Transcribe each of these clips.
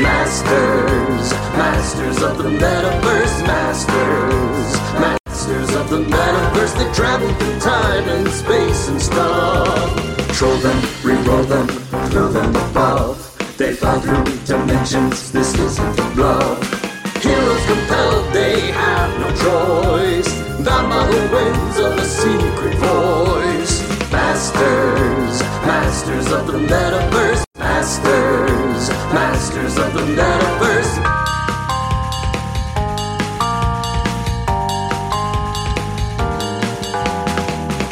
Masters, masters of the metaverse, masters, masters of the metaverse that travel through time and space and stuff. Troll them, reroll them, throw them above. They fly through dimensions, this isn't the bluff. Heroes compelled, they have no choice. The model wins of a secret voice. Masters, masters of the metaverse, masters, masters of the metaverse.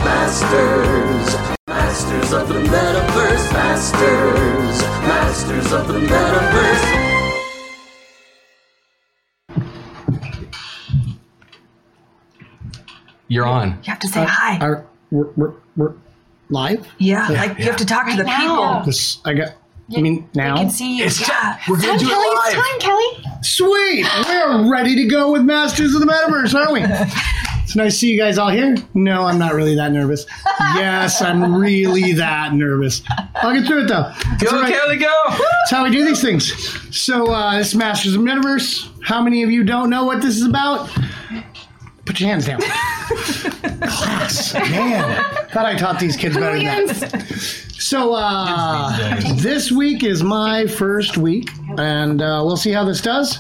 Masters, masters of the metaverse, masters, masters of the metaverse. You're on. You have to say hi. Are we're, we're, we're live? yeah, like you have to talk to the people. This I got. I mean now. I can see you. yeah. We're gonna do Kelly, it it's live. time, Kelly. Sweet, we're ready to go with Masters of the Metaverse, aren't we? It's nice to see you guys all here. No, I'm not really that nervous. Yes, I'm really that nervous. I'll get through it though. That's Go, all right. Kelly, go. That's how we do these things. So uh, this is Masters of the Metaverse. How many of you don't know what this is about? Put your hands down. Class, man. Thought I taught these kids better than that. So uh, this week is my first week, and uh, we'll see how this does.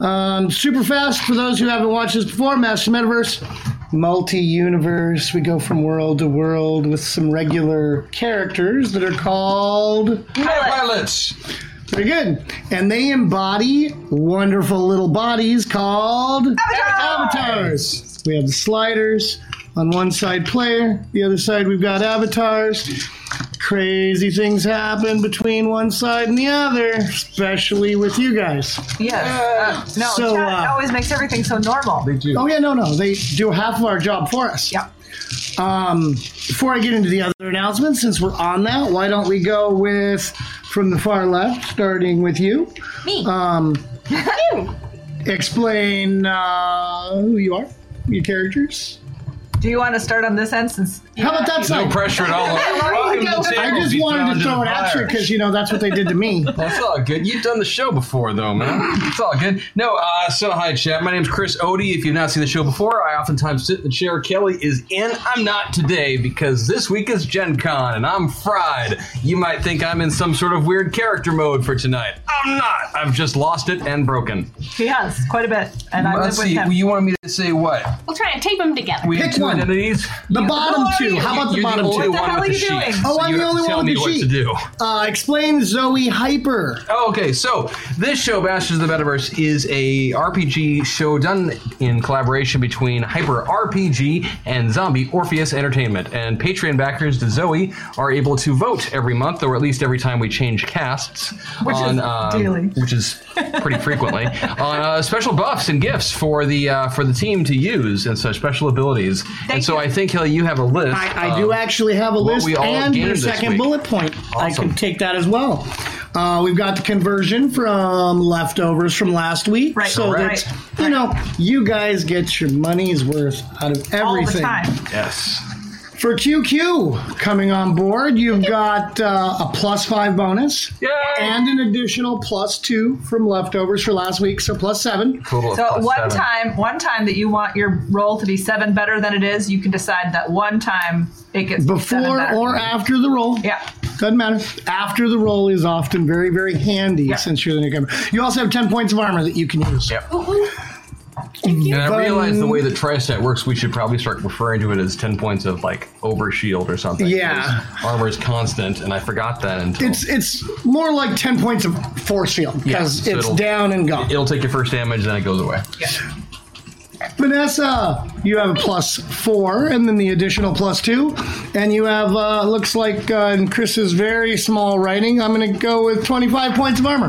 Um, super fast for those who haven't watched this before. Master Metaverse, multi-universe. We go from world to world with some regular characters that are called Pilots. pretty good, and they embody wonderful little bodies called avatars. We have the sliders on one side, player. The other side, we've got avatars. Crazy things happen between one side and the other, especially with you guys. Yes. Uh, no, So, chat uh, always makes everything so normal. Oh yeah, no, no, they do half of our job for us. Yeah. Um, before I get into the other announcements, since we're on that, why don't we go with from the far left, starting with you. Me. Um, You. explain uh, who you are, your characters. Do you want to start on this end since How about that No side? pressure at all. Welcome to the table. I just Be wanted thrown to throw the it at you fire. because you know that's what they did to me. That's all good. You've done the show before, though, man. It's all good. No, uh, so hi, chat. My name's Chris Odie. If you've not seen the show before, I oftentimes sit in the chair Kelly is in. I'm not today because this week is Gen Con and I'm fried. You might think I'm in some sort of weird character mode for tonight. I'm not. I've just lost it and broken. he has quite a bit, and I live Let's with see. him. You wanted me to say what? We'll try to tape them together. We Pick have two one. identities. The bottom two. How about the You're bottom only two? What the one with hell are the you sheet, doing? so Oh, I'm you the have to only one tell with me the what to sheet. do. Uh, explain Zoe Hyper. Oh, okay. So this show, Bastards of the Metaverse, is a RPG show done in collaboration between Hyper RPG and Zombie Orpheus Entertainment. And Patreon backers to Zoe are able to vote every month, or at least every time we change casts, Which is on, um, daily. which is pretty frequently, on uh, special buffs and gifts for the uh, for the team to use and such special abilities. and so you. I think Kelly, you have a list. I, I of- do actually have a Um, what list we all and gained your this second week. bullet point. I Awesome. can take that as well. Uh, we've got the conversion from leftovers from last week. Right, So right, that's, you know, you guys get your money's worth out of everything. all the time. Yes. For QQ coming on board, you've got uh, a plus five bonus Yay! and an additional plus two from leftovers for last week, so plus seven. Total of So at plus seven. one time, one time that you want your roll to be seven better than it is, you can decide that one time it gets seven Before better. or after the roll. yeah. Doesn't matter. After the roll is often very, very handy since you're the newcomer. You also have 10 points of armor that you can use. Yep. Oh, And I realize the way that Tri-Stat works, we should probably start referring to it as 10 points of like over shield or something. Yeah. because Armor is constant, and I forgot that until It's it's more like 10 points of force field Yeah, because so it's it'll- down and gone. it'll take your first damage, then it goes away. But Vanessa, you have a plus four, and then the additional plus two, and you have uh, looks like uh, in Chris's very small writing. I'm going to go with 25 points of armor.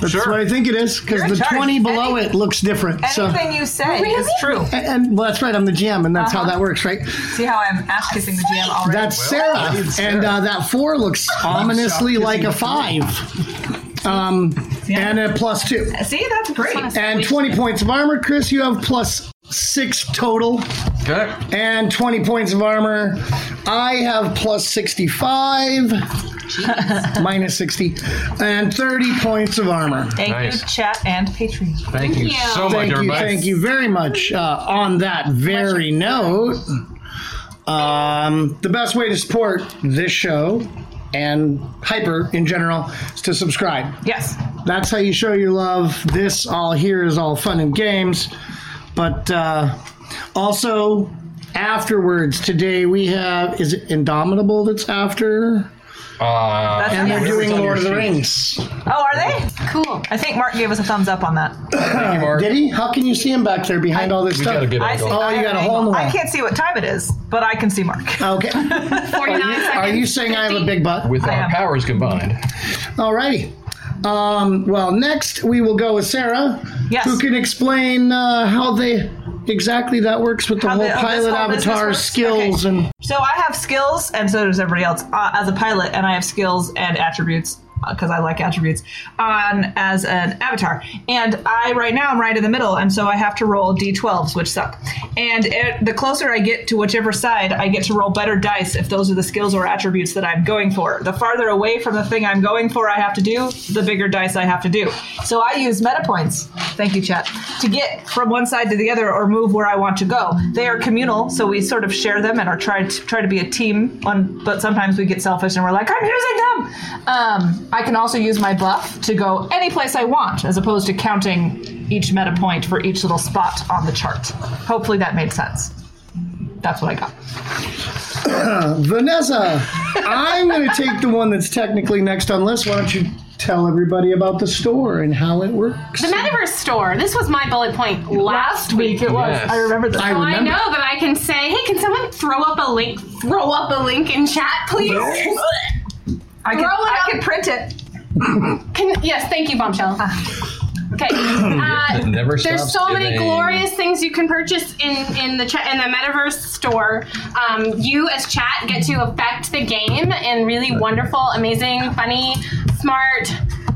That's Sure. what I think it is because You're in the charge. 20 below Any- it looks different. So. Anything you say is true. And, and well, that's right. I'm the GM, and that's how Uh-huh. that works, right? See how I'm ass kissing the GM already? That's Sarah, and uh, that four looks ominously like a five, um, and a plus two, See, that's great. and 20 points of armor. Chris, you have plus six total, Okay. and 20 points of armor. I have plus 65, minus 60, and 30 points of armor. Thank Nice. you, chat and Patreon. Thank you you. so much, Thank you, everybody. thank you very much. Uh, on that very note, um, the best way to support this show and Hyper in general is to subscribe. Yes. That's how you show your love. This all here is all fun and games, but uh, also afterwards today we have is it Indomitable that's after, Uh, That's and they're yes. doing on your Lord of the sheet? Rings. Oh, are they? Cool. I think Mark gave us a thumbs up on that. thank you, Mark. Did he? How can you see him back there behind all this We stuff? got a good I angle. see, Oh, I you have got an a hole in the angle. wall. I can't see what time it is, but I can see Mark. okay. 49 Are seconds. you saying I have a big butt? With I our am. powers combined. Alrighty. Um, well, next we will go with Sarah, Yes. who can explain uh, how they exactly that works with the How whole the- oh, this pilot whole business avatar works? skills Okay. and So I have skills, and so does everybody else uh, as a pilot, and I have skills and attributes because I like attributes on as an avatar. And I right now I'm right in the middle, and so I have to roll d12s, which suck. And it, the closer I get to whichever side, I get to roll better dice if those are the skills or attributes that I'm going for. The farther away from the thing I'm going for, I have to do the bigger dice I have to do. So I use meta points. Thank you, chat. To get from one side to the other or move where I want to go. They are communal, so we sort of share them and are try to try to be a team. On, but sometimes we get selfish and we're like, I'm using them. Um, I can also use my buff to go any place I want, as opposed to counting each meta point for each little spot on the chart. Hopefully that made sense. That's what I got. Vanessa. I'm going to take the one that's technically next on list. Why don't you tell everybody about the store and how it works? The Metaverse store. This was my bullet point last week. it was. Yes. I remember that. I So I remember. know that I can say, hey, can someone throw up a link? Throw up a link in chat, please. I can, Throw it I up. can print it. Can, yes, thank you, Bombshell. Okay. Uh, Never there's stops so many giving. glorious things you can purchase in in the chat in the metaverse store. Um, you as chat get to affect the game in really wonderful, amazing, funny, smart,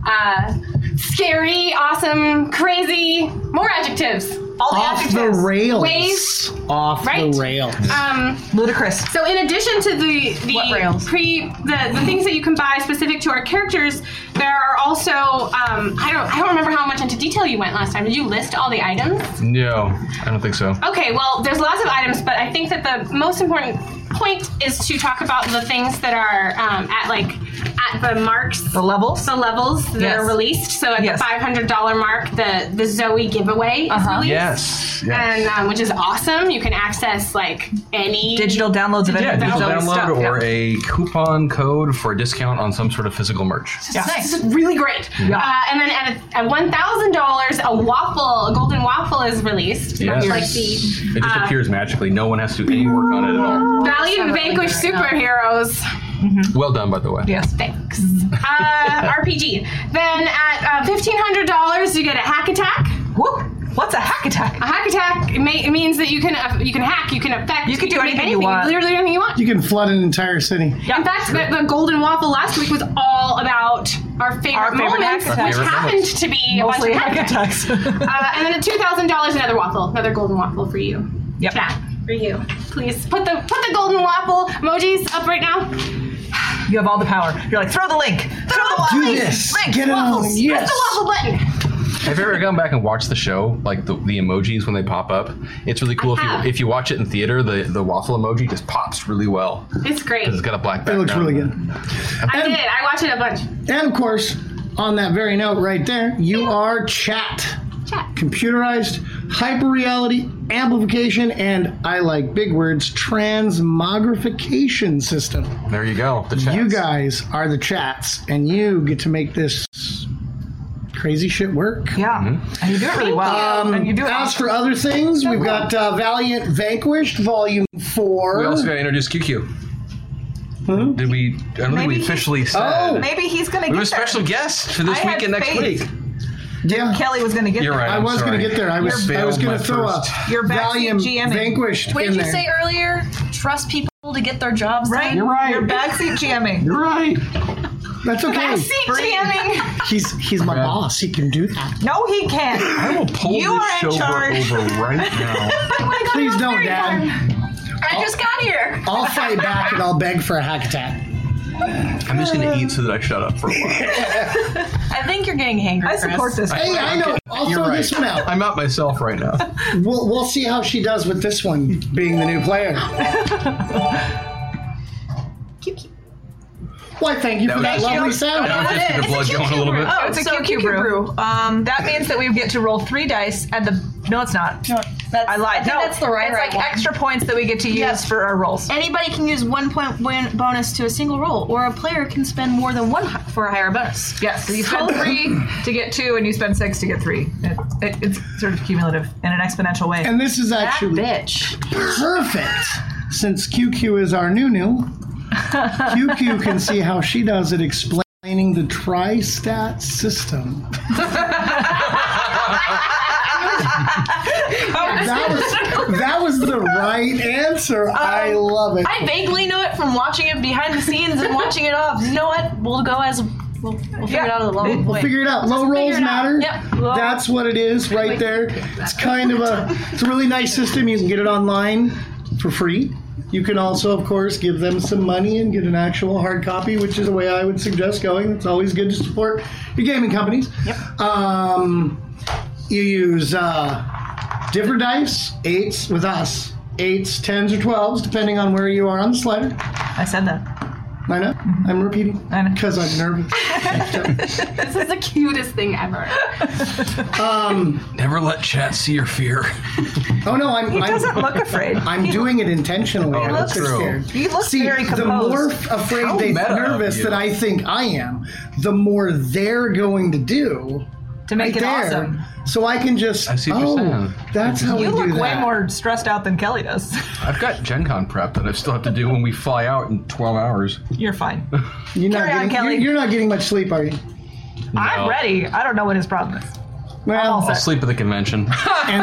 uh, scary, awesome, crazy, more adjectives. All the Off the adjectives. rails. Waves. Off Right. the rails. Um, Ludicrous. So in addition to the What the rails? pre the, the things that you can buy specific to our characters, there are also um, I don't I don't remember how much into detail you went last time. Did you list all the items? No, I don't think Oh, so. Okay, well there's lots of items, but I think that the most important point is to talk about the things that are um, at like at the marks. The levels. the levels that Yes. are released. So at Yes. the five hundred dollar mark, the the Zoe giveaway is released, Yes. yes. and um, which is awesome. You can access like any Digital downloads of yeah, anything. digital Zoe's download stuff, yeah. or a coupon code for a discount on some sort of physical merch. Yeah. This is really great. Uh, and then at, at one thousand dollars, a waffle, a golden waffle, is released. Yes. Like the It just Uh, appears magically. No one has to do any work on it at all. Valiant and Vanquish superheroes. Well done, by the way. Yes. Thanks. Uh, RPG. Then at uh, fifteen hundred dollars, you get a hack attack. Whoop. What's a hack attack? A hack attack it ma- it means that you can uh, you can hack, you can affect, You can do make anything you want. literally anything you want. You can flood an entire city. In fact, the, the golden waffle last week was all about our favorite, Our favorite hack moments, which attacks. Our favorite happened moments. to be Mostly a bunch of hack hack attacks. attacks. Uh, and then at two thousand dollars, another waffle, another golden waffle for you. Yep. Chat for you. Please put the put the golden waffle emojis up right now. You have all the power. You're like, throw the link. Throw the Do link. this. Link. Get it on. waffles. Yes. Press the waffle button. Have you ever gone back and watched the show, like the, the emojis when they pop up? It's really cool if have. you if you watch it in theater. The the waffle emoji just pops really well. It's great. It's got a black It background. looks really good. I did. I watched it a bunch. And of course, on that very note right there, you are chat. Chat. Computerized, hyper reality, amplification, and I like big words, transmogrification system. There you go. The chat. You guys are the chats, and you get to make this crazy shit work. Yeah, and you do it really well. and you do it. Um, As for other things, we've got uh, Valiant Vanquished Volume 4. We also got to introduce QQ. Hmm? Did we? I don't think Maybe we he- officially said. Oh! Maybe he's gonna we get have a there. special guest for this I week had and next faith. week. yeah. Kelly was gonna get You're there. right. I I'm was going sorry. to get there. I was, I was failed going my to throw first- a Your backseat Valiant GMing. Vanquished What in did you there. say earlier? Trust people to get their jobs Right, done. You're right. You're backseat jamming. You're right. That's okay. Breathe. He's he's my boss. He can do that. No, he can't. I will pull You this are in show charge. over right now. Please don't, Dad. I just got here. I'll fight back and I'll beg for a hack attack. I'm just going to eat so that I shut up for a while. I think you're getting hangry. I support this. Hey, I know. I'll You're throw right. this one out. I'm out myself right now. We'll, we'll see how she does with this one, being the new player. Why, thank you for That that was- lovely I sound. was just It's the a blood cute going a little bit. humor. Oh, it's a So QQ, QQ brew. Um, that means that we get to roll three dice at the. No, it's not. That's, I lied. think no, that's the right, It's right like one. extra points that we get to use Yeah. for our rolls. Anybody can use one point win bonus to a single roll, or a player can spend more than one hi- for a higher bonus. Yes, you spend three to get two, and you spend six to get three. It, it, it's sort of cumulative in an exponential way. And this is That actually bitch. perfect. Since QQ is our new new, QQ can see how she does it explaining the tri stat system. that, was, that was the right answer. I love it. Um, I vaguely know it from watching it behind the scenes and watching it off. You know what? We'll go as we'll, we'll figure it out at a low We'll point. figure it out. Low rolls it matter. out. Yep. Low- That's what it is right there. It's kind of a it's a really nice system. You can get it online for free. You can also, of course, give them some money and get an actual hard copy, which is the way I would suggest going. It's always good to support your gaming companies. Yep. Um, you use uh, different dice, eights with us, eights, tens, or twelves, depending on where you are on the slider. I said that. I know. I'm repeating Mm-hmm. I know. because I'm nervous. This is the cutest thing ever. Never let chat see your fear. Oh no, I'm. He I'm, doesn't look afraid. I'm doing it intentionally. I that's look true. scared. You look See, very the more composed. f- afraid How they meta of nervous you. that I think I am, the more they're going to do To make right it there. awesome. So I can just. I see what you're oh, saying. that's how You we do look way that. more stressed out than Kelly does. I've got Gen Con prep that I still have to do when we fly out in 12 hours. You're fine. You're not Carry on, getting, Kelly. You're, you're not getting much sleep, are you? I'm No. ready. I don't know what his problem is. Well, all I'll sleep at the convention. and,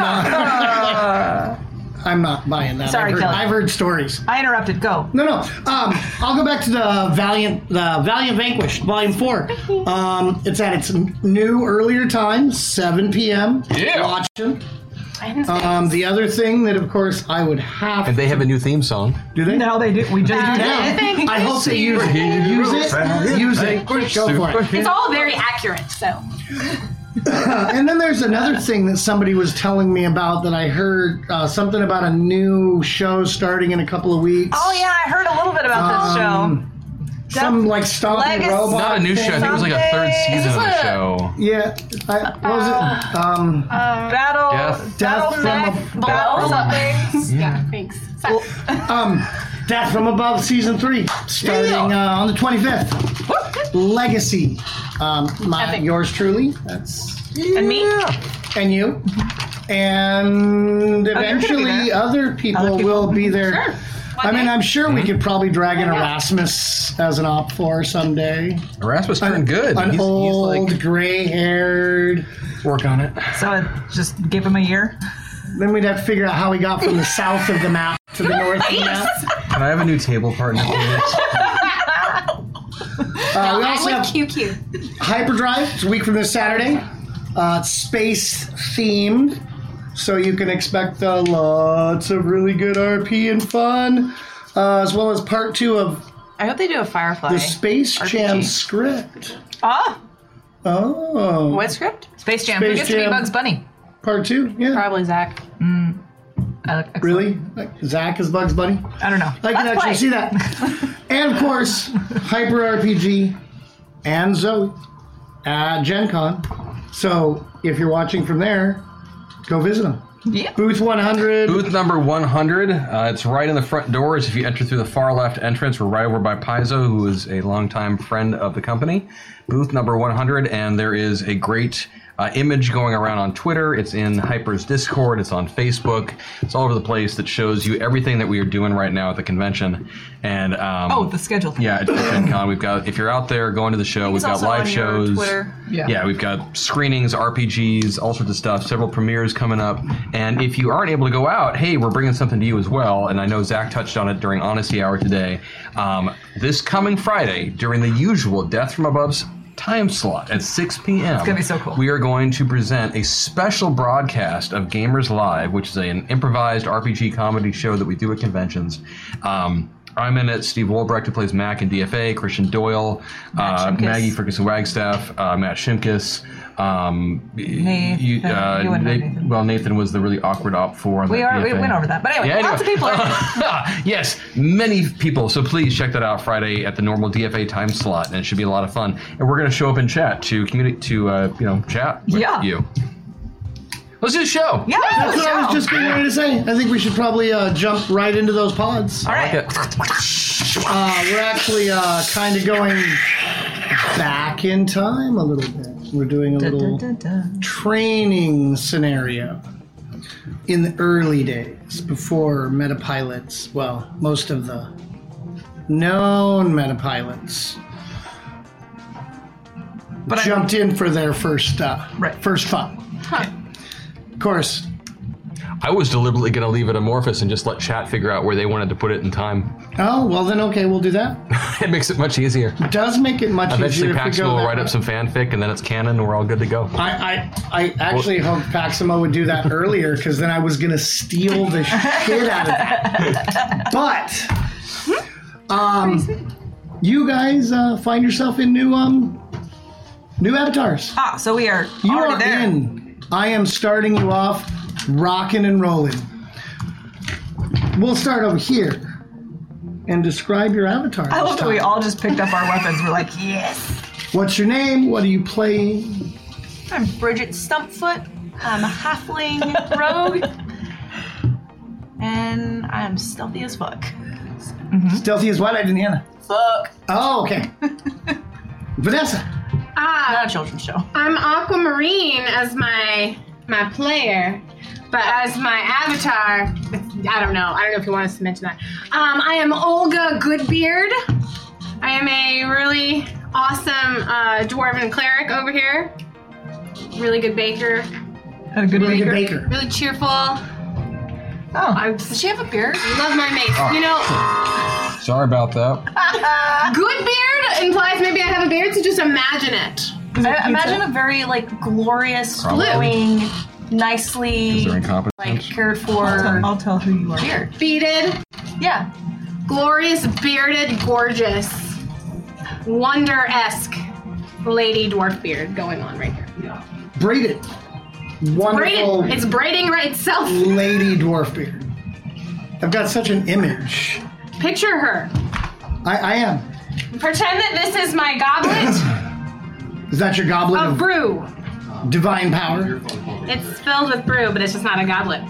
uh, I'm not buying that. Sorry, I've heard, Kelly. I've heard stories. I interrupted. Go. No, no. Um, I'll go back to the Valiant, the Valiant Vanquished, Volume Four. Um, it's at its new earlier time, 7 p.m. Yeah. Watch them. Um, the other thing that, of course, I would have and they have a new theme song. do they No, they do. We just do did now. it. I hope they use it. Use it. Use it. Go for it. It's all very accurate, so. Uh, And then there's another thing that somebody was telling me about that I heard uh, something about a new show starting in a couple of weeks. Oh yeah, I heard a little bit about this show. Um, Some like stomping Legacy- robot. Not a new show. I think it was like a third Someday. season of the It's a- show. Yeah. I, what was it? Uh, Um, Battle. Death. Death Battle from Neck- a- Battle something. Yeah, thanks. Sorry. Um, Death from Above season three, starting uh, on the twenty fifth. Legacy, um, my Epic. yours truly. That's And me. and you, and eventually there. other people, Other people. will be there. Sure. I mean, I'm sure we could probably drag in Erasmus as an op for someday. Erasmus turned good. An he's, old, he's like, gray-haired. work on it. So I just give him a year. Then we'd have to figure out how we got from the south of the map to the north of the map. Can I have a new table partner? please? Uh, we I'm also have with QQ. Hyperdrive. It's a week from this Saturday. Uh, it's space themed, so you can expect uh, lots of really good RP and fun, uh, as well as part two of I hope they do a firefly. the Space Jam RPG. script. Ah, Oh, what script? Space Jam. Who Space gets to be Jam. Bugs Bunny? Mm. part two? Yeah, Probably Zach. I look excellent. really? Like, Zach is Bugs Bunny. Uh, I don't know. I can Let's actually play. see that. and of course, Hyper RPG and Zoe at Gen Con. So if you're watching from there, go visit them. Yeah. Booth 100. Booth number 100. Uh, it's right in the front doors. If you enter through the far left entrance, we're right over by Paizo, who is a longtime friend of the company. Booth number 100, and there is a great uh, image going around on Twitter. It's in Hyper's Discord. It's on Facebook. It's all over the place that shows you everything that we are doing right now at the convention. And um, Oh, the schedule. yeah, at Gen Con, we've got if you're out there going to the show, we've It's got also live on your shows. Twitter. Yeah. we've got screenings, RPGs, all sorts of stuff. Several premieres coming up, and if you aren't able to go out, hey, we're bringing something to you as well. And I know Zach touched on it during Honesty Hour today. Um, this coming Friday, during the usual Death from Above's time slot at 6 p.m. It's gonna be so cool. we are going to present a special broadcast of Gamers Live, which is an improvised RPG comedy show that we do at conventions. Um, I'm in it. Steve Wolbrecht, who plays Mac and DFA, Christian Doyle, uh, Shimkus. Maggie Ferguson Wagstaff, uh, Matt Shimkus. Um, y- you, uh, you and Na- Nathan. well, Nathan was the really awkward op four. On We that are. We DFA. went over that. But anyway, Yeah, lots of people are. yes, many people. So please check that out Friday at the normal DFA time slot, and it should be a lot of fun. And we're going to show up in chat to communicate to uh, you know chat with Yeah. you. Let's do the show. Yeah. That's what I was just getting ready to say. I think we should probably uh, jump right into those pods. All right. Okay. Uh, we're actually uh, kind of going back in time a little bit. We're doing a little Dun, dun, dun. training scenario in the early days before metapilots, well, most of the known metapilots But I- jumped in for their first uh, Right. first fun. Of course, I was deliberately going to leave it amorphous and just let chat figure out where they wanted to put it in time. oh well, then okay, we'll do that. it makes it much easier. Does make it much easier. Eventually, if we Paxton go will that write way. up some fanfic, and then it's canon, and we're all good to go. I, I, I actually hoped Paximo would do that earlier because then I was going to steal the shit out of that. But um, you guys uh, find yourself in new um, new avatars. Ah, so we are. You already are there. in. I am starting you off rocking and rolling. We'll start over here and describe your avatar. I this love that we time. all just picked up our weapons. We're like, yes. What's your name? What are you playing? I'm Bridget Stumpfoot. I'm a halfling rogue. And I'm stealthy as fuck. Stealthy as what? I didn't hear that. Fuck. Oh, okay. Vanessa. Not a children's show. I'm Aquamarine as my my player, but as my avatar, I don't know. I don't know if you want us to mention that. Um, I am Olga Goodbeard. I am a really awesome uh, dwarven cleric over here. Really good baker. Had a good Really week. good baker. Really cheerful. I Oh, Does she have a beard? Oh. love my mates. You know, Sorry about that. good beard implies maybe I have a beard, so just imagine it. I, imagine a very like glorious, Probably. glowing, nicely They're incompetent. like cared I'll, for I'll tell who you are. beard. Beaded, Yeah. glorious, bearded, gorgeous, wonder esque lady dwarf beard going on right here. braided. Braided, Wonderful it's braiding right itself. lady dwarf beard. I've got such an image. Picture her. I, I am. Pretend that this is my goblet Is that your goblet of of brew. divine power? It's filled with brew, but it's just not a goblet.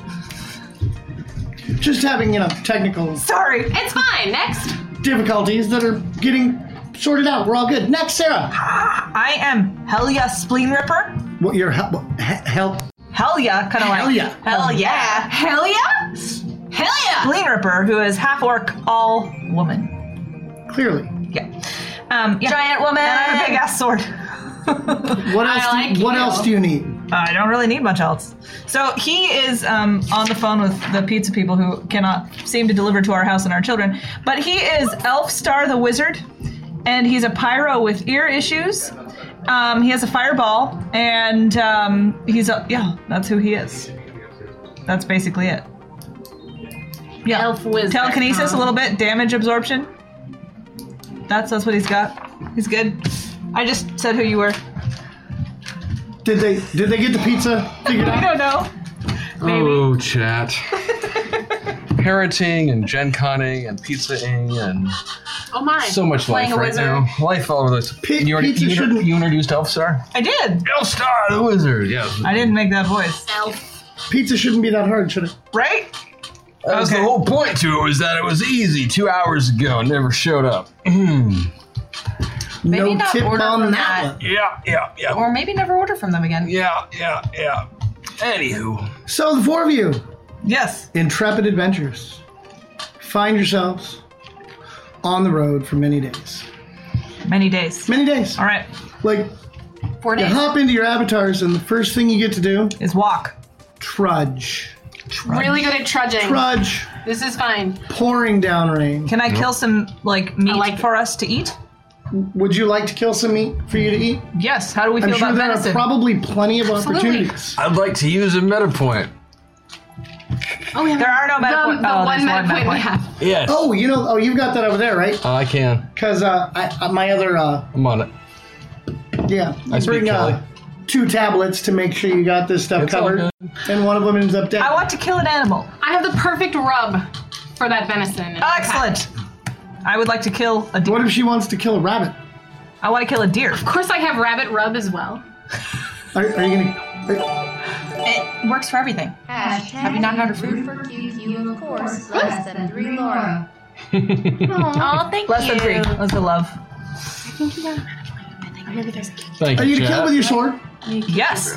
Just having, you know, technical Sorry. It's fine. Next. difficulties that are getting sorted out. We're all good. Next, Sarah. I am Helia Spleen Ripper. What your help? what- he- Help. Helia, kind of like. Helia. Hell yeah. Hell yeah! Hell yeah! Spleen Ripper, who is half orc, all woman. Clearly. Yeah. Um, yeah. Giant woman. And I have a big ass sword. What else? I do, like what you. else do you need? I don't really need much else. So he is um, on the phone with the pizza people who cannot seem to deliver to our house and our children. But he is Elf Star the Wizard, and he's a pyro with ear issues. Um, he has a fireball, and um, he's a yeah. That's who he is. That's basically it. Yeah. Elf wizard. Telekinesis huh? a little bit, damage absorption. That's that's what he's got. He's good. I just said who you were. Did they did they get the pizza figured I out? don't know. Oh, chat. Parenting and Gen Conning and pizzaing and Oh my. so much life Playing a right wizard. now. Life all over this. Pi- you, already, pizza you, inter- shouldn't- you introduced Elfstar. I did. Elfstar, the wizard. Yes. I didn't make that voice. Elf. Pizza shouldn't be that hard, should it? right? That was the whole point to it was that it was easy two hours ago and never showed up. no Maybe not tip order on from that. that. one. Yeah, yeah, yeah. Or maybe never order from them again. Yeah, yeah, yeah. Anywho. So the four of you, Yes. intrepid adventurers, find yourselves on the road for many days. Many days. Many days. All right. Like Four you days. hop into your avatars, and the first thing you get to do, Is walk. trudge, Really good at trudging. trudge, This is fine. pouring down rain. Can I kill some like meat like it. for us to eat? Would you like to kill some meat for you to eat? Yes. How do we feel I'm sure about there venison? are probably plenty of Absolutely. opportunities. I'd like to use a meta point. Oh, we have there are no meta the, point- the oh, one there's meta one point meta we point. have. Yes. Oh, you know, oh, you've got that over there, right? I can. Because uh, I- I- my other, uh, I'm on it. yeah, I speak bring Kelly. uh, two tablets to make sure you got this stuff It's all covered, and one of them ends up dead. I want to kill an animal. I have the perfect rub for that venison. Excellent. I would like to kill a deer. what if she wants to kill a rabbit? I want to kill a deer. Of course, I have rabbit rub as well. Are, are you gonna? are- It works for everything. Have you not had a fruit? you, of course, less than three Laura. Oh, thank Less than three. That was the love. Thank are you gonna kill with your sword? Yes.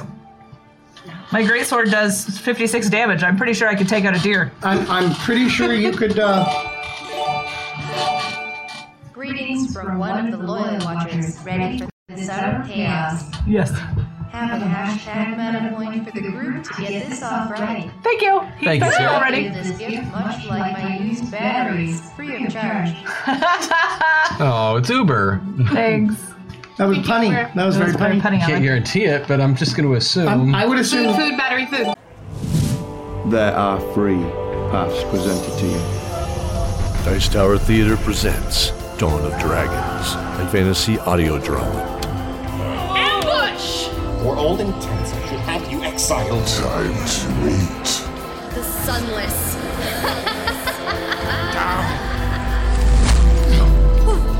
My greatsword does 56 damage. I'm pretty sure I could take out a deer. I'm, I'm pretty sure you could. Uh, Greetings from one of the loyal watchers, ready for this utter chaos. Yes. Have a hashtag meta point for the group to get this off right. Thank you. Thank you, Thank you Sarah. already. Give this gift much like my used batteries, free of charge. Oh, it's Uber. Thanks. that was punny. That was very Putting, punny. putting on Can't it. guarantee it, but I'm just going to assume. I would assume. Food, food, battery, food. There are three paths presented to you. Dice Tower Theater presents Dawn of Dragons, a fantasy audio drama. For all intents, I should have you exiled. The sunless.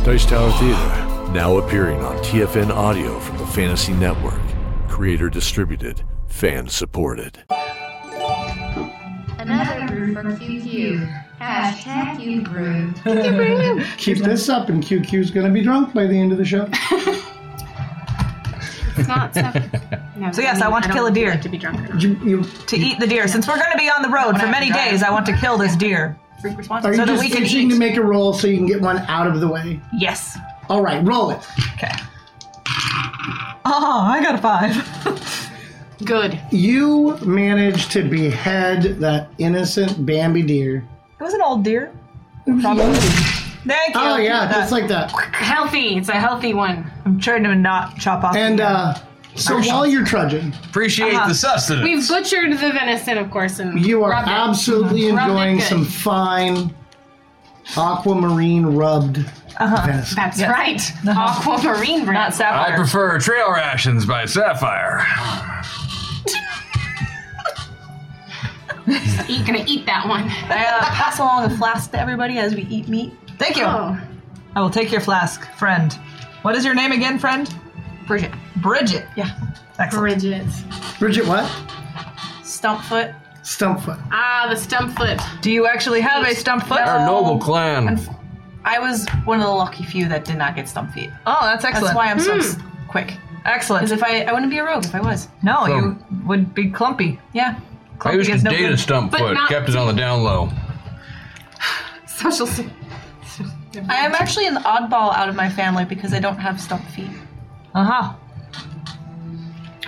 Dice Tower Theater, now appearing on TFN Audio from the Fantasy Network. Creator distributed, fan supported. Another brew for QQ. Hashtag you brew. Keep this up, and QQ's gonna be drunk by the end of the show. Oh, It's not stuff. No, So yes, I want to don't kill a deer. Like to be drunk. You, you, To eat the deer. Since we're going to be on the road for many days, I want to kill this deer. Fruit are response. you So that just we can itching eat. to make a roll so you can get one out of the way? Yes. All right, roll it. Okay. Oh, I got a five. Good. You managed to behead that innocent Bambi deer. It was an old deer. Thank you. Oh yeah, That- just like that. Healthy. It's a healthy one. I'm trying to not chop off. And uh, so while you're trudging, Appreciate the sustenance. We've butchered the venison, of course, and you are rubbed it. absolutely Rubbed it enjoying good. some fine aquamarine rubbed Uh-huh. venison. That's right. Aquamarine brand. not sapphire. I prefer Trail Rations by Sapphire. Eat, gonna eat that one. I uh, pass along a flask to everybody as we eat meat. Thank you. Oh, I will take your flask, friend. What is your name again, friend? Bridget. Bridget. Yeah. Excellent. Bridget. Bridget, what? Stumpfoot. Stumpfoot. Ah, the stump foot. Do you actually have a stump foot? No. Our noble clan. I was one of the lucky few that did not get stump feet. Oh, that's excellent. That's why I'm so s- quick. Excellent. Because if I, I wouldn't be a rogue if I was. no, you Boom. would be clumpy. Yeah. I used to gets no date a good. stump But foot, not- kept it on the down low. Social. se- I am actually an oddball out of my family because I don't have stump feet. Uh huh.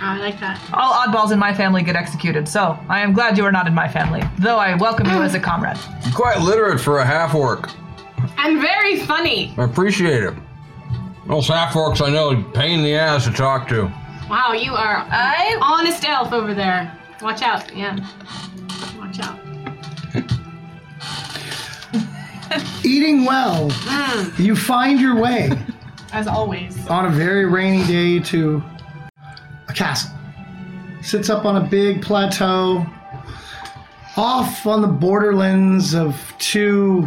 Oh, I like that. All oddballs in my family get executed, so I am glad you are not in my family, though I welcome you as a comrade. Quite literate for a half orc. I'm very funny. I appreciate it. Those half orcs I know are a pain in the ass to talk to. Wow, you are an I honest elf over there. Watch out. Yeah. Watch out. Eating well, Mm. you find your way As always. on a very rainy day to a castle. Sits up on a big plateau, off on the borderlands of two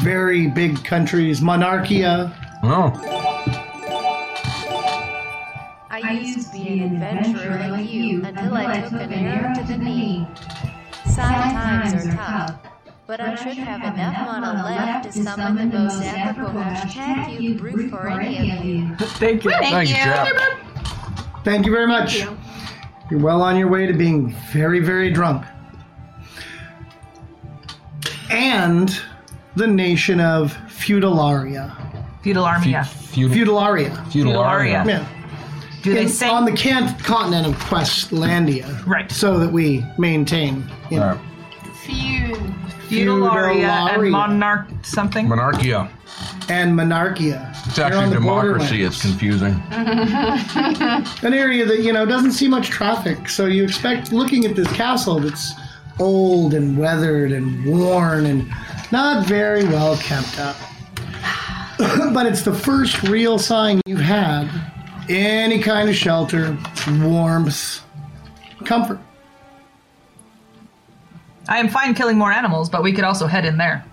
very big countries, Monarchia Oh, I I used to be an adventurer like you until I took an arrow to the knee. Side times are tough, but I should have enough mana left to summon the most epical hashtag you brute for any of you. Thank you. Thank you, Jack. Thank you very much. You're well on your way to being very, very drunk. And the nation of Feudallaria. Feudal army. yeah. Feudal, Feudallaria. Feudalaria. Yeah. Do they In- say on the can- continent of Questlandia. Right. So that we maintain. you know, All right. Few. feudalaria and feudalaria. monarch something? Monarchia. And monarchia. It's You're on actually the democracy. borderlands. It's confusing. An area that, you know, doesn't see much traffic. So you expect, looking at this castle that's old and weathered and worn and not very well kept up. but it's the first real sign you've had any kind of shelter, warmth, comfort. I am fine killing more animals, but we could also head in there.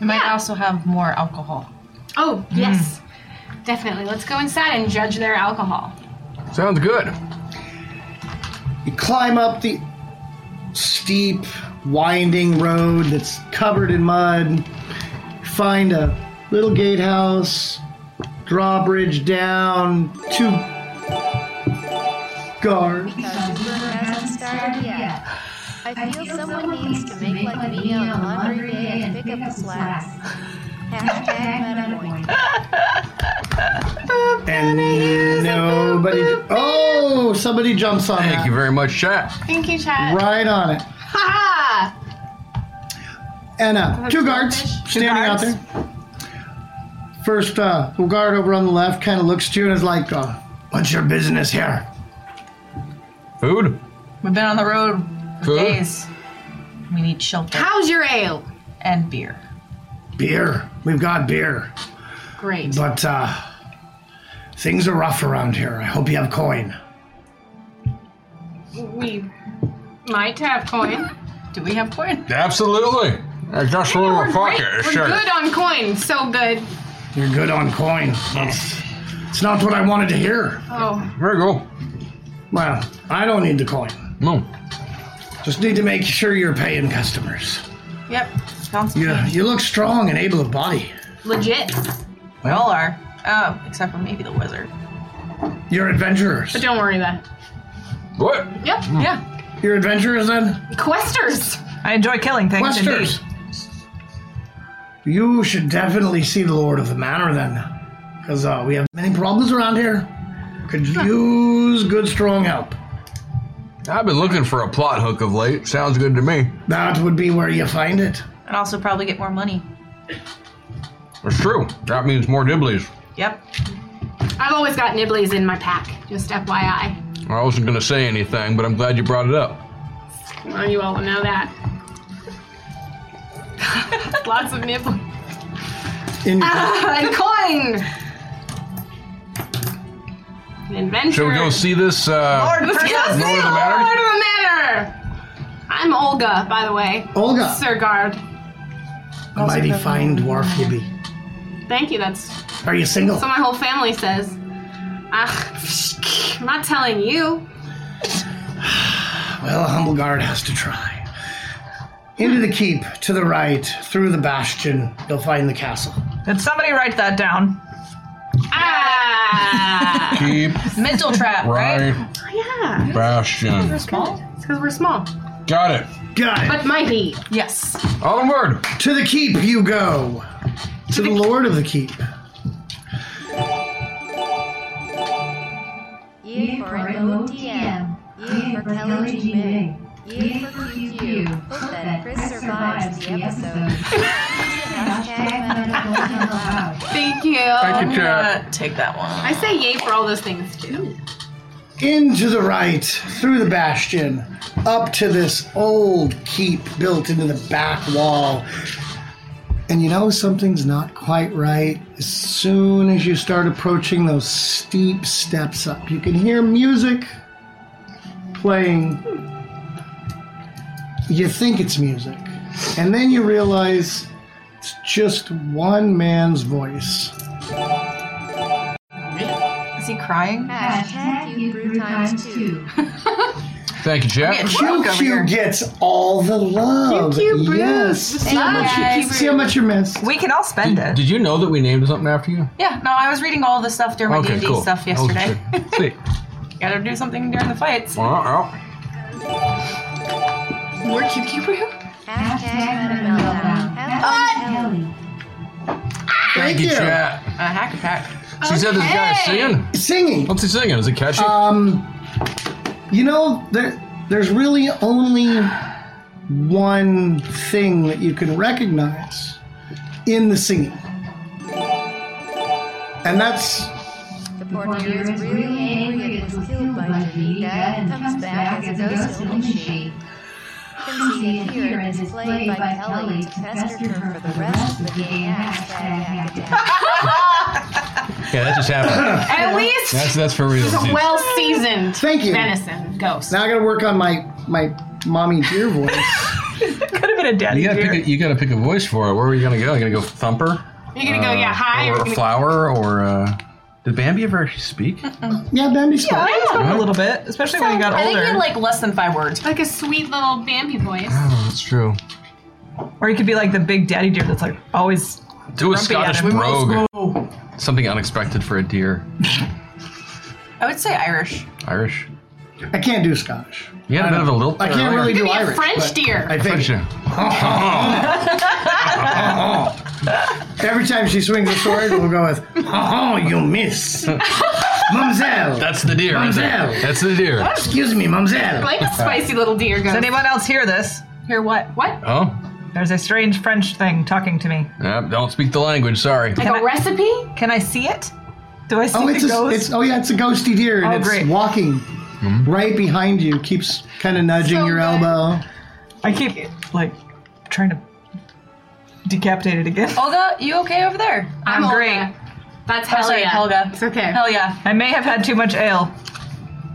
We might also have more alcohol. Oh, yes. Definitely. Let's go inside and judge their alcohol. Sounds good. You climb up the steep, winding road that's covered in mud. Find a little gatehouse, drawbridge down, two guards. Because the rumor hasn't started yet. I feel someone needs to make like me on laundry day and pick up the slack. Hashtag meta point. And nobody. Oh, somebody jumps on Thank you that. very much, Chat. Thank you, Chad. Right on it. Ha ha! And uh, two guards standing out there. First uh, guard over on the left kind of looks to you and is like, uh, What's your business here? Food? We've been on the road for Food? days. We need shelter How's your ale? and beer. Beer. We've got beer. Great. But uh, things are rough around here. I hope you have coin. We might have coin. Do we have coin? Absolutely. I just went in my pocket. We're sure. good on coin. So good. You're good on coin. That's, it's not what I wanted to hear. Oh, There you go. Well, I don't need the coin. No. Just need to make sure you're paying customers. Yep. Sounds You, you look strong and able of body. legit. We all are. Oh, except for maybe the wizard. You're adventurers. But don't worry about it. What? Yep. Hmm. Yeah. You're adventurers then? Questers. I enjoy killing things. Questers. Indeed. You should definitely see the Lord of the Manor then. Because uh, we have many problems around here. Could use good, strong help. I've been looking for a plot hook of late. Sounds good to me. That would be where you find it. And also probably get more money. It's true. That means more dibblies. Yep. I've always got nibblies in my pack. Just FYI. I wasn't going to say anything, but I'm glad you brought it up. Well, you all know that. Lots of nibblies. In your and coin. An adventure. Shall we go see this? Uh, Lord, Let's first- go Lord of see the the Manor? Lord of the Manor. I'm Olga, by the way. Olga, Sir Guard. a mighty fine dwarf you be. Thank you. That's Are you single? so my whole family says. Ah, I'm not telling you. Well, a humble guard has to try. Into the keep, to the right, through the bastion, you'll find the castle. Did somebody write that down? Ah. keep Mental trap, right? Oh, right yeah. bastion. Small? It's because we're small, Got it. Got it. but mighty. Yes. Onward. to the keep you go. To the lord of the keep. Ye for OTM. Ye for Kelly G. May. Ye for QQ. Hope that Chris survives the episode. Hashtag meta allowed. Thank you. Thank you, Chad. Uh, take that one. I say yay for all those things too. Into the right, through the bastion, up to this old keep built into the back wall. And you know something's not quite right. As soon as you start approaching those steep steps up, you can hear music playing. You think it's music. And then you realize it's just one man's voice. Is he crying? Hashtag you brew times two. Thank you, Jack. QQ gets all the love. QQ brews. Yes. See how, much Yes. you, see how much you missed. We can all spend it. Did you know that we named something after you? Yeah, no, I was reading all the stuff during my okay, D&D cool. stuff yesterday. Oh, shit. Sweet. Gotta do something during the fights. Well, well. More QQ brew? Hashtag meltdown. Hashtag Kelly. Thank you, chat. A hack attack. She said this guy's singing. Singing. Um, What's he singing? Is it catchy? Uh, You know, there, there's really only one thing that you can recognize in the singing. And that's The portier is really angry and gets killed by Janita and comes back as a ghost in the shape. Conceded here is played by Kelly to pester her for the rest of the game. Hashtag hack attack. yeah, that just happened. At least that's that's for real. dude. well seasoned Thank you. venison ghost. now I gotta work on my my mommy dear voice. Could have been a daddy You gotta pick. deer. A, you gotta pick a voice for it. Where are you gonna go? You gonna go thumper? You're gonna Uh, go, yeah, hi. Or You're gonna- flower? Or uh, Oh, did Bambi ever speak? yeah, Bambi's Yeah, fine. I spoke a little bit, especially when you got I think older. you had like less than five words. like a sweet little Bambi voice. Oh, that's true. or you could be like the big daddy deer that's like always. Do a Grumpy Scottish at him. brogue. Something unexpected for a deer. I would say Irish. Irish. I can't do Scottish. You had a bit of a little. I can't really do Maybe a Irish. French but deer. I think Sure. every time she swings a sword, we'll go with "Oh, you miss, Mumselle." That's the deer. Right there. Mademoiselle. That's the deer. Excuse me, Mumselle. Like a spicy little deer ghost. Does anyone else hear this? Hear what? what? Oh, There's a strange French thing talking to me. yeah, don't speak the language. Sorry. Like a recipe? Can I see it? Do I see Oh, the it's, a, ghost? it's oh yeah, it's a ghosty deer, and Oh, it's great. walking right behind you. Keeps kind of nudging So your good. elbow. I keep like trying to decapitate it again. Olga, you okay over there? I'm, I'm great. Olga. That's Oh, hell sorry, yeah. Helga. It's okay. Hell yeah. I may have had too much ale.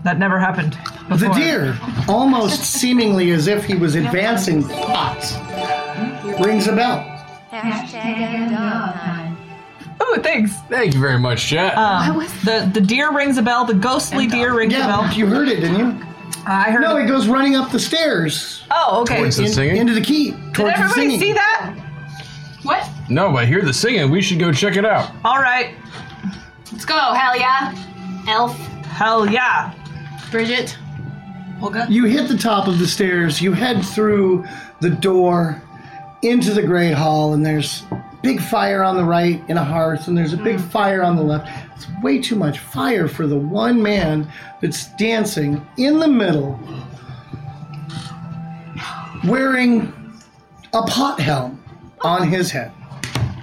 That never happened The before. deer, almost seemingly as if he was advancing thoughts, rings a bell. Hashtag dog time. Ooh, thanks. Thank you very much, chat. The the deer rings a bell. The ghostly deer rings a Yeah, bell. you heard it, didn't you? I heard. No, it. it goes running up the stairs Oh, okay. Towards the in- singing? into the keep Did towards the everybody singing. see that? What? no, but I hear the singing. We should go check it out. All right. Let's go. Hell yeah. Elf. Hell yeah. Bridget. Olga? You hit the top of the stairs, you head through the door into the great hall, and there's big fire on the right in a hearth, and there's a big fire on the left. It's way too much fire for the one man that's dancing in the middle, wearing a pot helm on his head.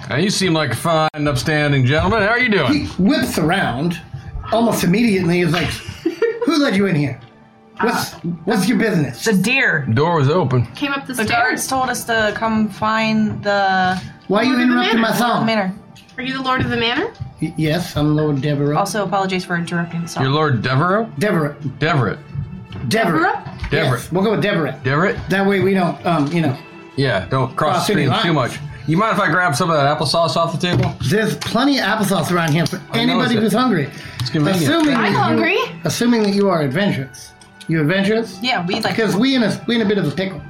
Now, you seem like a fine, upstanding gentleman. How are you doing? Whips around almost immediately, is like, Who let you in here? What's, what's your business? The deer. Door was open. Came up the The guards stairs. told us to come find the Why are you interrupting my song? manor. Are you the lord of the manor? Y- Yes, I'm Lord Devereux. Also, apologies for interrupting the Your song. Lord Devereux? Devereux. Devereux. Devereux. Devereux. Yes, we'll go with Devereux. Devereux? That way we don't, um, you know. Yeah, don't cross Cross the any streams too much. lines. You mind if I grab some of that applesauce off the table? There's plenty of applesauce around here for anybody it. who's hungry. It's convenient. Assuming I'm that hungry. You, assuming that you are adventurous. You adventurous? Yeah, we like. Because we in a we in a bit of a pickle.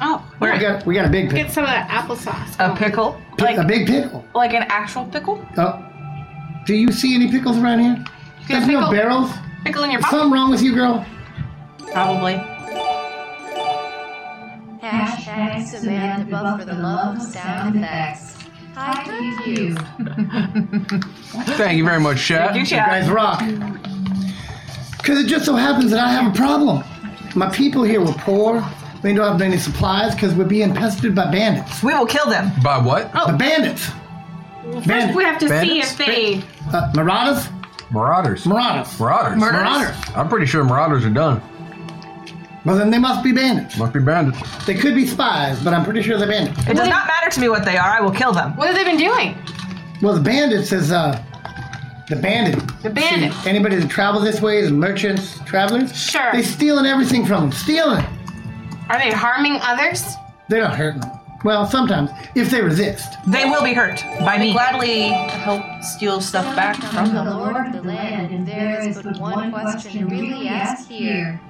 Oh, We got we got a big pickle. Get some of that applesauce. A pickle. like- a big pickle. like an actual pickle? Oh, do you see any pickles around here? There's no pickle- barrels. Pickle in your pocket. Something wrong with you, girl? Probably. Hashtag Samantha Buff for the love of sound effects. Hi, QQ. Thank you very much, chat. You You chat. guys rock. Because it just so happens that I have a problem. My people here were poor. We don't have many supplies because we're being pestered by bandits. We will kill them. By what? The bandits. Bandits. We have to Bandits? see if they. Uh, marauders? Marauders. Marauders. Marauders. Marauders. I'm pretty sure marauders are done. Well, then they must be bandits. Must be bandits. They could be spies, but I'm pretty sure they're bandits. It does not matter to me what they are. I will kill them. What have they been doing? Well, the bandits is, uh, the bandit. The bandit. See, anybody that travels this way is merchants, travelers. Sure. They're stealing everything from them. Stealing. Are they harming others? They're not hurting them. Well, sometimes if they resist. They will be hurt by me. Gladly help steal stuff back from the them. Lord of the land, and there is but one question really asked here.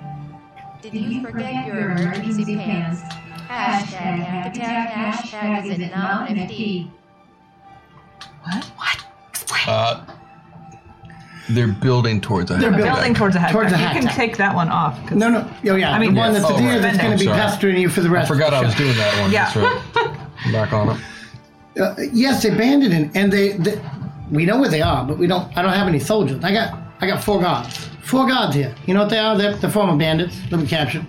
Did you forget your emergency pants? Hashtag hack attack, hashtag is it now an FD? Uh, they're building towards a They're hack. building Building towards a hack. Towards a you hack can attack. take that one off. 'cause- No, no. Oh, yeah. I mean- the one that's Yes. the deer Oh, that's right. going to be Sorry. pestering you for the I rest. forgot of I the was show. doing that one. Yeah. That's right. Back on it. Uh, yes, they banded it, and they, they. We know where they are, but we don't. I don't have any soldiers. I got. I got four guards. Four guards here. You know what they are? They're the former bandits that we captured.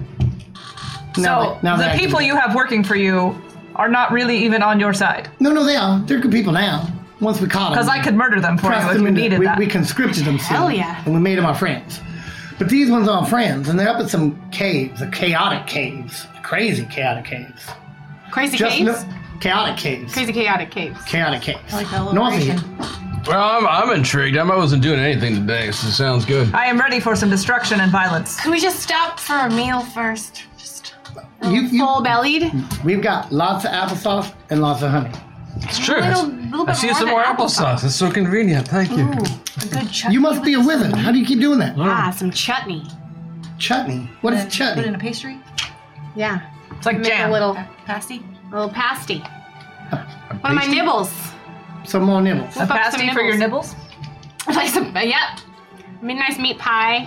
So Now they- now the they're people acting- you have working for you are not really even on your side. No, no, they are. They're good people now. Once we caught them, Because I could murder them for pressed you if them you into- needed we, that. we conscripted them. Hell yeah. And we made them our friends. But these ones aren't friends, and they're up at some caves, the chaotic caves, crazy chaotic caves. Crazy Just caves. no- chaotic caves. Crazy chaotic caves. Chaotic caves. Like a North of here. Well, I'm, I'm intrigued. I'm- I wasn't doing anything today, so it sounds good. I am ready for some destruction and violence. Can we just stop for a meal first? Just You, you, Mm. full bellied. we've got lots of applesauce and lots of honey. It's true. little- little I bit see more some than more applesauce. It's so convenient. Thank you. A good chutney. You must be a wizard. How do you keep doing that? ah, some chutney. Chutney. What is Put in a chutney? pastry? Yeah. It's like Make jam. a little, Pasty? a little pasty. One of my nibbles. Some more nibbles. a Fuck pasty some for your nibbles. nibbles. Like some, yep. I mean, nice meat pie.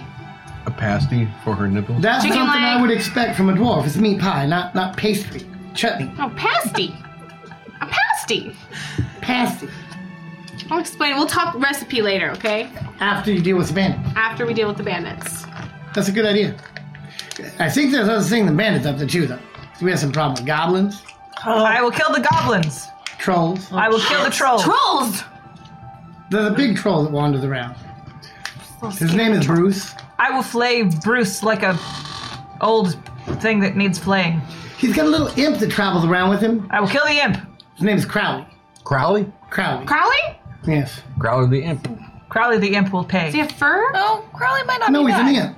A pasty for her nipples. That's Chicken something I leg. would expect from a dwarf. It's meat pie, not not pastry. Chutney. Oh, pasty. a pasty. Pasty. I'll explain. We'll talk recipe later, okay? After you deal with the bandit. After we deal with the bandits. That's a good idea. I think there's other thing the bandits up to too, though. We have some problem with goblins, Oh. I will kill the goblins. trolls. I will kill the trolls. Trolls! There's a big troll that wanders around. His name is Bruce. I will flay Bruce like a old thing that needs flaying. He's got a little imp that travels around with him. I will kill the imp. His name is Crowley. Crowley? Crowley. Crowley? Yes. Crowley the imp. Crowley the imp will Do you pay. have fur? Oh, Crowley might not No, be he's an bad. imp.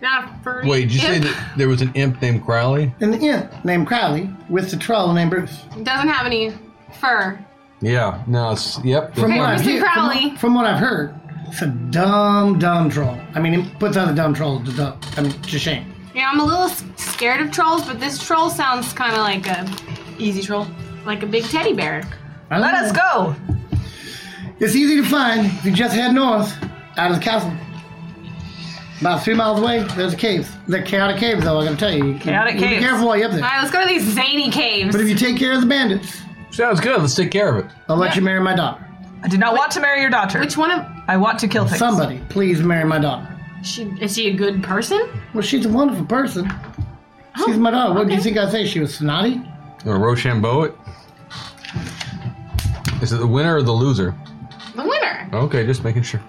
Not a furry. Wait, did you say imp. that there was an imp named Crowley? And the imp named Crowley with the troll named Bruce. Doesn't have any fur. Yeah. No, it's. Yep. From what I've Mr. hear- from Crowley. what- From, what I've heard, it's a dumb, dumb troll. I mean, it puts other dumb trolls to dumb. I mean, to shame. Yeah, I'm a little s- scared of trolls, but this troll sounds kind of like a Easy troll. like a big teddy bear. I Let don't us know. go. It's easy to find if you just head north out of the castle. About three miles away, there's caves. They're chaotic caves, though, I gotta tell you. You- Chaotic you Be caves. careful while you're up All there. right, let's go to these zany caves. But if you take care of the bandits, Sounds good. Let's take care of it. I'll let you marry my daughter. I do not want to marry your daughter. Which one of I want to kill things. Somebody, please marry my daughter. she is she a good person? Well, she's a wonderful person. She's Oh, my daughter. What do you think I say? She was snotty? You want to Rochambeau it? Is it the winner or the loser? The winner. Okay, just making sure.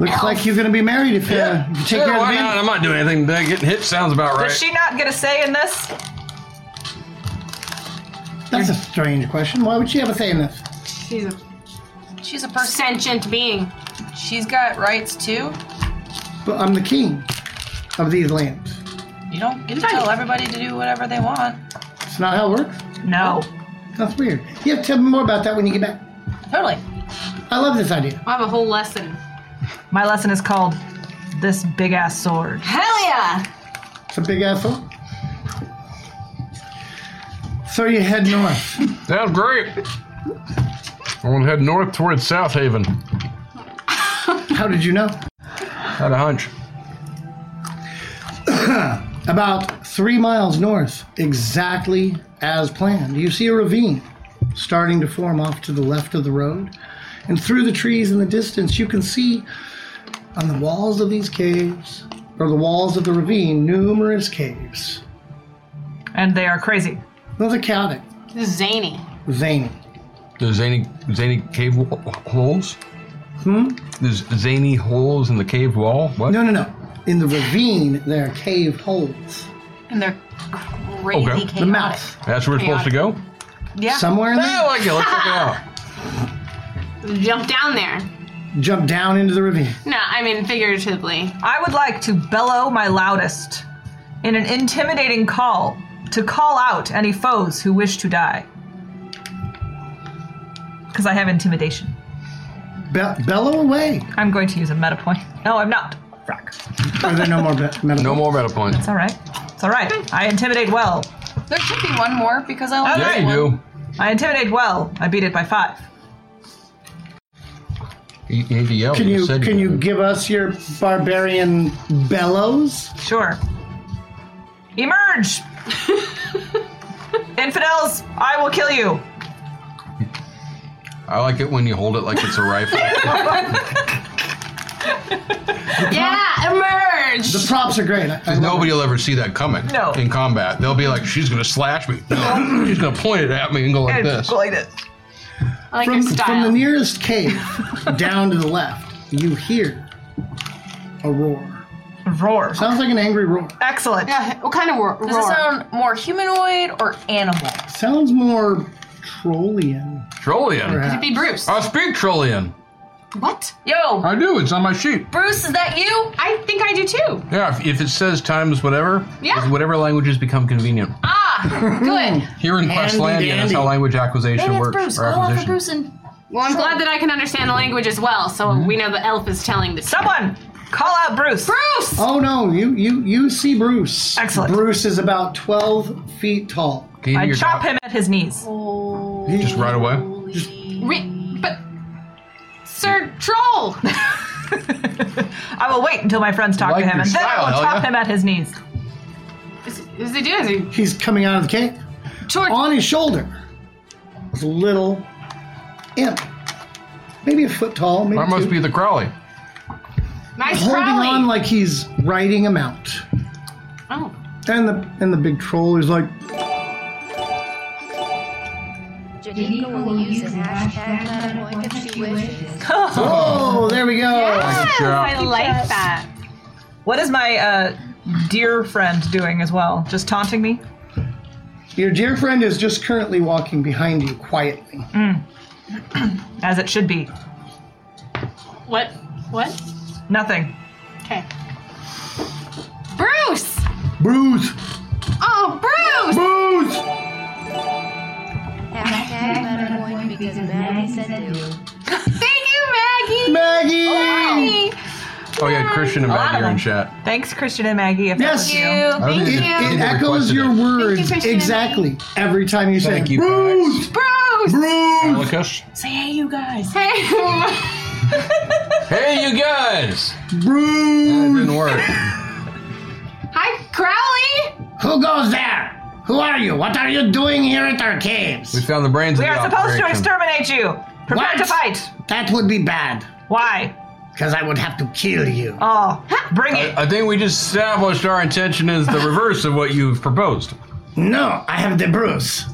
Looks like you're gonna be married if, uh, if you take Oh. Sure, care of the why not? bandits. I'm not doing anything. today. Getting hit sounds about right. Does she not get a say in this? That's a strange question. Why would she ever say this? She's a She's a person. sentient being. She's got rights too. But I'm the king of these lands. You don't get to tell everybody to do whatever they want. It's not how it works. No. That's weird. You have to tell me more about that when you get back. Totally. I love this idea. I have a whole lesson. My lesson is called this big ass sword. Hell yeah! It's a big asshole. So you head north. Sounds great. I want to head north towards South Haven. How did you know? Had a hunch. About three miles north, exactly as planned, you see a ravine starting to form off to the left of the road. And through the trees in the distance, you can see on the walls of these caves, or the walls of the ravine, numerous caves. And they are crazy. Those are chaotic, This is zany. zany. There's zany, zany cave w- holes. Hmm? There's zany holes in the cave wall. What? No, no, no. In the ravine, there are cave holes. And they're crazy Okay. The chaotic. The mouth. That's where we're supposed to go. Yeah. Somewhere in Yeah, I there, like it. Let's check it out. Jump down there. jump down into the ravine. No, I mean figuratively. I would like to bellow my loudest in an intimidating call to call out any foes who wish to die. Because I have intimidation. Be- bellow away. I'm going to use a meta point. No, I'm not. Rock. Are there no more be- meta? No more meta points. It's all right. It's all right. I intimidate well. There should be one more because I like Yeah, that you one. do. I intimidate well. I beat it by five. You, you need to yell. Can you said can you give us your barbarian bellows? Sure. Emerge! Infidels, I will kill you. I like it when you hold it like it's a rifle. Yeah, emerge. The props are great. I- I love Nobody will ever see that coming No. in combat. They'll be like, she's going to slash me. No, she's going to point it at me and go like And this. go like this. I like from, your style. from the nearest cave down to the left, you hear a roar. Roar. Sounds like an angry roar. Excellent. Yeah, what kind of ro- roar? Does it sound more humanoid or animal? Sounds more trollian. Trollian. perhaps. It'd be Bruce. I speak Trollian. what? Yo, I do. It's on my sheet. Bruce, is that you? I think I do too. Yeah, if, if it says times whatever, Yeah. it's whatever languages become convenient. Ah, good. Here in Handy Questlandia, that's how dandy. language acquisition Maybe it's works. Bruce. or Go off of acquisition. Bruce and Well, I'm glad that I can understand the language as well, so Mm-hmm. we know the elf is telling the truth. Someone, call out Bruce. Bruce! Oh no, you you you see Bruce. Excellent. Bruce is about twelve feet tall. Can you do I your chop job him at his knees. Just right away. Re- but, Sir Troll! I will wait until my friends talk Like to him, your and then style, I will hell chop yeah. him at his knees. is, is he doing? Is he He's coming out of the cave. toward- On his shoulder is a little imp. Maybe a foot tall, maybe That must two. be the Crowley. nice holding Crowley. on like he's riding him out. oh. And the and the big troll is like Janika will use a hashtag meta point if she wishes. Oh, there we go. Yes, I like that. What is my uh, dear friend doing as well? Just taunting me? Your dear friend is just currently walking behind you quietly. As it should be. What? What? Nothing. Okay. Bruce! Bruce! Oh, Bruce! Bruce! Hashtag meta point because Maggie said do. Thank you, Maggie! Maggie! Maggie! Oh, yeah, Christian and A lot Maggie of are in them. chat. Thanks, Christian and Maggie. If Yes. that's Thank you. I don't Thank think It, they- it they you. echoes requested your it. words Christian and exactly every time you say Thank you, Bruce! Bruce! Bruce! Alacus. say, hey, you guys. Hey! Hey, you guys! That Bruce! didn't work. Hi, Crowley! Who goes there? Who are you? What are you doing here at our We caves? found the brains We of the are supposed to operation. exterminate you. Prepare What? to fight. That would be bad, Why? because I would have to kill you. Oh, bring it. I think we just established our intention is the reverse of what you've proposed. No, I have the Bruce.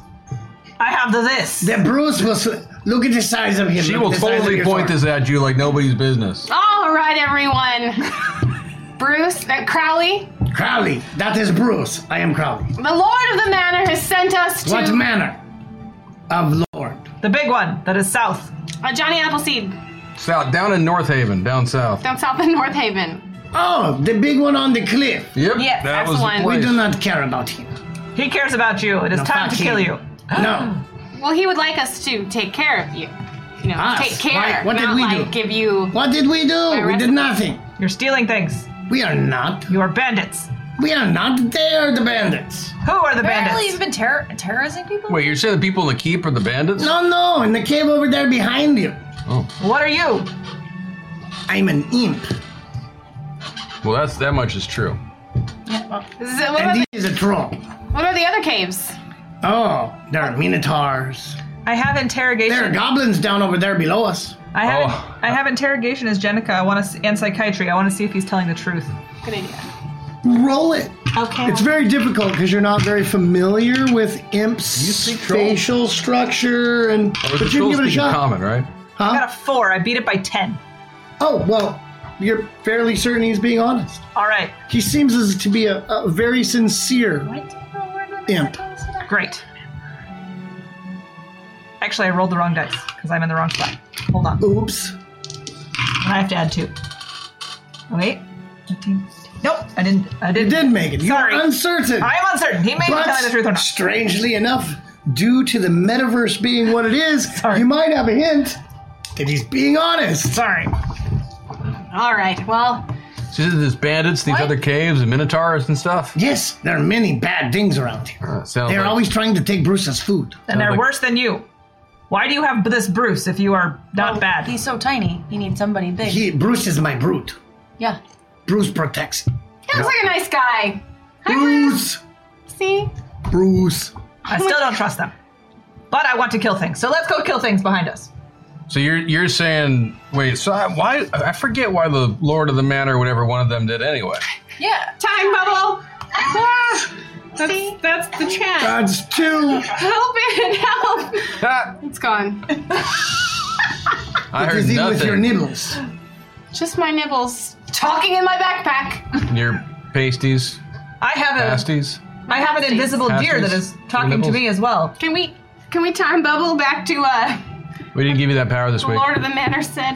I have the this. The Bruce was. Look at the size of him. She look will at the size of totally your point sword. this at you like nobody's business. All right, everyone. Bruce, uh, Crowley, Crowley, that is Bruce. I am Crowley. the Lord of the Manor has sent us to What manner of lord? The big one that is south. uh, Johnny Appleseed South, down in North Haven, down south. down south in North Haven. Oh, the big one on the cliff. Yep, Yes, that that's was the one. We We place. do not care about him. He cares about you. It is No, time fuck to kill him. you. No. Well, he would like us to take care of you. You know, Us? take care. Why- what did not we do? like give you. What did we do? We recipe. did nothing. You're stealing things. We are not. You are bandits. We are not. They are the bandits. Who are the Apparently, bandits? you've been terror- terrorizing people? Wait, you're saying the people in the keep are the bandits? Oh. No, no, in the cave over there behind you. What are you? I'm an imp. Well, that's that much is true. Is it- What about, And the, he is a troll. what about the other caves? Oh, there are minotaurs. I have There are interrogation. goblins down over there below us. I have Oh. I have interrogation as Jenica. I want to s- and psychiatry. I want to see if he's telling the truth. Good idea. Roll it. Okay. It's very difficult because you're not very familiar with You imp's speak troll? facial structure, and Or but the you can trolls give it a speak in shot. common, right? I got a four. I beat it by ten. Oh well, you're fairly certain he's being honest. All right. He seems as to be a, a very sincere imp. Great. Actually, I rolled the wrong dice because I'm in the wrong spot. Hold on. Oops. I have to add two. Wait. 15, Nope, I didn't. I didn't. did make it. You're Sorry. uncertain. I am uncertain. He may be but telling the truth or not. strangely enough, due to the metaverse being what it is, you might have a hint that he's being honest. Sorry. All right. Well, So there's bandits, these other caves, and minotaurs and stuff. Yes, there are many bad things around here. Uh, sounds They're like- always trying to take Bruce's food. And they're like- worse than you. Why do you have this Bruce if you are not bad? He's so tiny. He needs somebody big. He, Bruce is my brute. yeah. Bruce protects. he looks like a nice guy. Bruce! See? Bruce. I still don't trust them. But I want to kill things, so let's go kill things behind us. So you're you're saying wait? So I, why I forget why the Lord of the Manor, or whatever one of them did anyway. Yeah. Time bubble. Ah! See? That's the chat. That's two. Help it! Help! Ah, It's gone. I heard Is he with nothing. your nibbles? Just my nibbles talking in my backpack. Your pasties, I have a I pasties. have an invisible deer that is talking to me as well. Can we? Can we time bubble back to uh, We didn't give you that power this the week. Lord of the Manor said?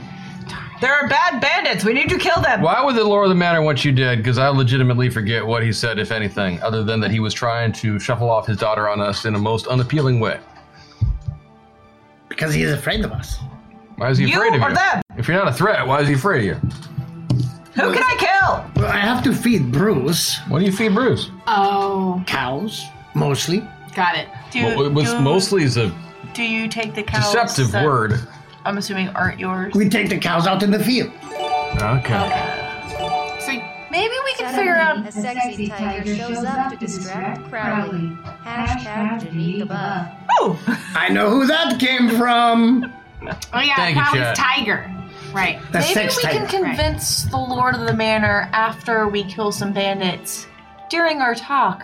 There are bad bandits. We need to kill them. Why would the Lord of the Manor want you dead? Because I legitimately forget what he said, if anything, other than that he was trying to shuffle off his daughter on us in a most unappealing way. Because he is afraid of us. Why is he You afraid of you? or them? If you're not a threat, why is he afraid of you? Who can I Well, I have to feed Bruce What do you feed Bruce? Oh, cows, mostly. got it. Do, Well, it was do, mostly is a Do you take the cows? deceptive that- word. I'm assuming aren't yours. We take the cows out in the field. Okay. So Maybe we can Suddenly, figure out. A sexy tiger shows up to distract Crowley. Hashtag Janine the Buff. kill? Ooh. I know who that came from. Oh yeah, Thank you, Crowley's Chad. tiger. Right. The Maybe sex we tiger. can convince the Lord of the Manor after we kill some bandits during our talk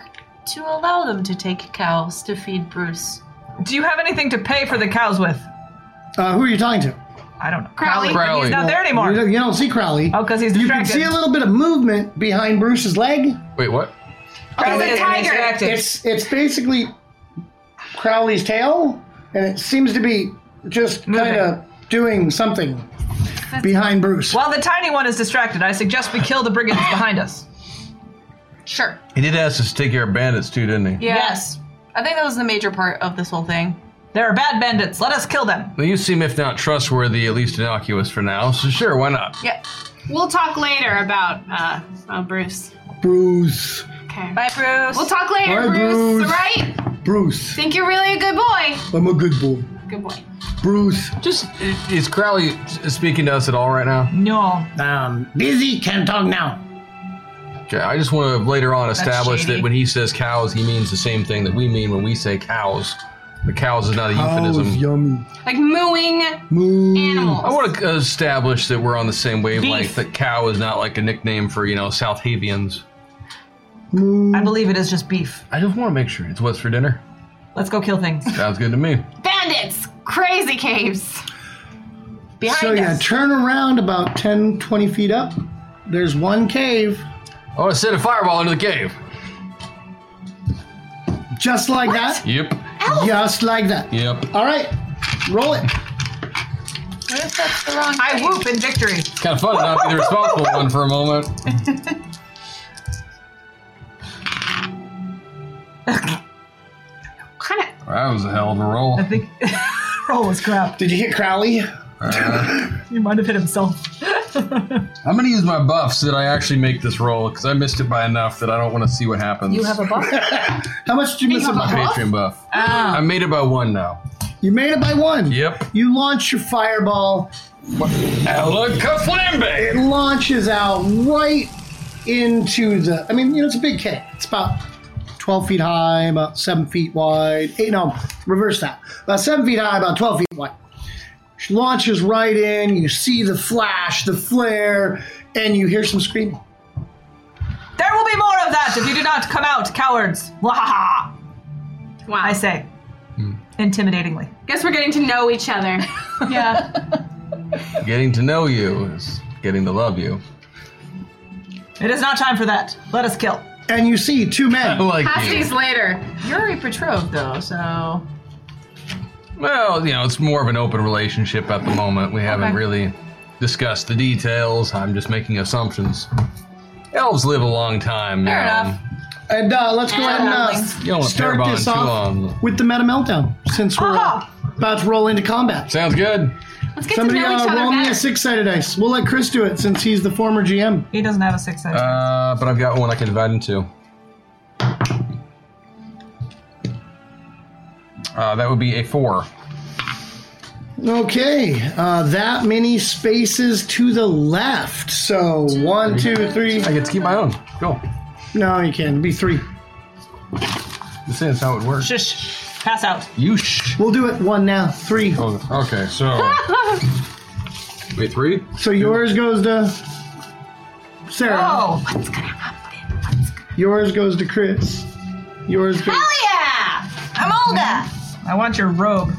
to allow them to take cows to feed Bruce. Do you have anything to pay for the cows with? Uh, who are you talking to? I don't know. Crowley. He's not there You anymore. don't, you don't see Crowley. Oh, because he's You can distracted. see a little bit of movement behind Bruce's leg. Wait, what? Crowley He's is a tiger. distracted. It's it's basically Crowley's tail, and it seems to be just kind of doing something behind Bruce. While the tiny one is distracted, I suggest we kill the brigands behind us. Sure. He did ask us to take care of bandits too, didn't he? Yeah. Yes. I think that was the major part of this whole thing. There are bad bandits. Let us kill them. Well, you seem, if not trustworthy, at least innocuous for now. So sure, why not? Yeah. We'll talk later about uh, oh, Bruce. Bruce, Okay. Bye, Bruce. We'll talk later, Bye, Bruce. Bruce. Right? Bruce, Think you're really a good boy. I'm a good boy. Good boy. Bruce, Just i- is Crowley speaking to us at all right now? No. um, busy, can't talk now. Okay, I just want to later on establish shady. that when he says cows, he means the same thing that we mean when we say cows. The cows is not a Oh, euphemism. yummy. Like mooing Moo. Oh, I animals. want to establish that we're on the same wavelength. Beef. That cow is not like a nickname for you know South Havians. I believe it is just beef. I just want to make sure it's what's for dinner. Let's go kill things. Sounds good to me. Bandits. Crazy caves. Behind So us. yeah, turn around about 10, 20 feet up. There's one cave, I want to send a fireball into the cave. just like that, Yep. just like that. Yep. All right, roll it. What if that's the wrong I whoop in victory. Kind of fun not to be the responsible one for a moment. Kind of. That was a hell of a roll. I think roll was crap. Did you hit Crowley? He might have hit himself. I'm gonna use my buff so that I actually make this roll because I missed it by enough that I don't want to see what happens. You have a buff? Oh. How much did you miss? have a about? Patreon buff. I made it by one now. You made it by one. Yep. You launch your fireball. Ella Kaflambe! It launches out right into the. I mean, you know, it's a big cave. It's about 12 feet high, about 7 feet wide. Eight, no, reverse that. About 7 feet high, about 12 feet wide. She launches right in. You see the flash, the flare, and you hear some screaming. There will be more of that if you do not come out, cowards. Wahaha, Wow. I say, intimidatingly. Guess we're getting to know each other. Yeah. Getting to know you is getting to love you. It is not time for that. Let us kill. And you see two I men. like you. Pasties later. Yuri Petrov, though, so. Well, you know, it's more of an open relationship at the moment. We haven't Okay. really discussed the details. I'm just making assumptions. Elves live a long time. Fair now. enough. And uh, let's go ahead and You don't uh, want to pair start bond this too off long. with the meta meltdown since we're uh, about to roll into combat. Sounds good. Let's get Somebody to know each uh, other roll me better. a six-sided dice. We'll let Chris do it since he's the former GM. He doesn't have a six sided. Uh, but I've got one I can divide into. Uh, that would be a four. Okay, uh, that many spaces to the left. So one, two, three. I get to keep my own. Cool. No, you can't. It'd be three. This is how it works. Shush. Pass out. You sh. We'll do it one now. Three. Oh, okay, so. Wait, three? So yours goes to Sarah. Oh, Yours goes to Chris. Yours goes. yeah! I'm Olga! I want your robe.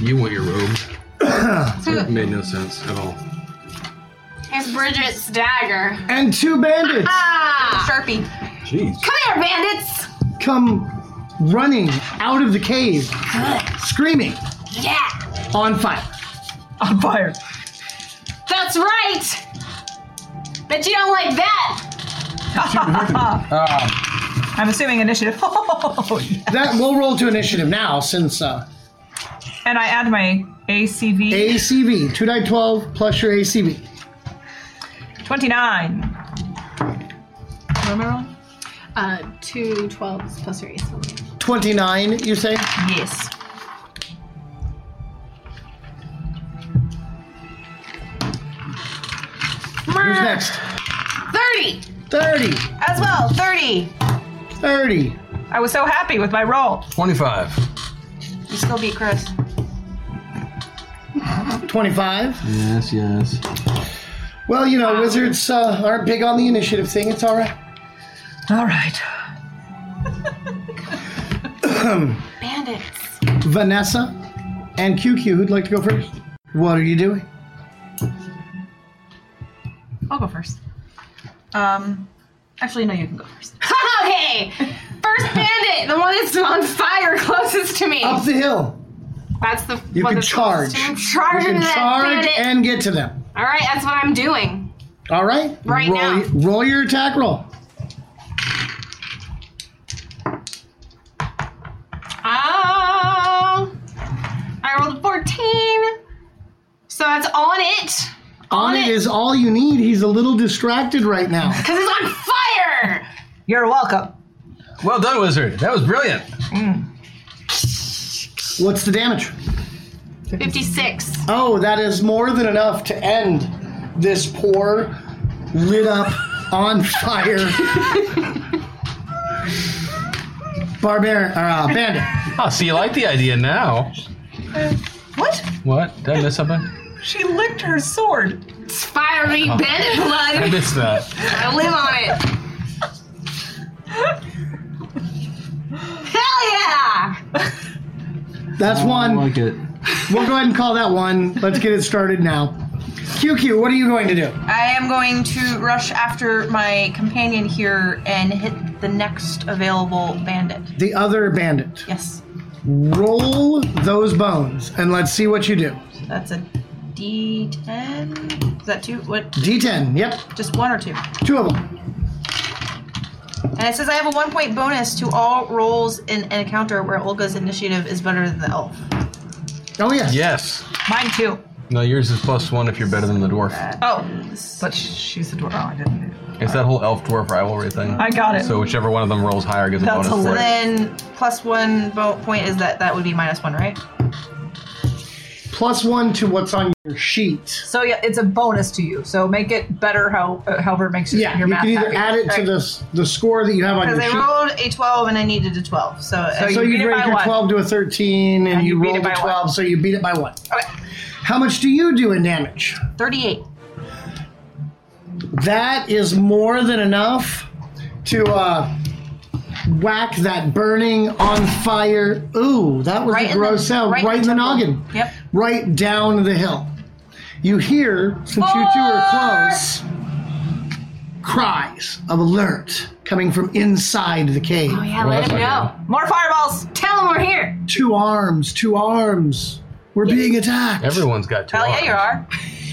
You want your room. that made no sense at all. It's Bridget's dagger. And two bandits Ah! Sharpie. Jeez. Come here, bandits! come running out of the cave, screaming Yeah! on fire. On fire. That's right! Bet you don't like that! Uh, I'm assuming initiative. Oh, That we'll roll to initiative now since uh, and I add my ACV ACV two die twelve plus your ACV. 29. What am I rolling? Uh, two 12s plus your ace. 29, you say? Yes. Who's next? 30! 30, As well, 30. 30. I was so happy with my roll. 25. You still beat Chris. 25. Yes, yes. Well, you know, wizards uh, aren't big on the initiative thing. It's all right. All right. Bandits. Vanessa and QQ, who'd like to go first? What are you doing? I'll go first. Um, actually, no, you can go first. okay! First bandit, the one that's on fire closest to me. Up the hill. That's the Oh. You one can that's closest charge. to me. I'm You charging can that charge bandit. and get to them. All right, that's what I'm doing. All right? Right roll, now. Roll your attack roll. Oh, I rolled a 14. So that's on it. On it it. is all you need. He's a little distracted right now. Because it's on fire. You're welcome. Well done, wizard. That was brilliant. What's the damage? 56. Oh, that is more than enough to end this poor, lit up, on fire barbarian or uh, bandit. Oh, so you like the idea now. What? What? Did I miss something? She licked her sword. It's fiery bandit I blood. missed that. I live on it. Hell yeah! That's Um, one. it. We'll go ahead and call that one. Let's get it started now. QQ, what are you going to do? I am going to rush after my companion here and hit the next available bandit. The other bandit. Yes. Roll those bones and let's see what you do. So that's a D10. Is that two? What? D10. Yep, Just one or two? two of them. And it says I have a one point bonus to all rolls in an encounter where Olga's initiative is better than the elf. Oh yes. Yes. Mine too. No, yours is plus one if you're better than the dwarf. Oh, but sh- she's a dwarf. Oh, I didn't do that. It's that whole elf dwarf rivalry thing. I got it. So whichever one of them rolls higher gets a That's bonus. So for it. then plus one bo- point is that that would be minus one, right? Plus one to what's on your sheet. so yeah, it's a bonus to you. So make it better. How uh, however it makes you, Yeah, your you math can either happy. add it to Right. the s- the score that you have on Because your I sheet. rolled a 12 and I needed a 12. So, So uh, So You you beat it break by your one. 12 to a 13, and, And you you, beat rolled it a by 12, one. so you beat it by one. Okay. How much do you do in damage? 38. That is more than enough to uh, whack that burning on fire. Ooh, that was Right a in the- gross sound. Right, right in the temple. noggin. Yep. Right down the hill. You hear, since you two are close, cries of alert coming from inside the cave. Oh yeah, let him know. More fireballs. Tell him we're here. Two arms, two arms. We're being attacked. Oh, Everyone's got two. Hell yeah, arms. you are.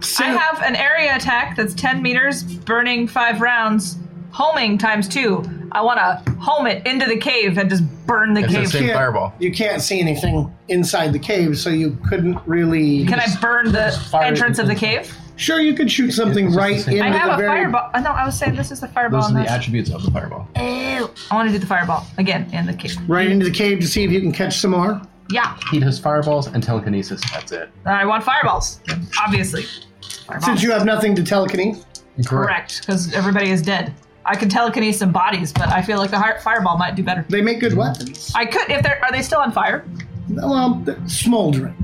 So, I have an area attack that's 10 meters, burning five rounds, homing times two. I want to home it into the cave and just burn the That's the cave. same fireball. you can't see anything inside the cave, so you couldn't really. Can I burn the fire it entrance of the into- cave? Sure, you could shoot something It's right the same. into I have the a very. fireball. Oh, no, I was saying this is the fireball. Those are and the attributes of the fireball. that's- Ew. I want to do the fireball again in the cave. Right into the cave to see if you can catch some more. Yeah, He does fireballs and telekinesis. That's it. I want fireballs, obviously. Since you have nothing to telekinesis. Correct, because everybody is dead. I could telekinesis some bodies, but I feel like a heart fireball might do better. They make good weapons. I could if they're are they still on fire? Well, they're smoldering.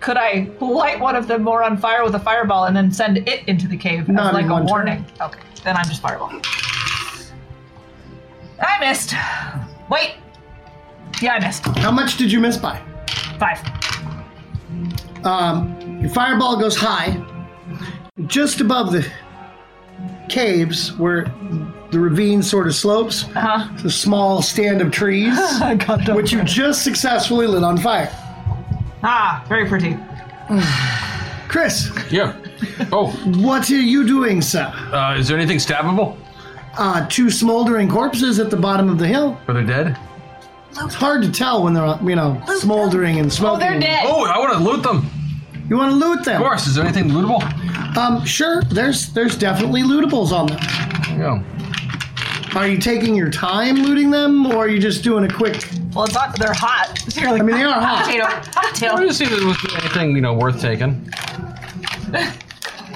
Could I light one of them more on fire with a fireball and then send it into the cave Not as in like one a turn. warning? Okay, then I'm just fireball. I missed. Wait. Yeah, I missed. How much did you miss by? Five. Um, your fireball goes high, just above the caves where the ravine sort of slopes. Uh-huh. It's a small stand of trees, I got them. which you just successfully lit on fire. Ah, very pretty. Chris, Yeah. Oh, what are you doing, sir? uh, is there anything stabbable? Uh, two smoldering corpses at the bottom of the hill. Are they dead? It's hard to tell when they're you know smoldering and smoking. Oh, they're dead. Oh, I want to loot them. You want to loot them? Of course. Is there anything lootable? Um, sure. There's there's definitely lootables on them. Yeah. Are you taking your time looting them, or are you just doing a quick? Well, it's not. They're hot. So you're like, I mean, they are hot. potato, I potato. wanted to see if there was anything you know worth taking.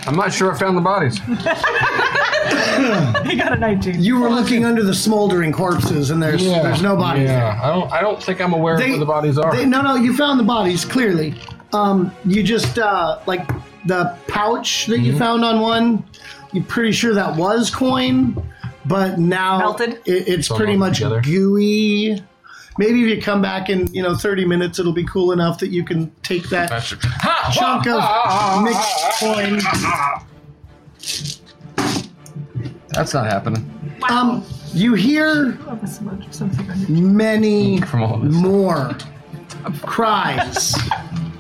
I'm not sure I found the bodies. I got a 19. You were looking under the smoldering corpses, and there's there's no bodies. Yeah. I don't. I don't think I'm aware of They- where the bodies are. They, no, no, you found the bodies clearly. Um, you just uh, like the pouch that Mm-hmm. you found on one. You're pretty sure that was coin, but now Melted? It, it's all pretty melted much together. gooey. Maybe if you come back in you know 30 minutes, it'll be cool enough that you can take that chunk of mixed coin. That's not happening. Um, you hear many From all this. more cries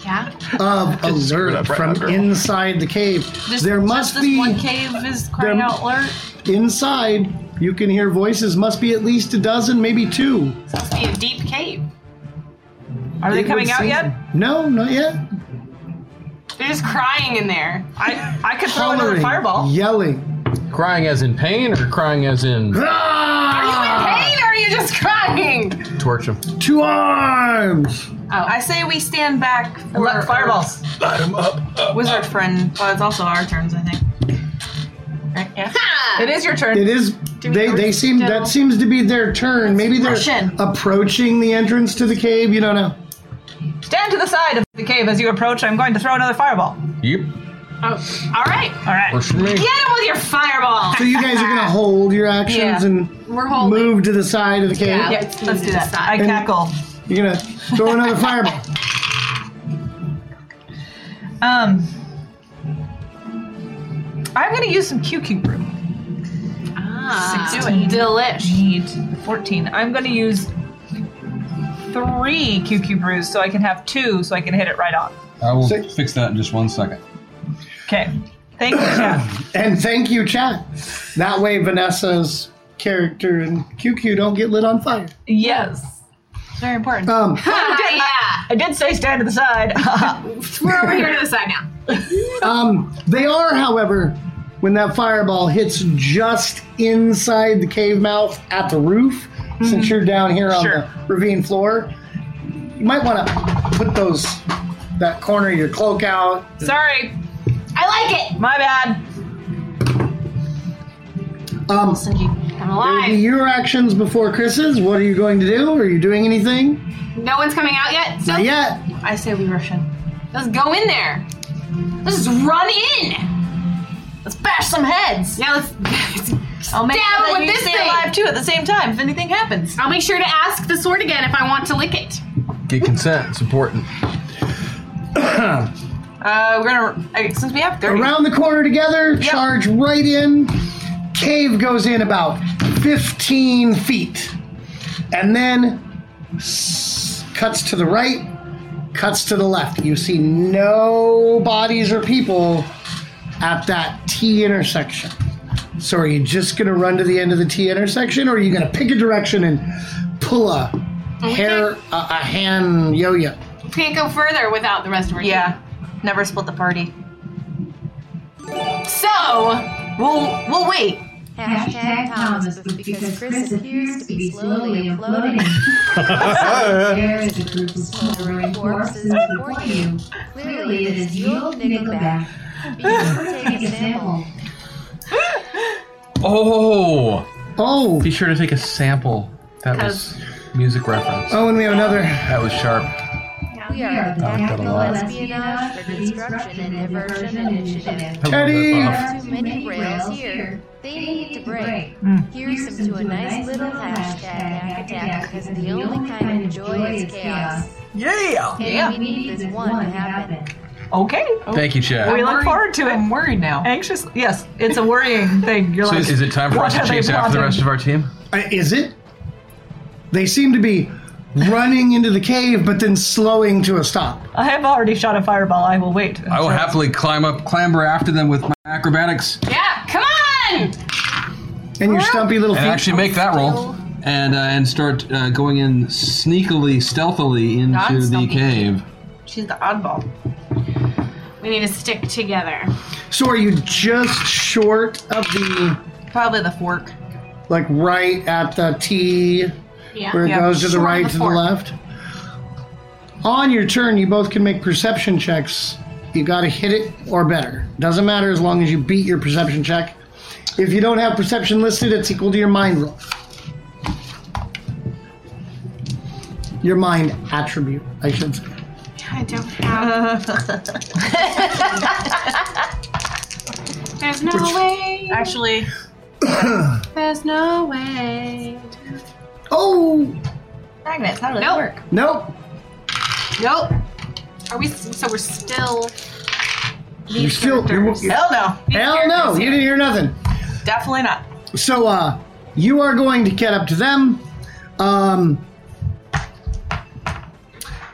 Yeah. of alert up right from under. inside the cave. there must just be This one cave is crying there- out alert. inside. You can hear voices. Must be at least a dozen, maybe two. This must be a deep cave. Are they It would coming out seem- yet? No, not yet. They're just crying in there. I I could throw another Hollering, fireball. yelling. Crying as in pain, or crying as in Ah! Pain, or are you just crying? torture? Two arms. Oh. I say we stand back for Let fireballs. our wizard friend. Well, it's also our turns, I think. Right? Yeah. It is your turn. It is. They, they seem that seems to be their turn. Maybe they're rush in. approaching the entrance to the cave. You don't know. Stand to the side of the cave as you approach. I'm going to throw another fireball. Yep. Oh, all right. All right. Pushing me. Get him with your fireball. So you guys are gonna hold your actions Yeah. and We're holding. move to the side of the cave. Yeah. Let's do that. I And- cackle. You're gonna throw another fireball. Um, I'm going to use some QQ room. Ah, Six, do it. Delish. Need 14. I'm going to use three QQ brews so I can have two so I can hit it right on. I will Six. fix that in just one second. Okay. Thank you, Jeff. And thank you, chat. That way, Vanessa's character and QQ don't get lit on fire. yes. It's very important. Um, Ah, I did say stand to the side. yeah. We're over here to the side now. um, they are, however, when that fireball hits just inside the cave mouth at the roof, Mm-hmm. since you're down here on Sure. the ravine floor, you might want to put those that corner of your cloak out. Sorry. I like it. My bad. Um, I'm It'll be alive. your actions before Chris's. What are you going to do? Are you doing anything? No one's coming out yet. So Not yet. I say we rush in. let's go in there. Let's just run in. Let's bash some heads. Yeah, let's. I'll make Down sure that with you this stay thing. alive too at the same time if anything happens. I'll make sure to ask the sword again if I want to lick it. Get consent. It's important. Uh, we're gonna I, since we have thirty. Around the corner together, charge right in. Cave goes in about 15 feet. And then s- cuts to the right, cuts to the left. You see no bodies or people at that T intersection. So are you just going to run to the end of the T intersection, or are you going to pick a direction and pull a hair, a, a hand yo-yo? Can't go further without the rest of our team. Yeah. Never split the party. So, We'll we'll wait. Hashtag Thomas, because Chris appears to be slowly floating. there is a group of smoldering corpses before you. Clearly, it is Yule Nickelback. Before take a sample, Oh, Oh, be sure to take a sample. That was music reference. oh, and we have another. That was sharp. we are the Tactical Espionage for Destruction and Diversion Initiative. I love Teddy! that Too many rails here. They need to break. Hmm. Here's them to a nice little hashtag hack attack because the only kind of joy is chaos. Yeah. And we need this one to happen. Okay. buff. Thank you, We Chad. look forward to it. I'm worried now. Anxious. Yes, it's a worrying thing. You're So like, is it time for what us to are they chase after the rest plotting? of our team? Uh, Is it? They seem to be running into the cave, but then slowing to a stop. I have already shot a fireball. I will wait. I will happily climb up, clamber after them with my acrobatics, yeah, come on! And your stumpy little feet. and actually make that roll, and uh, and start uh, going in sneakily, stealthily into the Non-stealthy. cave. She's the oddball. We need to stick together. so are you just short of the Probably the fork. like right at the T Yeah. where it Yeah. goes to the Short of right the to the fork. left? On your turn, you both can make perception checks. You got to hit it or better. Doesn't matter as long as you beat your perception check. If you don't have perception listed, it's equal to your mind roll. Your mind attribute, I should say. I don't have. There's no way. Actually, There's no way. Oh magnets. How do they Nope. work? nope! Nope. Are we? So we're still. These You still you're, characters. Hell no. These hell no! characters You here. didn't hear nothing. Definitely not. So uh, you are going to get up to them, um,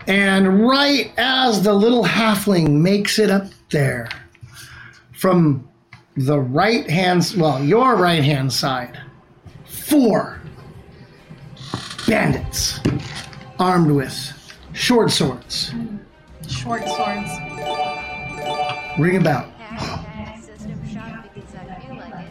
and right as the little halfling makes it up there from the right hand, well, your right hand side, four bandits armed with short swords Short swords. ring about. Hashtag system shock because I feel like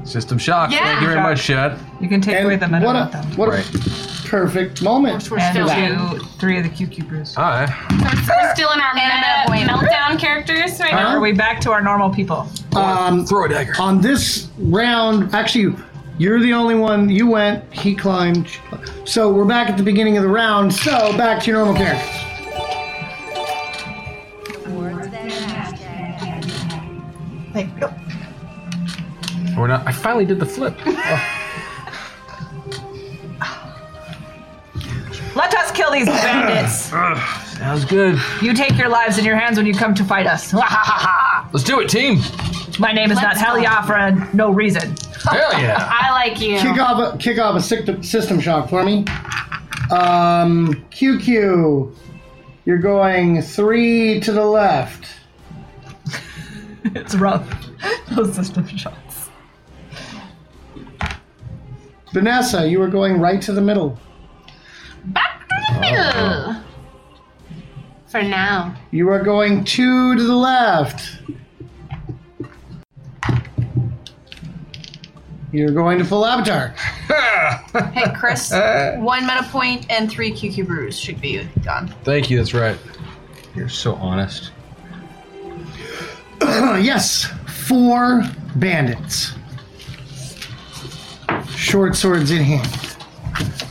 it. System shock. Yeah. Thank you very much, Chad. You can take away the And meta what with a them. what Right. a perfect moment. We're still. So And two, three of the QQ brews. Uh-huh. Hi. we're still in our meta meltdown characters right now. Are we back to our normal people? Um, Throw a dagger. on this round, actually, you're the only one. You went, he climbed. she climbed. So we're back at the beginning of the round. So back to your normal characters. Towards that hashtag hack attack. Like, nope. We're not. I finally did the flip. Let us kill these bandits. Sounds good. You take your lives in your hands when you come to fight us. Let's do it, team. My name is not Helia for no reason. Hell yeah. I like you. Kick off a kick off a syct- system shock for me. Um, QQ, you're going three to the left. It's rough. Those system shots. Vanessa, you were going right to the middle. Back to the middle. For now. You are going two to the left. You're going to full avatar. Hey, Chris. Uh, one meta point and three QQ brews should be gone. Thank you. That's right. You're so honest. Uh, yes, four bandits. Short swords in hand.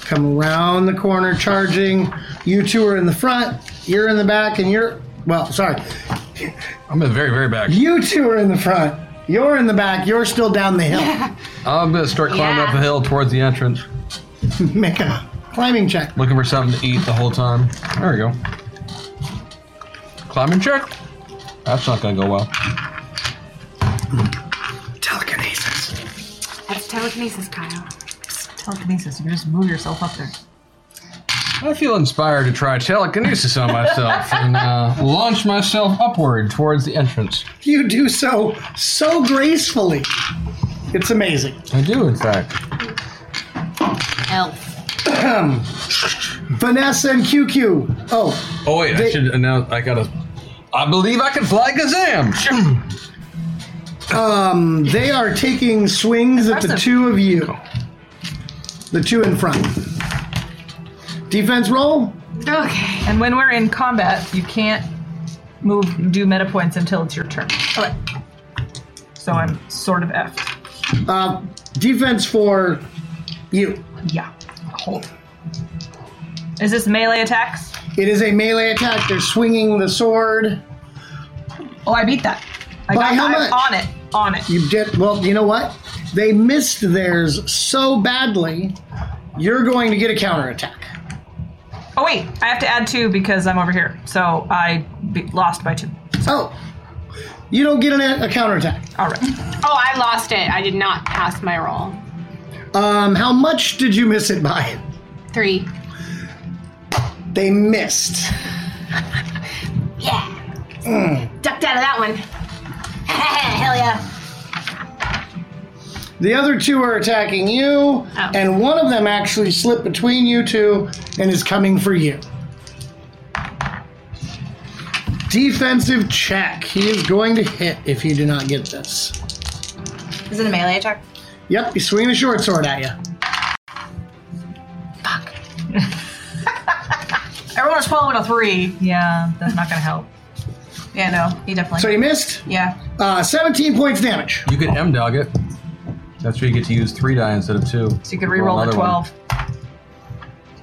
Come around the corner charging. You two are in the front, you're in the back, and you're. Well, sorry. I'm in the very, very back. You two are in the front, you're in the back, you're still down the hill. I'm gonna start climbing Yeah. up the hill towards the entrance, Make a climbing check. looking for something to eat the whole time. There we go. Climbing check. That's not gonna go well. Telekinesis. That's telekinesis, Kyle. Telekinesis. You can just move yourself up there. I feel inspired to try telekinesis on myself and uh, launch myself upward towards the entrance. You do so so gracefully. It's amazing. I do, in fact. Elf. Vanessa and QQ. Oh, Oh wait, I They- should announce. I gotta. I believe I can fly Gazam. um, they are taking swings at the Impressive. two of you. The two in front. Defense roll. Okay. And when we're in combat, you can't move do meta points until it's your turn. Okay. So I'm sort of effed. Uh, defense for you. Yeah. Hold. Is this melee attacks? It is a melee attack. They're swinging the sword. Oh, I beat that. I By got how I'm much? on it. On it. You did well. You know what? They missed theirs so badly. You're going to get a counterattack. Oh wait, I have to add two because I'm over here. So I be- lost by two. Oh, you don't get an, a counterattack. All right. Oh, I lost it. I did not pass my roll. Um, how much did you miss it by? Three. They missed. Yeah. Ducked out of that one. Hell yeah. The other two are attacking you, and one of them actually slipped between you two and is coming for you. Defensive check. He is going to hit if you do not get this. Is it a melee attack? Yep, he's swinging a short sword at you. Everyone's following a three. Yeah, that's not gonna help. Yeah, no, he definitely. So he missed. yeah. Uh, 17 points damage. you can M dog it. That's where you get to use three die instead of two. So you could reroll the another one. twelve.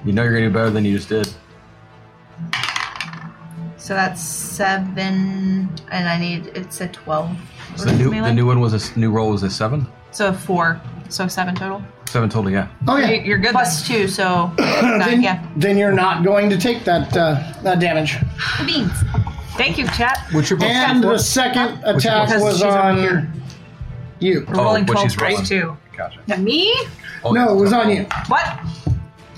You know you're gonna do better than you just did. So that's seven, and I need it's a twelve. So the new the new one was a s- new roll was a seven. So four. So seven total. Seven total, yeah. Oh You- yeah. You're good. Plus two, so nine, Then, yeah. then you're not going to take that uh, that damage. Beans. then. Thank you, chat. What's your both? And the second attack Because was she's over on here. you. We're rolling what twelve she's rolling. plus two. Gotcha. Me? Oh, No, it yeah. was on you. What?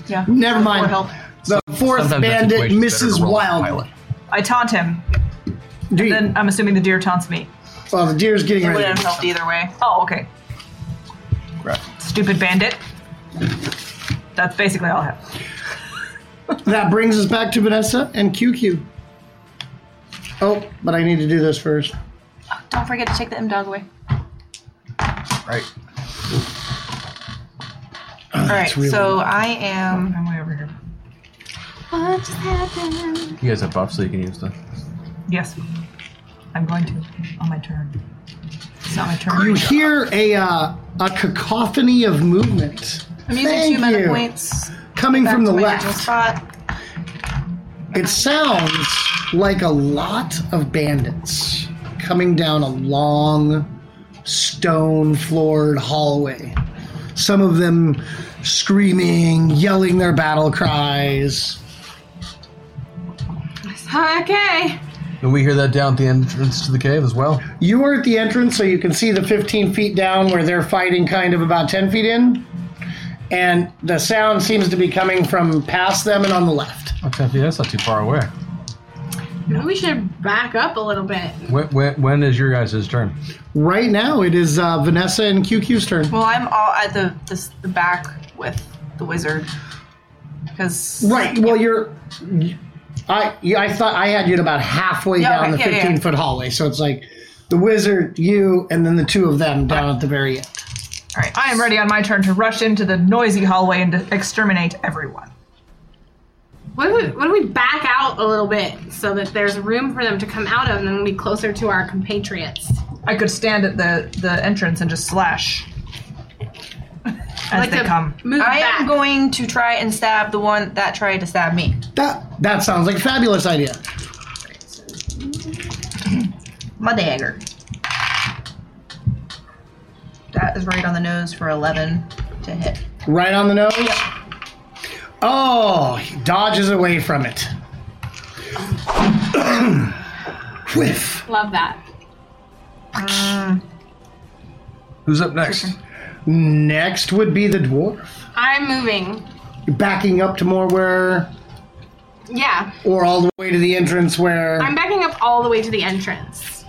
Yeah. Never Four mind. help. The fourth Sometimes that bandit situation's better misses to roll as a wildly. pilot. I taunt him. Do you- Then I'm assuming the deer taunts me. Well, the deer's getting It would ready. have helped either way. Oh, okay. Right. Stupid bandit. That's basically all I have. That brings us back to Vanessa and QQ. Oh, but I need to do this first. Oh, Don't forget to take the M dog away. Right. All right. really- So I am. I'm way over here. What just happened? You guys have buffs, so you can use them. Yes. I'm going to on my turn. It's not my turn. You hear a uh, a cacophony of movement I'm using Thank two meta you. points. coming Back from to the my original left. Spot. It sounds like a lot of bandits coming down a long stone floored hallway. Some of them screaming, yelling their battle cries. Okay. And we hear that down at the entrance to the cave as well. You are at the entrance, so you can see the 15 feet down where they're fighting, kind of about 10 feet in. And the sound seems to be coming from past them and on the left. Okay, yeah, that's not too far away. Maybe we should back up a little bit. When, when, when is your guys' turn? Right now, it is uh, Vanessa and QQ's turn. Well, I'm all at the this, the back with the wizard because Right. Well, you're. I yeah, I thought I had you at about halfway Yeah, down okay, the yeah, yeah, 15 foot hallway, so it's like the wizard, you, and then the two of them down at the very end. All right. I am ready on my turn to rush into the noisy hallway and to exterminate everyone. What do, we, what do we back out a little bit so that there's room for them to come out of and then be closer to our compatriots? I could stand at the the entrance and just slash as Like they to come. Move I back. am going to try and stab the one that tried to stab me. That that sounds like a fabulous idea. My dagger. That is right on the nose for 11 to hit. Right on the nose. Oh, he dodges away from it. Whiff. Love that. Who's up next? Next would be the dwarf. I'm moving. Backing up to more where Yeah. or all the way to the entrance where I'm backing up all the way to the entrance,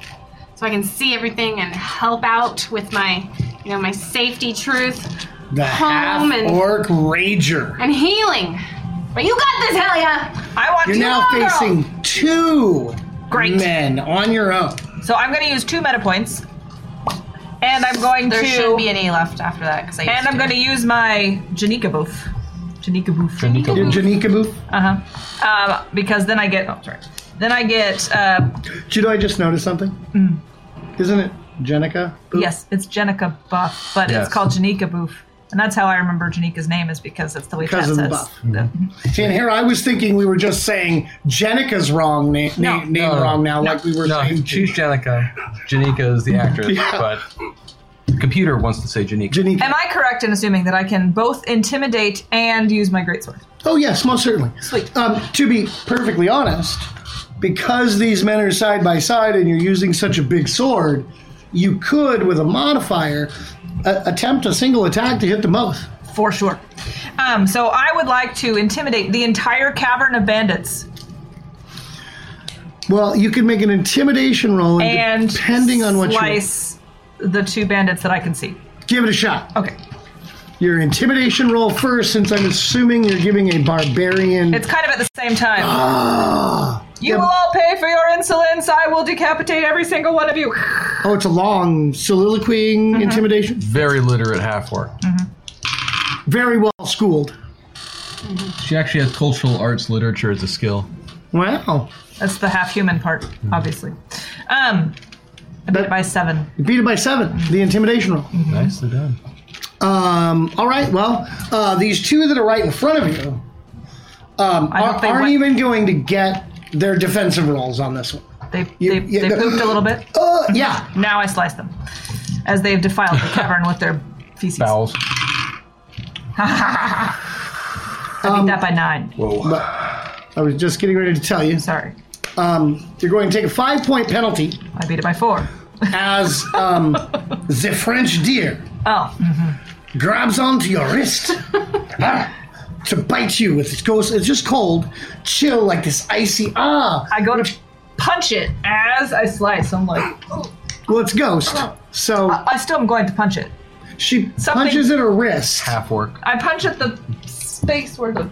so I can see everything and help out with my, you know, my safety truth the half home and- orc rager. and healing. But you got this, Helia. I want You're two now more girls. facing two Great. men on your own. So I'm going to use two meta points, and I'm going There to shouldn't be any left after that because I. and I'm going to use my Janika booth. Janika booth. Your Janika move. Uh huh. Um, because then I get. Oh, sorry. Then I get. Uh, Do you know I just noticed something? Isn't it Jenica? Boop. Mm. yes, it's Jenica buff, but Yes. it's called Janika booth, and that's how I remember Janika's name is because it's the way Because Chad of the says. buff. Mm-hmm. See, and here I was thinking we were just saying Jenica's wrong na- na- name No. wrong now, like we were No, saying she's Janica. Janika is the actress, Yeah. but the computer wants to say Janika. Janika. Am I correct in assuming that I can both intimidate and use my greatsword? Oh yes, most certainly. Sweet. Um, to be perfectly honest, because these men are side by side and you're using such a big sword, you could, with a modifier, a- attempt a single attack to hit them both. For sure. Um, so I would like to intimidate the entire cavern of bandits. Well, you could make an intimidation roll, and, and depending on what slice the two bandits that I can see. you give it a shot. Okay, Your intimidation roll first, since I'm assuming you're giving a barbarian. it's kind of at the same time. Ah. you will all pay for your insolence. I will decapitate every single one of you. oh, it's a Mm-hmm. long soliloquying intimidation. Very literate half orc. Very well schooled. She actually has cultural arts literature as a skill. Wow. That's the half human part, obviously. Um, I beat it by seven. You beat it by seven. The intimidation roll. Nicely done. Um, all right. Well, uh, these two that are right in front of you um, I hope are, they aren't went- even going to get their defensive rolls on this one. They You- they, you- they no. pooped a little bit. Uh, yeah. Now I slice them, as they've defiled the cavern with their feces. Bowels. I Um, beat that by nine. I was just getting ready to tell you. Sorry, Um, you're going to take a five point penalty I beat it by four. as um, the French deer Oh, grabs onto your wrist ah, to bite you with its ghost. It's just cold, chill, like this icy. Ah, I go to punch it as I slice. I'm like, well, it's ghost. So I still am going to punch it. she Uh, something- punches at her wrist Half orc. I punch at the space where the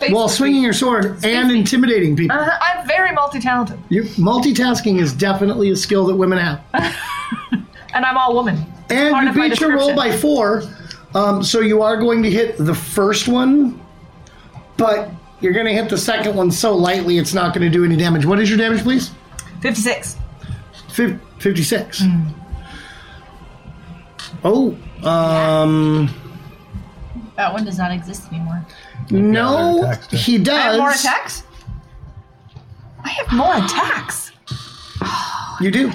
face while swinging your sword and intimidating people. Uh, I'm very multi-talented, You, multitasking is definitely a skill that women have. and I'm all woman. Part And of my you beat your roll description. by four, um, so you are going to hit the first one, but you're going to hit the second one so lightly it's not going to do any damage. What is your damage, please? Fifty-six. Fif- 56. Hmm. Oh, um, That one does not exist anymore. no, they're attacks, yeah. he does. I have more attacks. I have more attacks. You do.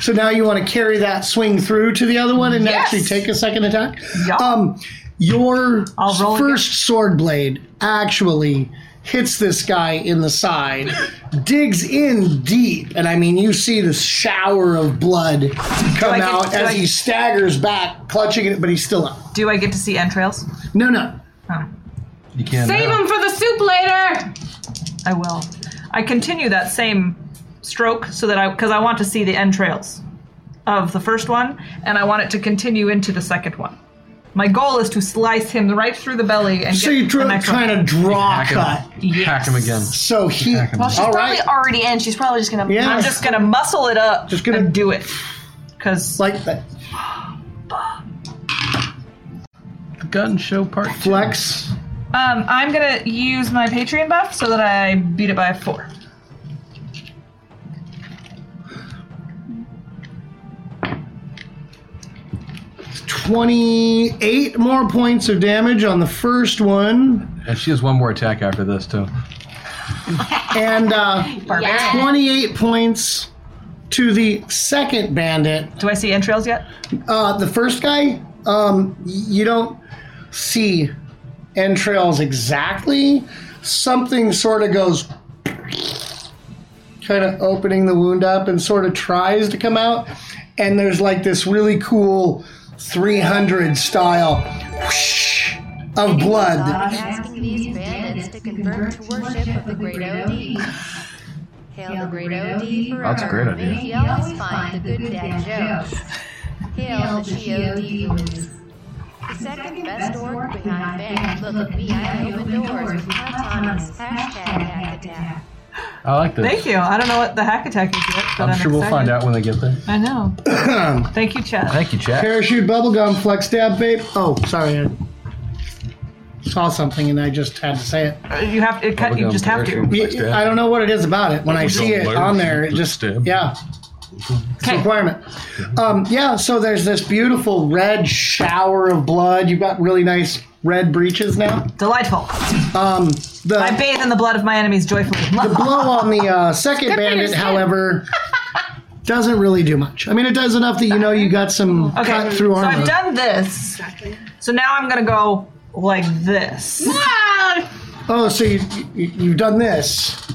So now you want to carry that swing through to the other one and Yes. actually take a second attack? Yeah. Um, your I'll roll again. first sword blade actually hits this guy in the side, digs in deep, and I mean, you see this shower of blood come I get- out do as I- he staggers back, clutching it, but he's still up. Do I get to see entrails? No, no. Oh, You can't. Save him for the soup later. I will. I continue that same stroke so that I, because I want to see the entrails of the first one, and I want it to continue into the second one. My goal is to slice him right through the belly and So get you the draw, next one. kind of draw a Hack cut. him. Hack him again. So he, Well, she's all probably right, already in. She's probably just gonna. Yeah. I'm just gonna muscle it up. Just gonna- and do it. Cause like that. Gun show part two. Flex. um, I'm gonna use my Patreon buff so that I beat it by four. It's 28 more points of damage on the first one, And she has one more attack after this too. and uh, Yeah. 28 points to the second bandit. Do I see entrails yet? Uh, the first guy, um, y- you don't see entrails exactly. Something sort of goes, kind of opening the wound up and sort of tries to come out. And there's like this really cool 300 style whoosh, of blood. asking these bandits to convert to worship of the great OD. Hail the great OD forever. That's a great idea. May he always find the good dad jokes. Hail the GOD wins. The second best org behind band. Look at me, I open doors with autonomous hashtag hack attack. I like this. Thank you. I don't know what the hack attack is yet, but I'm, I'm sure we'll excited. find out when they get there. I know. Thank you, Chad. Thank you, Chad. Parachute bubblegum flex stab vape. Oh, sorry. I saw something and I just had to say it. You have it. Cut, you just have to. Y- I don't know what it is about it. When I see it alert. on there, it just Stab. yeah. It's a requirement. Um, yeah, so there's this beautiful red shower of blood. You've got really nice red breeches now. Delightful. The I bathe in the blood of my enemies joyfully. blow on the uh, second bandit, however, doesn't really do much. I mean, it does enough that you know you got some Okay. cut through so armor. I've done this. So now I'm gonna go like this. oh, so you, you, you've done this,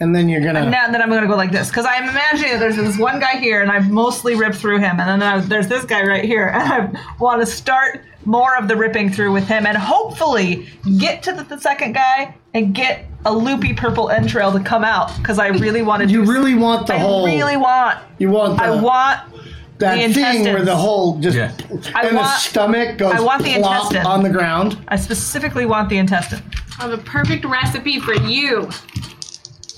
and then you're gonna. Now then I'm gonna go like this because I'm imagining that there's this one guy here and I've mostly ripped through him, and then I, there's this guy right here, and I want to start more of the ripping through with him, and hopefully get to the, the second guy and get a loopy purple entrail to come out because I really want to. you do really want the I whole. really want. you want. The, I want. that the thing where intestines. the whole just Yeah. I and the want- stomach goes I want the plop intestine. on the ground. I specifically want the intestine. I have a perfect recipe for you.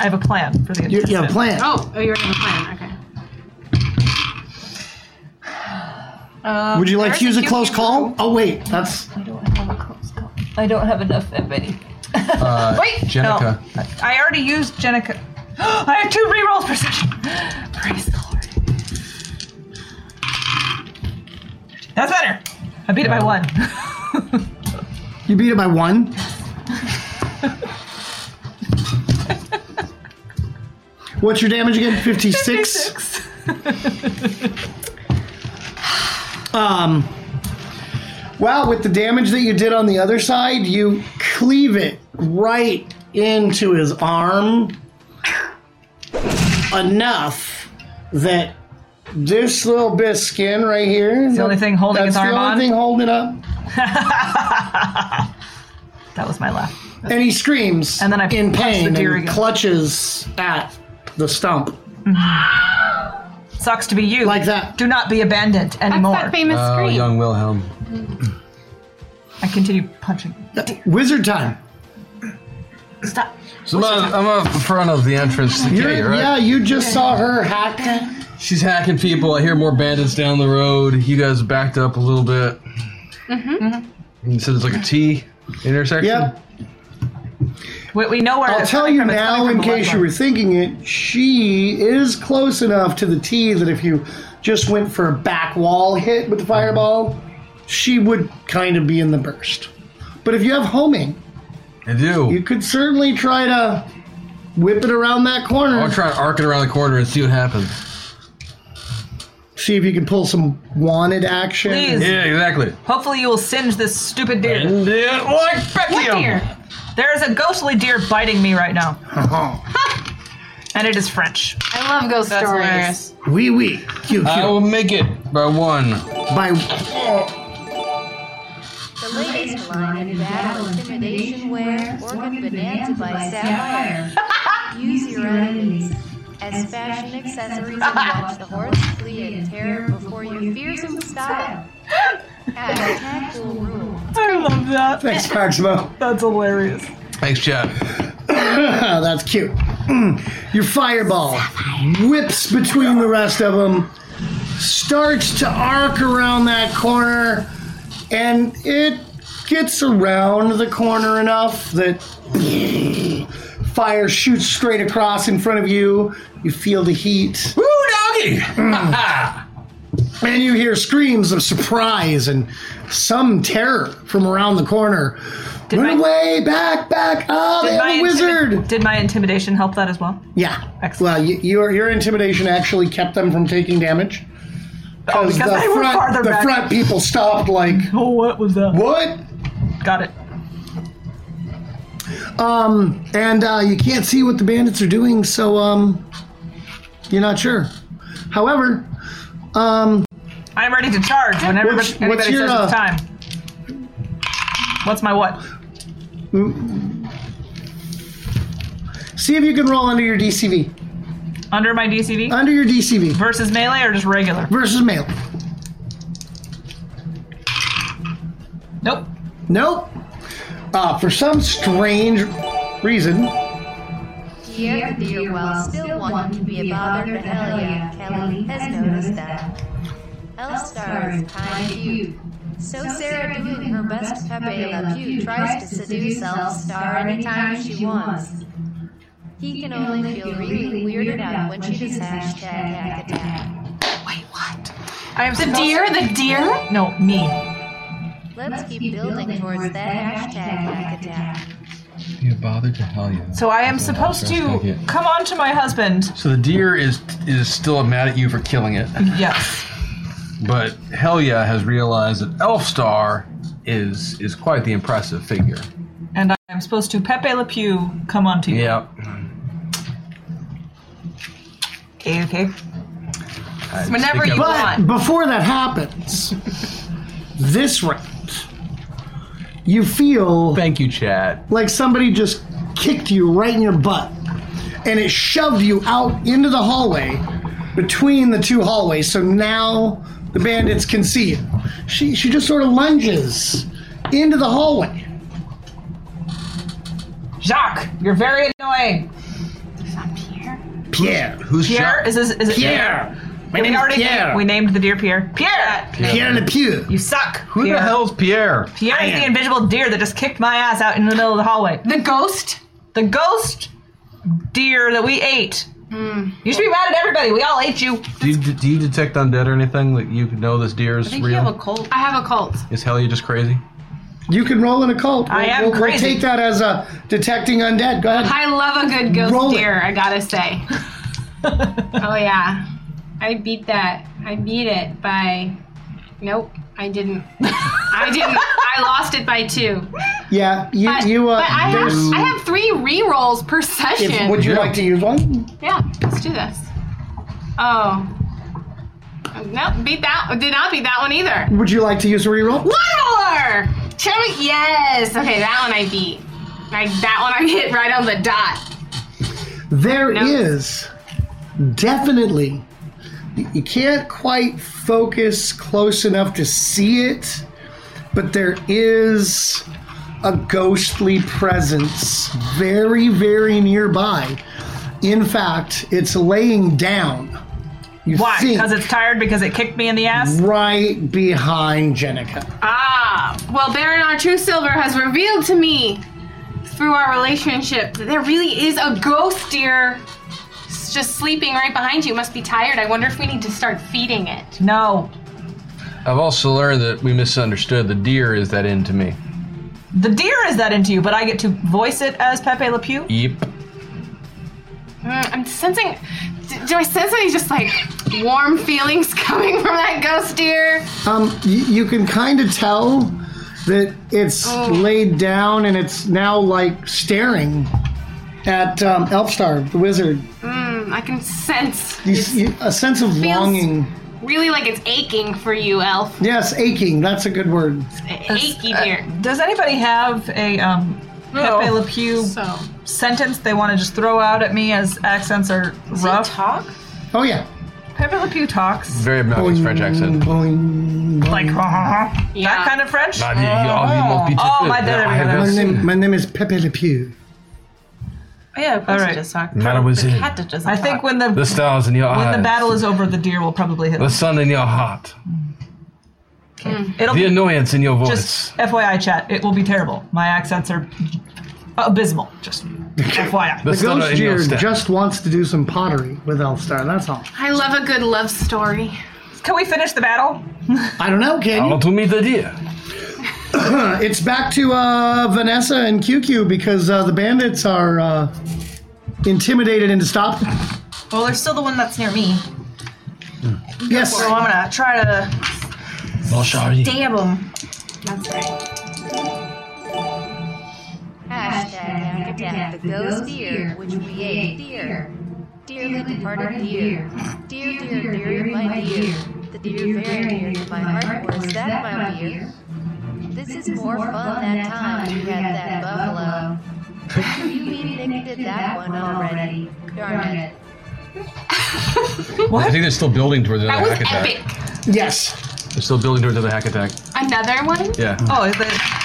I have a plan for the You, intestine. you have a plan. Oh, oh, you already have a plan. Okay. Oh, Would you like to use a close call? Oh wait, that's I don't have enough of anything. Uh, Wait! Jenica. No. I already used Jenica. I have two rerolls per session. Praise the Lord. That's better. I beat it by one. you beat it by one. What's your damage again? Fifty six. Six. Um. Well, with the damage that you did on the other side, you cleave it right into his arm enough that this little bit of skin right here. It's the only thing holding his that's arm the only on? thing holding it up. That was my laugh. And he screams And then I in punch the pain deer and again. clutches at the stump Sucks to be you. like that. Do not be abandoned That's anymore. that famous Oh, scream. young Wilhelm. I continue punching. Wizard time. Stop. So I'm up, I'm up in front of the entrance to the You're, gate, right? Yeah, you just saw her hack. She's hacking people. I hear more bandits down the road. You guys backed up a little bit. Mm-hmm. You said it's like a T intersection. Yep. We, we know where I'll it's tell coming you from. It's now, coming in from the case you left were thinking it, she is close enough to the T that if you just went for a back wall hit with the fireball, she would kind of be in the burst. But if you have homing, I do. you could certainly try to whip it around that corner. I'll try to arc it around the corner and see what happens. See if you can pull some wanted action. Please. Yeah, exactly. Hopefully you will singe this stupid deer. And it Oh, like What deer? There is a ghostly deer biting me right now. Oh. and it is French. I love ghost That's stories. hilarious. Wee wee. Q Q. I will make it by one. By The latest line in battle intimidation where organ bonanza by Sapphire. Use your enemies as fashion accessories and watch the hordes flee in terror before your fearsome style. Hashtag cool rule. I love that. thanks, Proximo. That's hilarious. Thanks, Chad. Ah, that's cute. Mm. Your fireball whips between the rest of them, starts to arc around that corner, and it gets around the corner enough that fire shoots straight across in front of you. You feel the heat, Woo, doggy! Mm. Ha and you hear screams of surprise and some terror from around the corner. Run my- away, back, back! Ah, they have a intimi- wizard! did my intimidation help that as well? Yeah. Excellent. Well, y- your your intimidation actually kept them from taking damage. Oh, because they were front, farther the back. front people stopped. Like Oh, what was that? what? Got it. Um, and uh, you can't see what the bandits are doing, so um, you're not sure. However, um, I'm ready to charge when everybody, what's anybody your, says uh, it's time. What's my what? See if you can roll under your DCV. Under my DCV? Under your DCV Versus melee or just regular? versus male. Nope. Nope. Uh, for some strange reason, Dear, dear, well, still wanting to be bothered, hell yeah, Kelly has noticed that. Elstar is kind to you. So Sarah doing her best Pepe Le Pew tries to seduce Elstar anytime she wants. He can only feel really weirded out when she does hashtag hack attack. I am The deer, the deer. No, me. Let's keep building towards that hashtag hack attack. You bothered to hell you. So I am supposed to come on to my husband. So the deer is is still mad at you for killing it, Yes. but Helia has realized that Elfstar is is quite the impressive figure. And I am supposed to Pepe Le Pew come on to you. Yep. Okay, okay. I Whenever think you I- want. before that happens, this round, you feel Thank you, Chad. like somebody just kicked you right in your butt and it shoved you out into the hallway between the two hallways so now the bandits can see you she, she just sort of lunges into the hallway Jacques, you're very annoying. pierre Who's Pierre? Jacques? Is this is it pierre We my name is already pierre we named the deer Pierre. Pierre! pierre le pew You suck. Who the hell's Pierre? Pierre is the invisible deer that just kicked my ass out in the middle of the hallway. The ghost. The ghost deer that we ate. Hmm. You should be mad at everybody. We all ate you. Do you, do you detect undead or anything that you know this deer is I think real? you have a cold. I have a cult. is Helia just crazy? you can roll an occult I am we'll, we'll crazy. take that as a detecting undead go ahead I love a good ghost Roll it. deer. I gotta say. oh yeah, I beat that. I beat it by. Nope, I didn't. I didn't. I lost it by two. yeah you, But, you uh but I, have, there's- I have three rerolls per session. if- would you like to use one Yeah, let's do this. Oh. Nope, beat that. Did not beat that one either. would you like to use a reroll One more! Cherry, yes! Okay, that one I beat. Like, that one I hit right on the dot. There No. is definitely you can't quite focus close enough to see it, but there is a ghostly presence very, very nearby. In fact, it's laying down. You Why? think Because it's tired because it kicked me in the ass? right behind Jenica. Ah, well, Baron R2 Silver has revealed to me through our relationship that there really is a ghost deer s- just sleeping right behind you. It must be tired. I wonder if we need to start feeding it. No. I've also learned that we misunderstood. The deer is that into me. The deer is that into you, but I get to voice it as Pepe Le Pew? Yep. Mm, I'm sensing. d- Do I sense any just like warm feelings coming from that ghost deer? Um, you, you can kind of tell that it's laid down and it's now like staring at um, Elfstar, the wizard. Mm, I can sense You, you- a sense of longing. really like it's aching for you, Elf. Yes, aching. That's a good word. Achy Uh, deer. does anybody have a um, Pepe Oh. Le Pew So sentence they want to just throw out at me as accents are rough? Talk? Oh yeah. Pepe Le Pew talks Very obnoxious French accent. Boing, boing. like yeah. that kind of French. Ah, you- you- oh, you must be too Oh, good. my dear, Yeah, I my have My seen- name, my name is Pepe Le Pew. Oh, Yeah, of course All right. it does talk. Mademoiselle. The cat that doesn't I think talk. when the The stars in your when eyes. the battle is over, the deer will probably hit. The us. sun in your heart. It'll The be annoyance in your voice. just FYI, chat. It will be terrible. My accents are abysmal. Just FYI. the The stutter ghost in your deer step. just wants to do some pottery with Elfstar. That's all. I love a good love story. Can we finish the battle? I don't know, I can you? want to meet the deer. It's back to uh, Vanessa and QQ because uh, the bandits are uh, intimidated into stop. well, there's still the one that's near me, Yes. so I'm gonna try to stab him. That's right. Hashtag hack attack the ghost deer, which we ate deer. Dearly departed deer. Dear, dear, dear, my dear. The dear, very dear to my heart, was that my dear? This is more fun that time you had that buffalo. You evicted that one already. Darn it. I think they're still building towards another That was hack attack. epic. Yes. They're still building towards another hack attack. Another one? Yeah. Oh, the,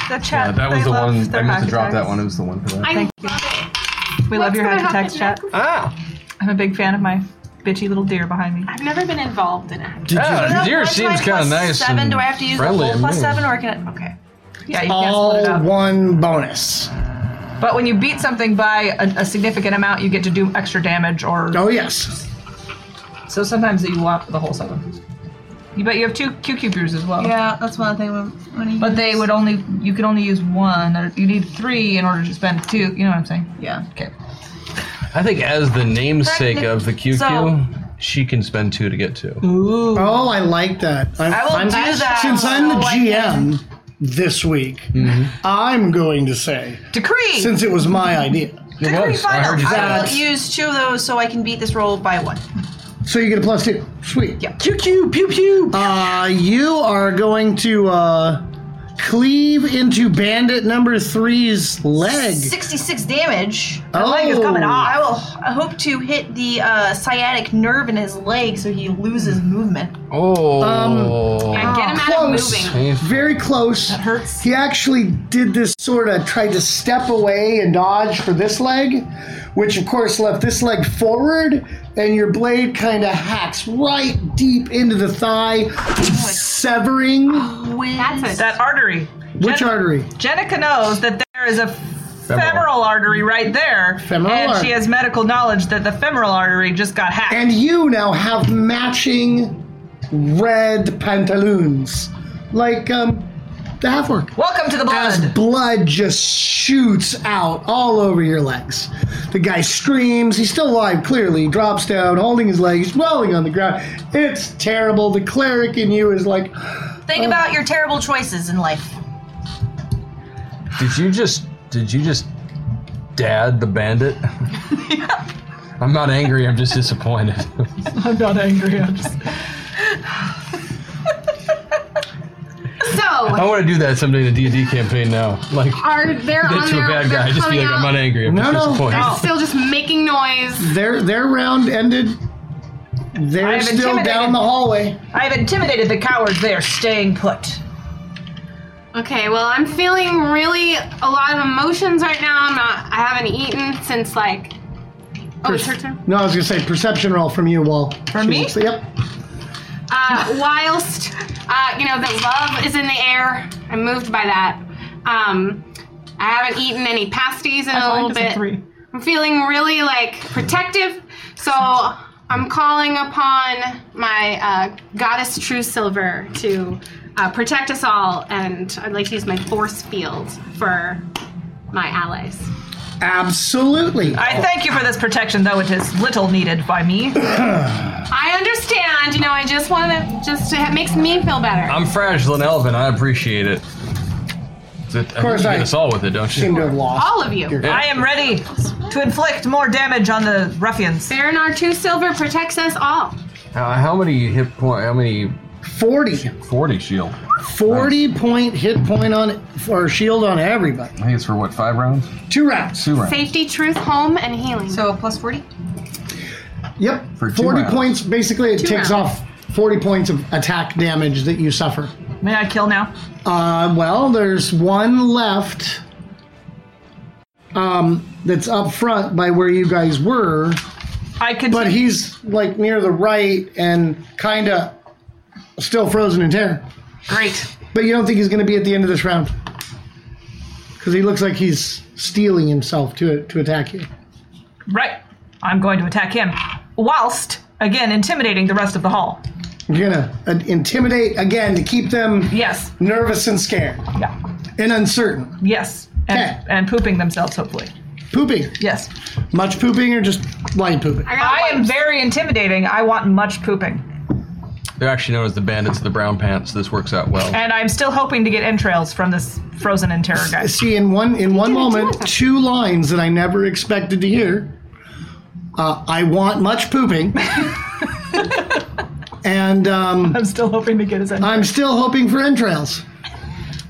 the chat. Yeah, that was they the love one. their I must hack have dropped that attacks. one. It was the one for that. I We love What's your gonna hack attacks, happen chat. I'm a big fan of my bitchy little deer behind me. I've never been involved in a Uh, Oh, Yeah, deer seems kind of nice. Seven. and do I have to use friendly and the whole plus mean. seven, or can I? Okay. Yeah, you can't split it All up. one bonus. Oh. But when you beat something by a, a significant amount, you get to do extra damage or. Oh yes. So sometimes you want the whole seven. You bet you have two QQ brews as well. Yeah, that's one thing. I'm gonna use. But they would only, you could only use one, or you need three in order to spend two. You know what I'm saying? Yeah. Okay. I think as the namesake of the QQ, So- she can spend two to get two. Oh, I like that. I'm, I will am do that Since I'm the so I Mm-hmm. GM this week, I'm going to say Decree! since it was my idea. It was. I heard you say I will that. use two of those so I can beat this roll by one. So you get a plus two. Sweet. Yeah. QQ pew pew. Uh, you are going to uh, cleave into bandit number three's leg. 66 damage. Oh. My leg is coming off. I will I hope to hit the uh, sciatic nerve in his leg so he loses movement. Oh. Yeah, get him out of Close. moving. Very close. That hurts. He actually did this sort of tried to step away and dodge for this leg, which of course left this leg forward, and your blade kind of hacks right deep into the thigh, severing That's it. That artery. which artery? Jenica knows that there is a femoral, artery right there. Femoral and artery. she has medical knowledge that the femoral artery just got hacked. And you now have matching red pantaloons, like um, the half orc. Welcome to the As blood. blood just shoots out all over your legs. The guy screams. He's still alive, clearly. He drops down, holding his leg. He's rolling on the ground. It's terrible. The cleric in you is like, Think about your terrible choices in life. Did you just? Did you just? Dad the bandit. I'm not angry. I'm just disappointed. I'm not angry. I'm just. So, I want to do that someday in a D&D campaign now. Like, are they're get on to their, a bad Oh, they're guy, just be coming like, I'm out, not angry. I'm No, just no. disappointed. they're still just making noise. their their round ended. I They're am still down intimidated. the hallway. I have intimidated the cowards. They are staying put. Okay, well, I'm feeling really a lot of emotions right now. I'm not, I haven't eaten since like. Oh, it's her turn. No, I was gonna say perception roll from you, Wall. From me? Yep. Uh, whilst, uh, you know, the love is in the air, I'm moved by that. Um, I haven't eaten any pasties in a little bit. Three. I'm feeling really like protective, so I'm calling upon my uh, goddess True Silver to uh, protect us all, and I'd like to use my force field for my allies. Absolutely. I thank you for this protection, though it is little needed by me. I understand, you know. I just want to, just it makes me feel better. I'm fragile and elvin. I appreciate it. Of course you I- get us all with it, don't seem you? to have lost. all of you. Yeah. I am ready to inflict more damage on the ruffians. Baronar True Silver protects us all. Uh, how many hit point? How many 40. 40 shield? 40 point hit point on, or shield on everybody. I think it's for what five rounds? Two rounds. Two rounds. Safety, truth, home, and healing. So plus forty. Yep. For two 40 rounds. points, basically, it takes rounds. off 40 points of attack damage that you suffer. May I kill now? Uh, well, there's one left um, that's up front by where you guys were, I could. but he's like near the right and kind of still frozen in terror. Great. But you don't think he's going to be at the end of this round? Because he looks like he's stealing himself to, to attack you. Right. I'm going to attack him, whilst again intimidating the rest of the hall. You're gonna uh, intimidate again to keep them Yes. nervous and scared Yeah. and uncertain. Yes. And, Okay. and pooping themselves, hopefully. Pooping, Yes. much pooping, or just light pooping. I, got I am wipes. very intimidating. I want much pooping. They're actually known as the bandits of the brown pants. This works out well. And I'm still hoping to get entrails from this frozen in terror guy. See, in one in one moment, two lines that I never expected to hear. Uh, I want much pooping, um, and um, I'm still hoping to get his entrails. I'm still hoping for entrails.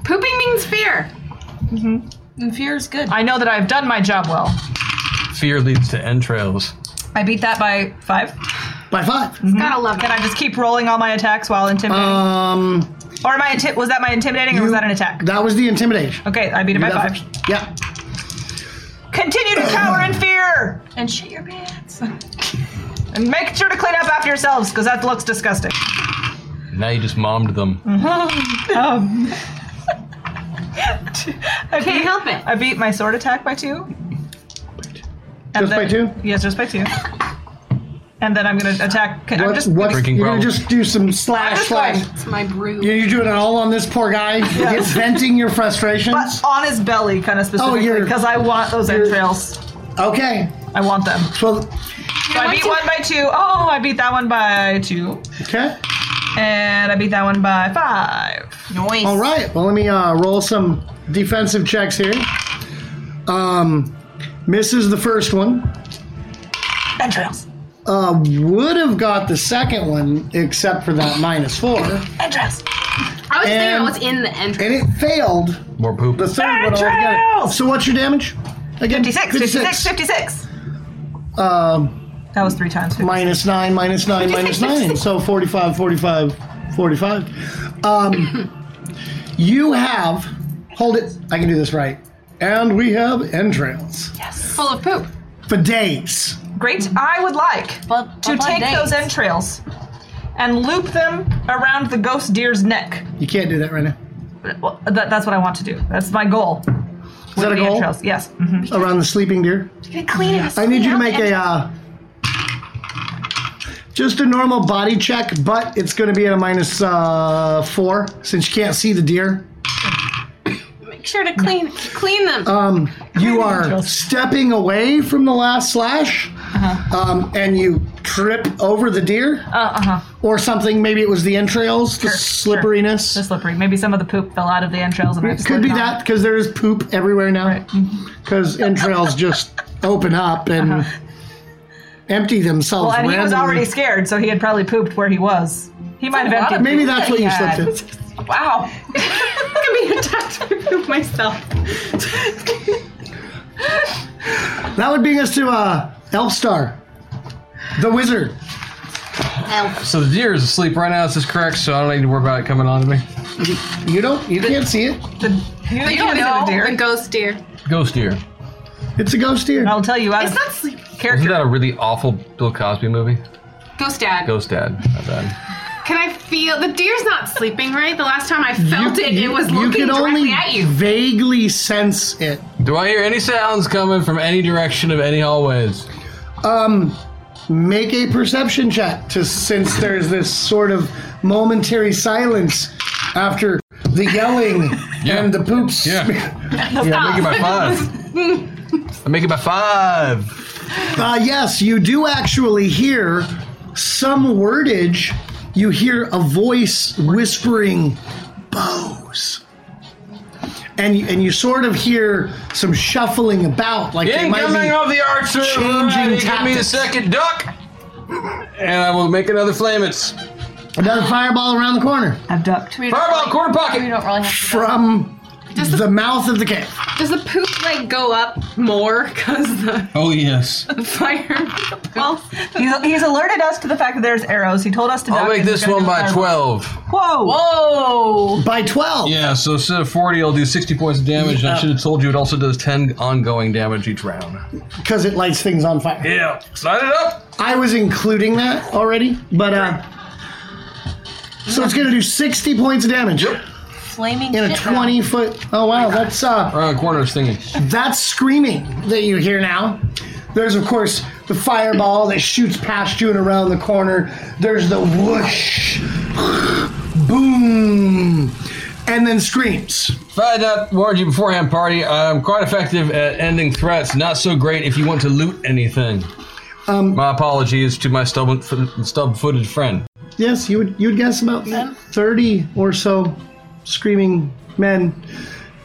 Pooping means fear. And fear is good. I know that I've done my job well. Fear leads to entrails. I beat that by five. By five. Mm-hmm. Gotta love Can I just keep rolling all my attacks while intimidating? Um, or am I inti- was that my intimidating or was that an attack? that was the intimidation. Okay, I beat it by That- five. Yeah. Continue to cower in fear And shit your pants. and make sure to clean up after yourselves because that looks disgusting. Now you just mommed them. Mm. Um, I Can't beat- help it. I beat my sword attack by two. And Just by two? Yes, just by two. And then I'm gonna attack. I'm What, just what, Drinking you're gonna problem. just do some slash just slash. going- It's my brew. You're doing it all on this poor guy. You're venting your frustrations. but on his belly, kind of specifically, Oh, you're- because I want those entrails. okay. I want them. So So I beat one by two. Oh, I beat that one by two, okay. and I beat that one by five. Noise. All right. Well, let me uh, roll some defensive checks here. Um, misses the first one. Entrails. Uh, would have got the second one except for that minus four, and Entrails. I was just thinking And- about what's in the entrance. it failed More poop. the third one altogether. Entrails! So what's your damage? Again, 56, 56, 56. Um, That was three times. 50. minus nine, minus nine, minus nine. So 45, 45, 45. Um, you have, hold it, I can do this right. And we have entrails full of poop. for days. Great. I would like Mm-hmm. But- to but take days. those entrails and loop them around the ghost deer's neck. You can't do that right now. Well, that, that's what I want to do. That's my goal. Is that a The goal? entrails. Yes. hmm Around the sleeping deer? Clean it. I need you to make a, uh, just a normal body check, but it's going to be at a minus uh, four since you can't see the deer. Make sure to clean clean them. Um, you are stepping away from the last slash, Uh-huh. um, and you trip over the deer Uh huh. or something. Maybe it was the entrails, the Sure, slipperiness. Just slippery. Maybe some of the poop fell out of the entrails and I It could be that because there is poop everywhere now. Because entrails just open up and Uh-huh. empty themselves. Well, and he was randomly. already scared, so he had probably pooped where he was. He might have lot emptied. of- Maybe that's what you Yeah. slipped in. Wow. I'm gonna be attacked by poop myself. That would bring us to uh, Elfstar, the wizard. So the deer is asleep right now. This is correct. So I don't need to worry about it coming on to me. You don't, you can't see it. You, But you you know, know, deer. a ghost deer. Ghost deer. It's a ghost deer. I'll tell you. Out It's of not sleep. Isn't character. that a really awful Bill Cosby movie? Ghost dad. Ghost Dad. Not bad. Can I feel the deer's not sleeping right? The last time I felt it, it was you can looking directly only at you. vaguely sense it. Do I hear any sounds coming from any direction of any hallways? Um, make a perception check to since there's this sort of momentary silence after the yelling Yeah. and the poops. Yeah. I make it by five. I make it by five. Uh, yes, you do actually hear some wordage. You hear a voice whispering bows. And, you- and you sort of hear some shuffling about, like they might be Incoming of the archer. changing Alrighty, Give me the tactics. second duck. And I will make another flamets. another fireball around the corner Abduct. Fireball, quarter We pocket. don't really have to. from Does the- the mouth of the cave. Does the poop like go up more because the Oh yes. fire? Well, He's, he's alerted us to the fact that there's arrows. He told us to. I'll duck make and this we're one gonna do by that. twelve. Whoa! Whoa! By 12. Yeah, so instead of 40, I'll do 60 points of damage. And I should have told you it also does 10 ongoing damage each round. because it lights things on fire. Yeah, slide it up. I was including that already, but uh, so it's gonna do sixty points of damage Flaming in a shit twenty foot. Oh wow, that's uh, Around the corner is thingy. that's screaming that you hear now. There's of course the fireball that shoots past you and around the corner. There's the whoosh, boom, and then screams. If I had not warned uh, you beforehand, party, I'm quite effective at ending threats. Not so great if you want to loot anything. Um, my apologies to my stubborn, stub footed friend. Yes, you would you would guess about thirty or so screaming men,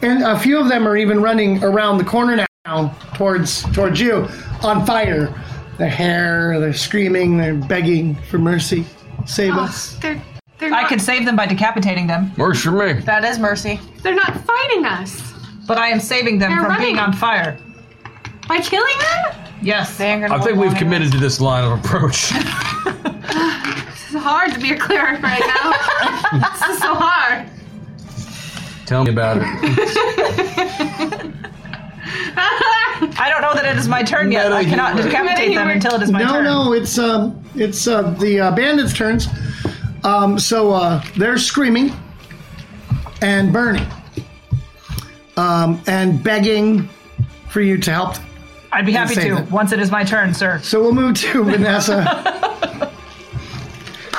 and a few of them are even running around the corner now towards towards you on fire. Their hair, they're screaming, they're begging for mercy. Save us. Oh, they're They're I not- could save them by decapitating them, Works for me. That is mercy. They're not fighting us. but I am saving them They're from being running. on fire. By killing them? Yes. They ain't gonna I think hold we've long committed to this line of approach. It's hard to be a cleric right now. this is so hard. Tell me about it. I don't know that it is my turn yet. I cannot Meta-humor. decapitate them Meta-humor. until it is Ah, my no, turn. no, it's um, it's uh, the uh, bandits' turns. Um, so uh, they're screaming and burning um, and begging for you to help. them. I'd be happy save to them. once it is my turn, sir. So we'll move to Vanessa.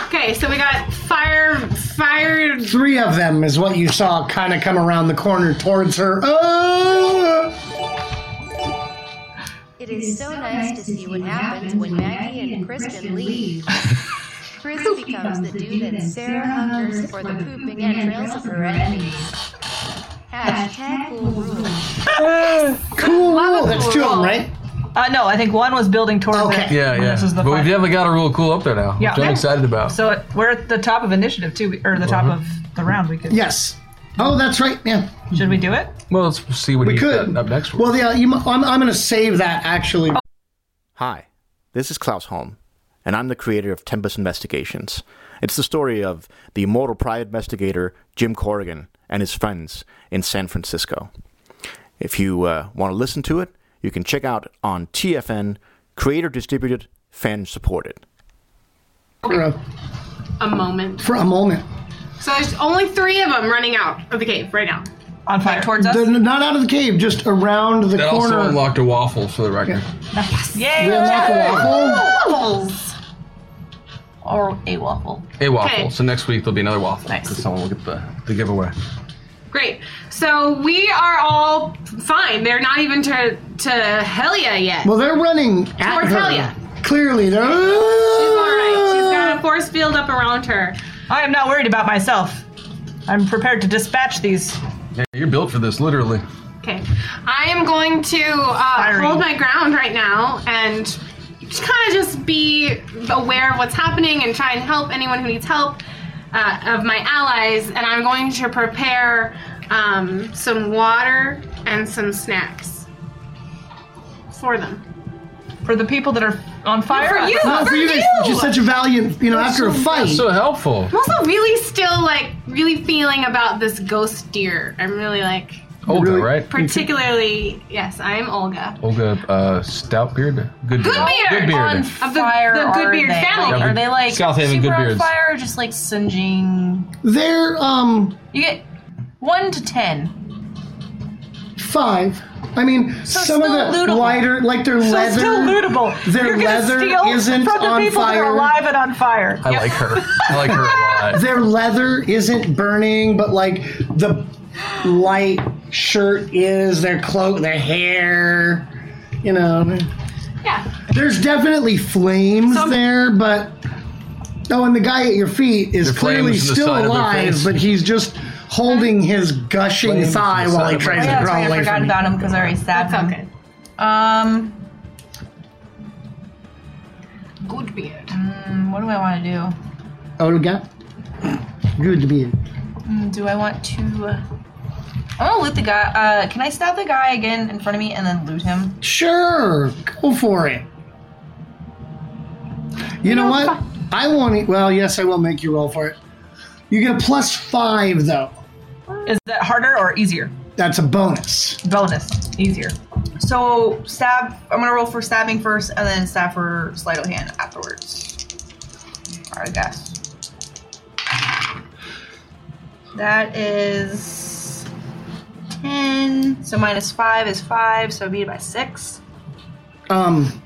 Okay, so we got fire, fire. Three of them is what you saw kind of come around the corner towards her. Oh! It is so nice to see what happens when Maggie and Kristen leave. Chris becomes the dude that Sarah hungers for the pooping entrails of her enemies. Hashtag cool rule. Cool. rule. That's two of them, right? Uh, no, I think one was building towards Okay. it. Yeah, yeah. This is the but fun. we've definitely got a real cool up there now, Yeah. which I'm excited about. So it, we're at the top of initiative too, or the top Uh-huh. of the round. We could. Yes. Oh, that's right. Yeah. Should we do it? well, let's see what We he's could. got up next. Well, yeah, you, mu- I'm, I'm going to save that actually. Hi, this is Klaus Holm, and I'm the creator of Tempest Investigations. It's the story of the immortal private investigator Jim Corrigan and his friends in San Francisco. If you uh, want to listen to it, you can check out on TFN, creator distributed, fan supported. For, a, A moment. for a moment. So there's only three of them running out of the cave right now. On fire towards us. They're not out of the cave, just around the that corner. also unlocked a waffle for the record. Yay! We'll knock a waffle. Or a waffle. A waffle. Okay. So next week there'll be another waffle. Nice. 'cause Someone will get the, the giveaway. Great. So we are all fine. They're not even to to Helia yet. Well, they're running at Towards her. Talia. Clearly, they're. She's all right. She's got a force field up around her. I am not worried about myself. I'm prepared to dispatch these. Yeah, you're built for this, literally. Okay. I am going to uh, Firing. hold my ground right now and just kind of just be aware of what's happening and try and help anyone who needs help uh, of my allies. And I'm going to prepare um, some water and some snacks for them. For the people that are on fire? For you! Not for Ah! for you guys. Just such a valiant, you know, after a fight. So helpful. I'm also really still like really feeling about this ghost deer. I'm really like Olga, Really- right? particularly yes, I'm Olga. Olga, uh, stout beard. Good beard. Good beard! Good On beard. fire. the are Goodbeard they? family. Like, are they like South Haven super on Goodbeards. fire or just like singeing? They're um You get one to ten. five. I mean, some of still the lootable. lighter, like their So leather. still lootable. Their You're gonna leather steal isn't from the on people that fire. are alive and on fire. I like her. I like her a lot. Their leather isn't burning, but like the light shirt is. Their cloak, their hair. You know, Yeah. there's definitely flames Some- there, but. Oh, and the guy at your feet is The flames clearly in the still side of their alive, face. but he's just holding his gushing Flames in thigh the while side he of tries their to face. crawl Sorry, I away forgot from you. about him because I already stabbed That's all him. good. Um, Good beard. mm, what do I want to do? Olga, Oh, good to be here. Mm, Do I want to? I'm gonna loot the guy. Uh, can I stab the guy again in front of me and then loot him? Sure, go for it. You, know, what? I won't. e- Well, yes, I will make you roll for it. You get a plus five though. Is that harder or easier? That's a bonus. Bonus. Easier. So stab. I'm gonna roll for stabbing first, and then stab for sleight of hand afterwards. All right, guys. That is ten. So minus five is five. So I beat it by six. Um,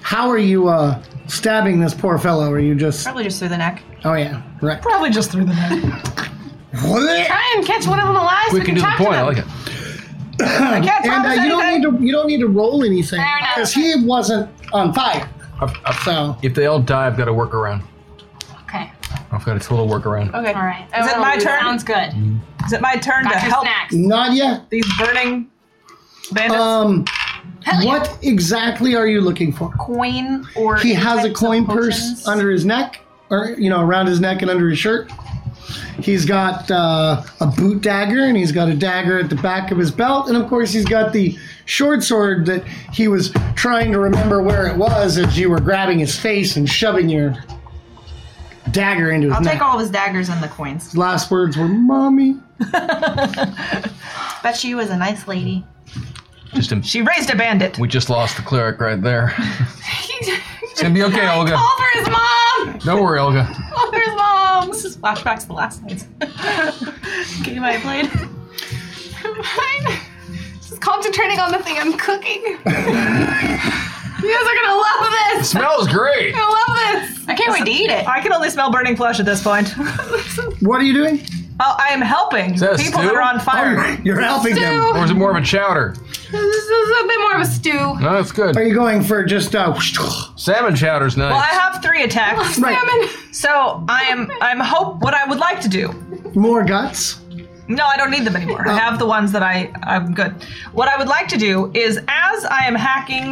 how are you uh stabbing this poor fellow? Are you just? Probably just through the neck. Oh yeah, right. Probably just through the neck. Try and catch one of them alive. so Quick and to the talk point. To I them. like it. And uh, you don't need to. You don't need to roll anything Fair enough. because he wasn't on fire. I've- I've- So If they all die, I've got a workaround. Okay. I've got a total workaround. Okay. All right. Is it my turn? Mm-hmm. Sounds good. Is it my turn to Got your help snacks. not yet. these burning bandits? Um, what exactly are you looking for? Coin or He any has a types of coin purse potions? under his neck or you know, around his neck and under his shirt. He's got uh, a boot dagger, and he's got a dagger at the back of his belt, and of course, he's got the short sword that he was trying to remember where it was as you were grabbing his face and shoving your dagger into his I'll neck. take all of his daggers and the coins. his last words were "mommy." Bet she was a nice lady. Just him. She raised a bandit. We just lost the cleric right there. It's gonna be okay, Olga. Call for his mom! Don't worry, Olga. Oh, Call for his mom! This is Flashbacks to the last night. the game I played. I'm just concentrating on the thing I'm cooking. you guys are gonna love this. Smells great. I love this. I can't wait to eat it. I can only smell burning flesh at this point. What are you doing? Oh, I am helping that a people that stew? Oh are on fire. You're helping them. Stew. Or is it more of a chowder? This is a bit more of a stew. No, that's good. Are you going for just uh, Salmon chowder's nice. Well, I have three attacks, Right. Salmon. so I am I'm hope what I would like to do. more guts? No, I don't need them anymore. Oh. I have the ones that I I'm good. What I would like to do is, as I am hacking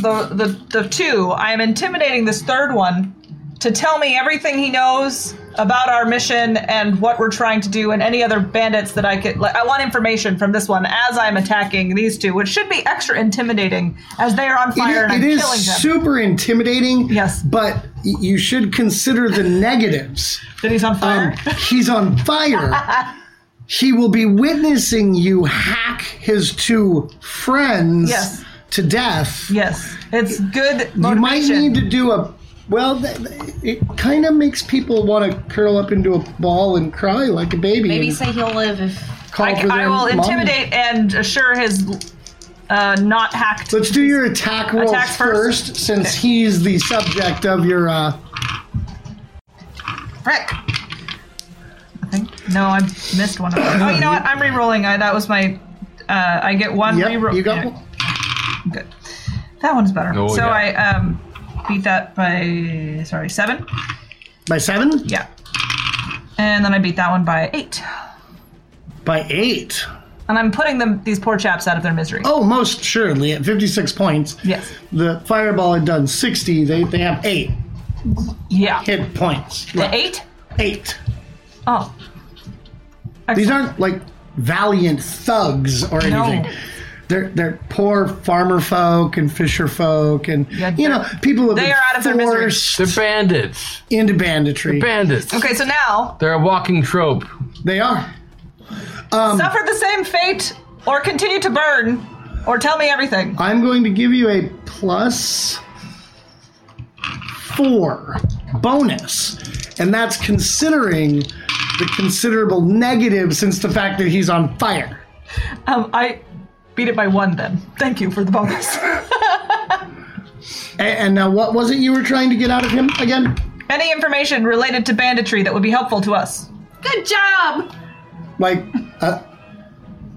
the the the two, I am intimidating this third one to tell me everything he knows about our mission and what we're trying to do and any other bandits that I could. Like, I want information from this one as I'm attacking these two, which should be extra intimidating as they are on It fire is- and I'm it killing them. is super intimidating. Yes. But y- you should consider the negatives. that he's on fire. Um, he's on fire. he will be witnessing you hack his two friends Yes. to death. yes, it's good. You might motivation. need to do a. Well, th- th- it kind of makes people want to curl up into a ball and cry like a baby. Maybe and say he'll live if. call I, for I their will mommy. intimidate and assure his uh, not hacked. Let's do your attack rolls Attacks first. first, since he's the subject of your. Uh, Frick. I think- No, I missed one of them. Oh, you know what? I'm re-rolling. I, that was my. Uh, I get one yep, re-roll. you got. Yeah, good. That one's better. Oh, so yeah. I um, beat that by sorry seven. By seven? Yeah. And then I beat that one by eight. By eight. And I'm putting them these poor chaps out of their misery. Oh, most surely at 56 points. Yes. The fireball had done 60. They, they have eight Yeah. hit points. The eight. Eight. Oh. These aren't like valiant thugs or No. anything. They're, they're poor farmer folk and fisher folk and Yeah, you know people have they been are out of their misery. forced They're bandits. into banditry. Bandits. Okay, so now They're a walking trope. they are. suffer the same fate or continue to burn or tell me everything. I'm going to give you a plus four bonus, and that's considering the considerable negative since the fact that he's on fire. Um, I beat it by one then. Thank you for the bonus. A- And now, what was it you were trying to get out of him again? Any information related to banditry that would be helpful to us? Good job. Like a,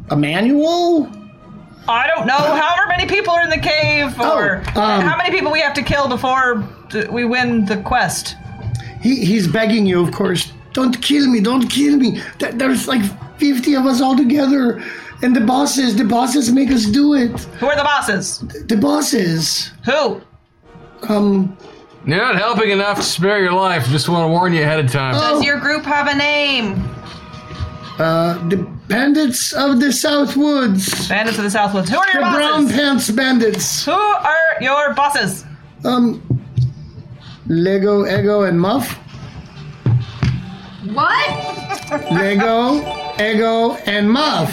a manual? I don't know. However many people are in the cave, or Oh, um, how many people we have to kill before d- we win the quest. He, he's begging you, of course. Don't kill me! Don't kill me! Th- There's like 50 of us all together, and the bosses, the bosses make us do it. Who are the bosses? The bosses. Who? Um, You're not helping enough to spare your life. Just want to warn you ahead of time. Oh. Does your group have a name? Uh, the bandits of the South Woods. Bandits of the Southwoods. Who are The your brown bosses? pants bandits. Who are your bosses? Um, Lego, Ego, and Muff. What? Lego, Ego, and Muff.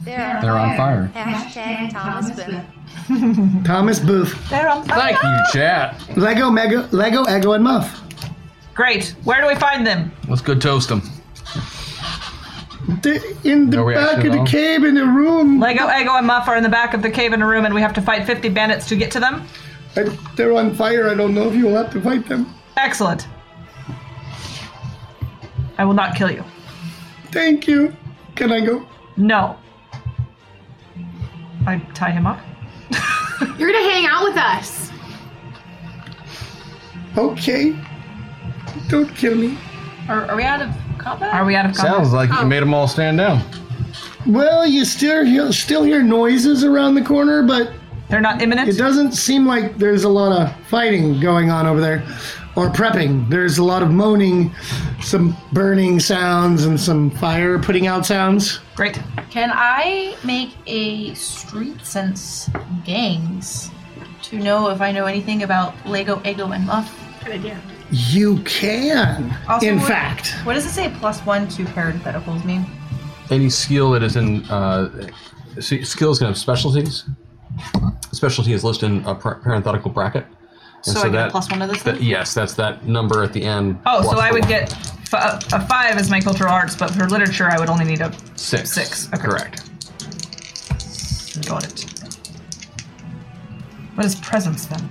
They're, They're on fire. Hashtag Thomas Booth. Thomas Booth. They're on fire. Thank you, chat. Lego, Mega, Lego, Ego, and Muff. Great. Where do we find them? Let's go toast them. They're in the No reaction back of at the all? cave in the room. Uh, Lego, Ego, and Muff are in the back of the cave in a room, and we have to fight 50 bandits to get to them. I- they're on fire. I don't know if you'll have to fight them. Excellent. I will not kill you. Thank you. Can I go? No. I tie him up. You're gonna hang out with us. Okay. Don't kill me. Are, are we out of combat? Are we out of combat? Sounds like you made them all stand down. Well, you still hear, still hear noises around the corner, but They're not imminent. It doesn't seem like there's a lot of fighting going on over there, or prepping. There's a lot of moaning, some burning sounds, and some fire putting out sounds. Great. Can I make a street sense gangs to know if I know anything about Lego, Ego, and Muff? Good idea. You can, Also, in what- fact. What does it say? Plus one to parentheticals mean? Any skill that is in uh, see, skills can have specialties. Specialty is listed in a par- parenthetical bracket. And So I get a plus one to this that- then? yes, that's that number at the end. Oh, so plus I the would one. get f- a five as my cultural arts, but for literature, I would only need a six. Six. Okay. Correct. Got it. What is presence then?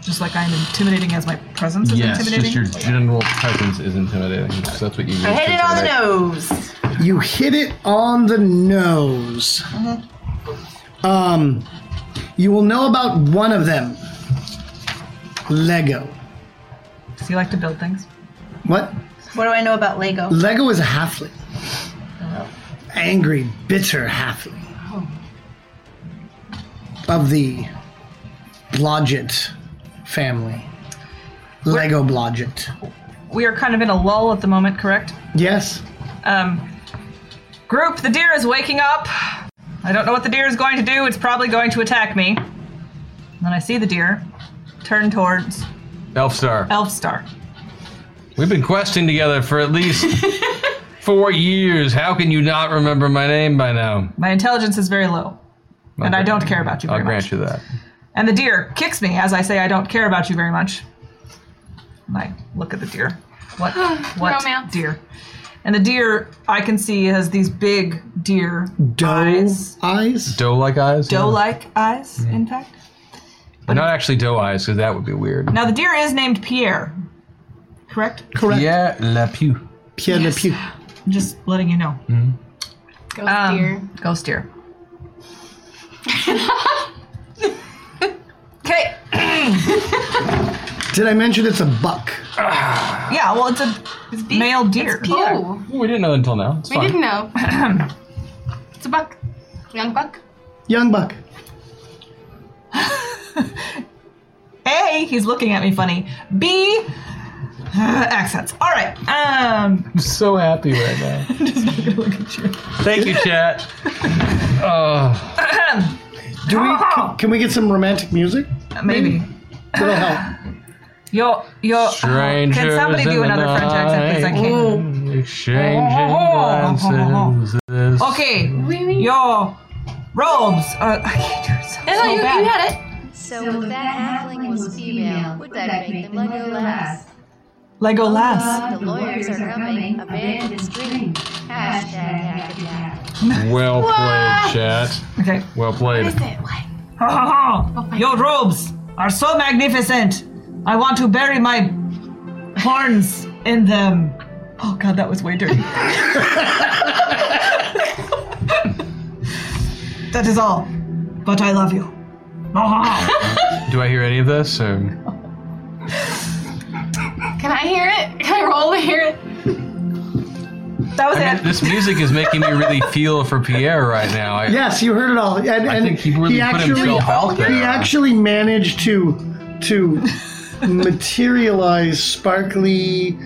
Just like I'm intimidating as my presence is Yes, intimidating. just your general presence is intimidating. So that's what you. use I hit to it on the intimidate. nose. You hit it on the nose. Mm-hmm. Um, you will know about one of them. Lego. Does he like to build things? What? What do I know about Lego? Lego is a halfling. Angry, bitter halfling. Of the Blodgett family. Lego Blodgett. We are kind of in a lull at the moment, correct? Yes? Um, group, the deer is waking up. I don't know what the deer is going to do. It's probably going to attack me. And then I see the deer turn towards Elfstar. Oh. Elfstar. We've been questing together for at least four years. How can you not remember my name by now? My intelligence is very low, and Okay. I don't care about you I'll very grant much. you that. And the deer kicks me as I say I don't care about you very much. And I look at the deer. What? What Romance. deer? And the deer I can see has these big deer Doe eyes. Doe like eyes? doe-like eyes. Mm. In fact, But not actually doe eyes, because that would be weird. now the deer is named Pierre. Correct. Correct. Yeah, la pew. Pierre Le Pew. Just letting you know. Mm-hmm. Um, Ghost deer. Ghost deer. Okay. Did I mention it's a buck? Yeah. Well, it's a male deer. Oh, Well, we didn't know until now. It's we fine. didn't know. it's a buck. Young buck. Young buck. A, he's looking at me funny. B, uh, accents. All right. Um, I'm so happy right now. I'm just not gonna look at you. Thank you, chat. Oh, Do we, can, can we get some romantic music? Maybe. That'll help. Yo, yo. uh-huh. Can strangers somebody do in the another French accent? Because I can't. Oh, night, Exchanging glances. Okay. Yo, robes. Uh, I can't do it. so- so No, Oh, you, you bad. had it. So if that halfling was female, would that make them Lego last? Lego lass. The lawyers are coming. Abandon this dream. Hashtag hack attack. Well played, chat. Okay. Well played. Ha, ha, ha. Your robes are so magnificent. I want to bury my horns in them. Oh god, that was way dirty. that is all. But I love you. Ha, ha, Do I hear any of this? Or? Can I hear it? Can I roll to hear it? ha. That was I it. mean, this music is making me really feel for Pierre right now. I, Yes, you heard it all. And, and I think he really put actually, himself out there. He actually managed to to materialize sparkly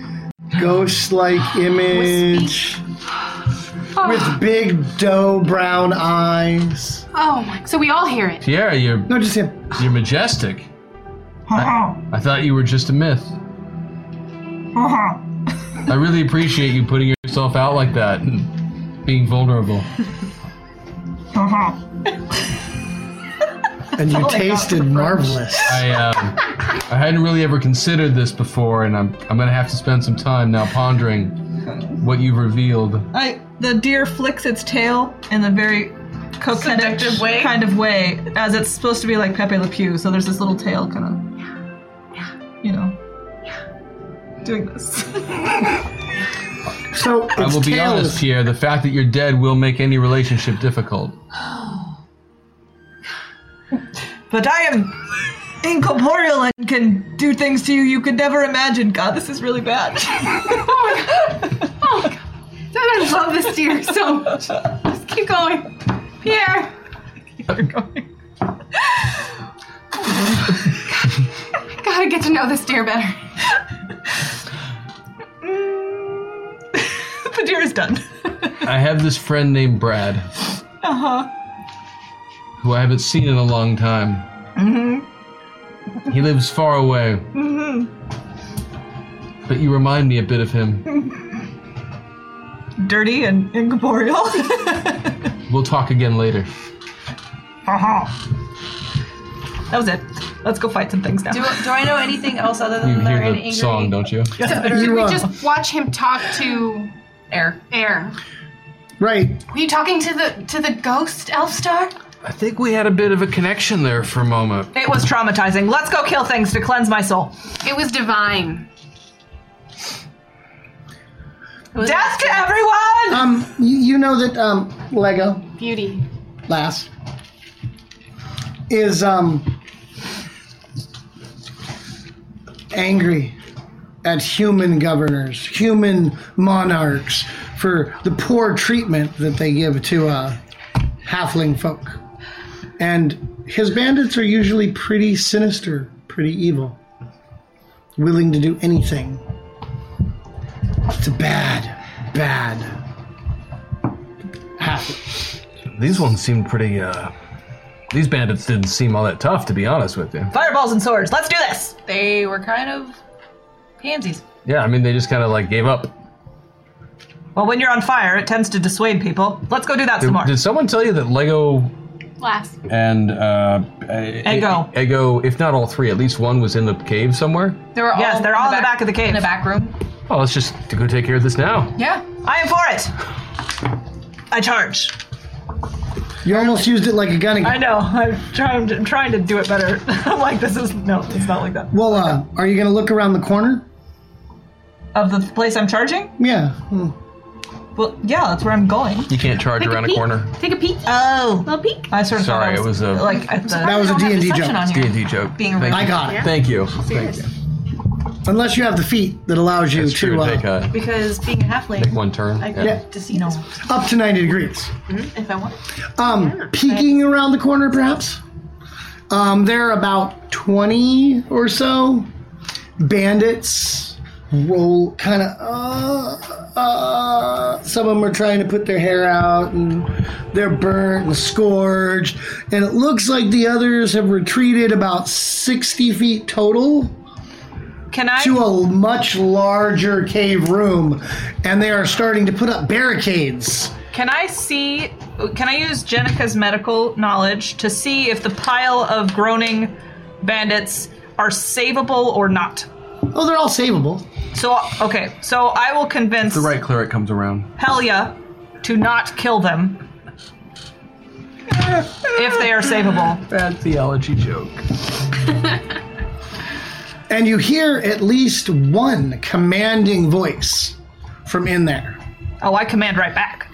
ghost-like image with big doe brown eyes. Oh my. So we all hear it. Pierre, you're No, just him. you're majestic. Ha, I thought you were just a myth. ha, ha, ha. I really appreciate you putting yourself out like that and being vulnerable. Uh-huh. And you tasted marvelous. I um, I hadn't really ever considered this before, and I'm I'm gonna have to spend some time now pondering what you've revealed. I, the deer flicks its tail in a very coquettish Seductive way? kind of way, as it's supposed to be like Pepe Le Pew. So there's this little tail kind of, you know, doing this. So its I will be tail honest, is- Pierre. The fact that you're dead will make any relationship difficult. But I am incorporeal and can do things to you you could never imagine. God, this is really bad. I love this deer so much. Just keep going. Pierre. Keep going. to know this deer better. the deer is done. I have this friend named Brad, Uh huh. who I haven't seen in a long time. Mm He lives far away, hmm. Mm but you remind me a bit of him. hmm. Dirty and incorporeal. Uh-huh. We'll talk again later. Haha. that was it. Let's go fight some things now. Do, do I know anything else other You than they're hear in the angry? song, don't you? So, did we just watch him talk to Air. uh, Air? Right. Were you talking to the to the ghost Elfstar? I think we had a bit of a connection there for a moment. It was traumatizing. Let's go kill things to cleanse my soul. It was divine. Death to everyone! Um, you, you know that um, Lego Beauty. Lass is um angry at human governors, human monarchs for the poor treatment that they give to uh, halfling folk, and his bandits are usually pretty sinister, pretty evil, willing to do anything. It's a bad, bad halfling. These ones seemed pretty, uh. These bandits didn't seem all that tough, to be honest with you. Fireballs and swords. Let's do this. They were kind of pansies. Yeah, I mean, they just kind of like gave up. Well, when you're on fire, it tends to dissuade people. Let's go do that some Did, more. did someone tell you that Lego Last. and, uh. Ego. Ego, if not all three, at least one was in the cave somewhere? They were Yes, all they're all in the back of the cave. in the back room. Oh, let's just go take care of this now. Yeah. I am for it. I charge. You almost used it like a gun I again. know. I'm trying to, I'm trying to do it better. I'm like, this is no, it's not like that. Well, uh, are you gonna look around the corner? Of the place I'm charging? Yeah. Hmm. Well, yeah, that's where I'm going. You can't charge around a peek. corner. Take a peek. Oh, little peek. I sort of Sorry, thought I was, it was a- like at That the, was a Don't have D&D deception joke. on you. D&D joke. Being Thank I you. got it. Thank you. Thank you. Unless you have the feet that allows you It's to true. uh, Take, uh, Because being a halfling, take one turn. I Yeah. could deceive this up to 90 degrees. if I want. Um, peeking around the corner, perhaps. Um, there are about 20 or so bandits. Roll kind of. Uh, uh, some of them are trying to put their hair out and they're burnt and scourged. And it looks like the others have retreated about 60 feet total. can I? to a much larger cave room, and they are starting to put up barricades. Can I see? Can I use Jenica's medical knowledge to see if the pile of groaning bandits are savable or not? Oh, they're all savable. So okay, so I will convince The right cleric comes around. Helia to not kill them if they are savable. Bad theology joke. And you hear at least one commanding voice from in there, Oh, I command right back.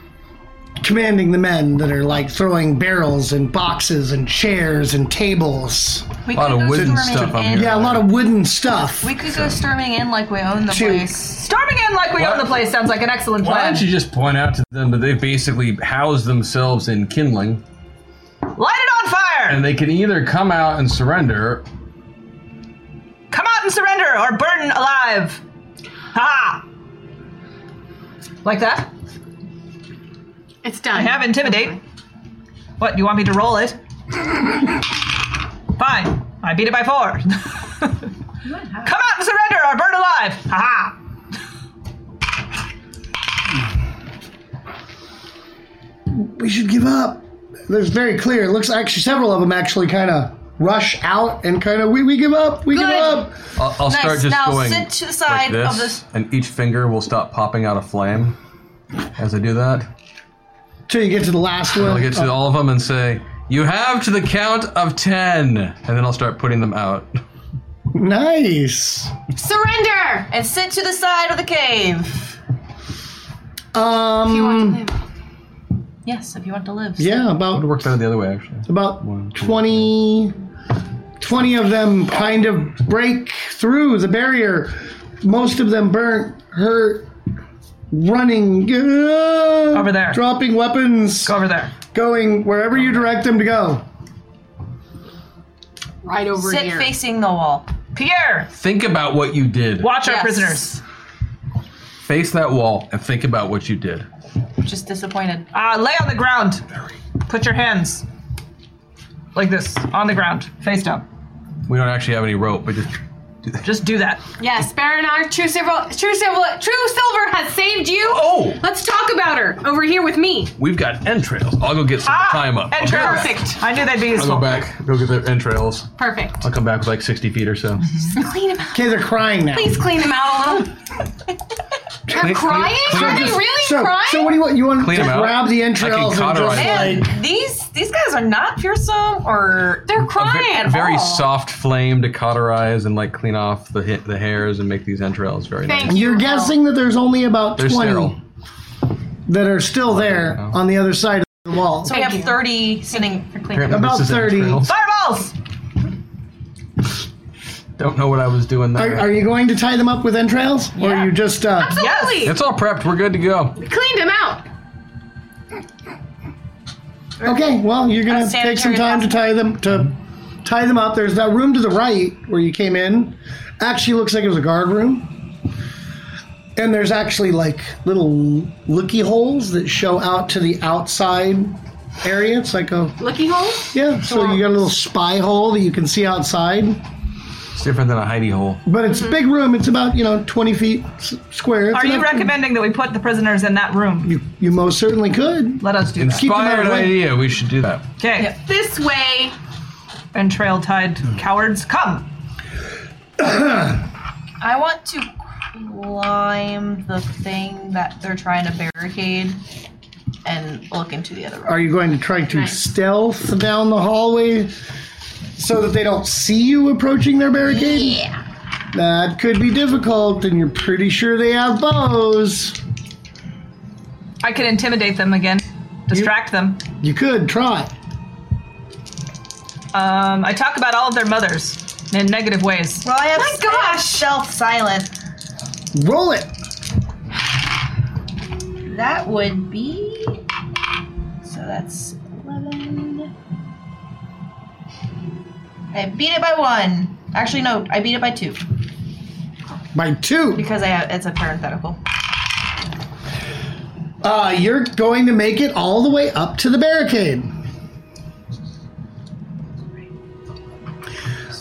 commanding the men that are like throwing barrels and boxes and chairs and tables. We A lot could of go wooden storming stuff on in. here. Yeah, a lot of wooden stuff. We could go storming in like we own the Two. place. Storming in like we Why- own the place sounds like an excellent Why plan. don't you just point out to them that they've basically housed themselves in kindling, Light it on fire! and they can either come out and surrender. Come out and surrender or burn alive! Ha! Like that? It's done. I have intimidate. What, you want me to roll it? Fine. I beat it by four. Come out and surrender or burn alive! Ha We should give up. There's very clear. It looks actually several of them actually kind of rush out and kind of we, we give up. We give Good. up. I'll, I'll start just Now going sit to the like side this, of this. and each finger will stop popping out a flame as I do that. Till you get to the last one. Oh, I'll get to all of them and say, "You have to the count of ten, and then I'll start putting them out. Nice. Surrender. And sit to the side of the cave. Um, You want to live. Yes, if you want to live. yeah, It about works out the other way, actually. about 20, 20 of them kind of break through the barrier. Most of them burnt, hurt, running, uh, Over there. dropping weapons, ha! Over there. going wherever you direct them to go. Right over Sit here. facing the wall. Pierre, Think about what you did. watch our prisoners. Face that wall and think about what you did. Just disappointed. Uh, lay on the ground. Put your hands like this on the ground, face down. We don't actually have any rope, but just Just do that. Yes, Barinar, True Silver, True Silver, True Silver has saved you. Oh. Let's talk about her over here with me. we've got entrails. I'll go get some Ah, Ah, time up. I'll be entrails. back. Perfect. I knew they'd be I'll go useful. back. Go get the entrails. Perfect. I'll come back with like 60 feet or so. Clean him out. Okay, they're crying now. Please clean him out a little. They're Clean- crying? clean- Are they just- really So, crying? so what do you want? You want Clean to 'em out. grab the I can entrails and cauterize just them. like These these guys are not fearsome or They're crying. at Very all. Oh. soft flame to cauterize and like clean off the ha- the hairs and make these entrails very Thank nice. you. You're guessing that there's only about They're 20 sterile. Oh. that are still there know. on the other side of the wall. So we have 30 sitting for cleaning. Apparently About this is 30. entrails. Fireballs! Don't know what I was doing Are, there. are you going to tie them up with entrails? Or are you just. Uh, Absolutely. it's all prepped. We're good to go. Cleaned him out. okay, well, you're going Uh, to take some sanitary time to tie them to tie them up. There's that room to the right where you came in. Actually, looks like it was a guard room. And there's actually like little looky holes that show out to the outside area. It's like a. Looky hole. Yeah, so you got a little spy hole that you can see outside. It's different than a hidey hole. But it's a big room. It's about you know twenty feet s- square. It's Mm-hmm. Are you enough to- recommending that we put the prisoners in that room? You, you most certainly could. Let us do that. Keep them out of Inspired the way. idea. We should do that. Okay. This way. And trail tied cowards, come. I want to climb the thing that they're trying to barricade and look into the other room. Are you going to try to stealth down the hallway so that they don't see you approaching their barricade? Yeah. That could be difficult, and you're pretty sure they have bows. I can intimidate them again, distract them. You could try. Um, I talk about all of their mothers in negative ways. Well, I have, My gosh. I have stealth silent. Roll it. That would be. So that's 11. I beat it by one. Actually, no, I beat it by two By two. because I have, it's a parenthetical. Uh, you're going to make it all the way up to the barricade.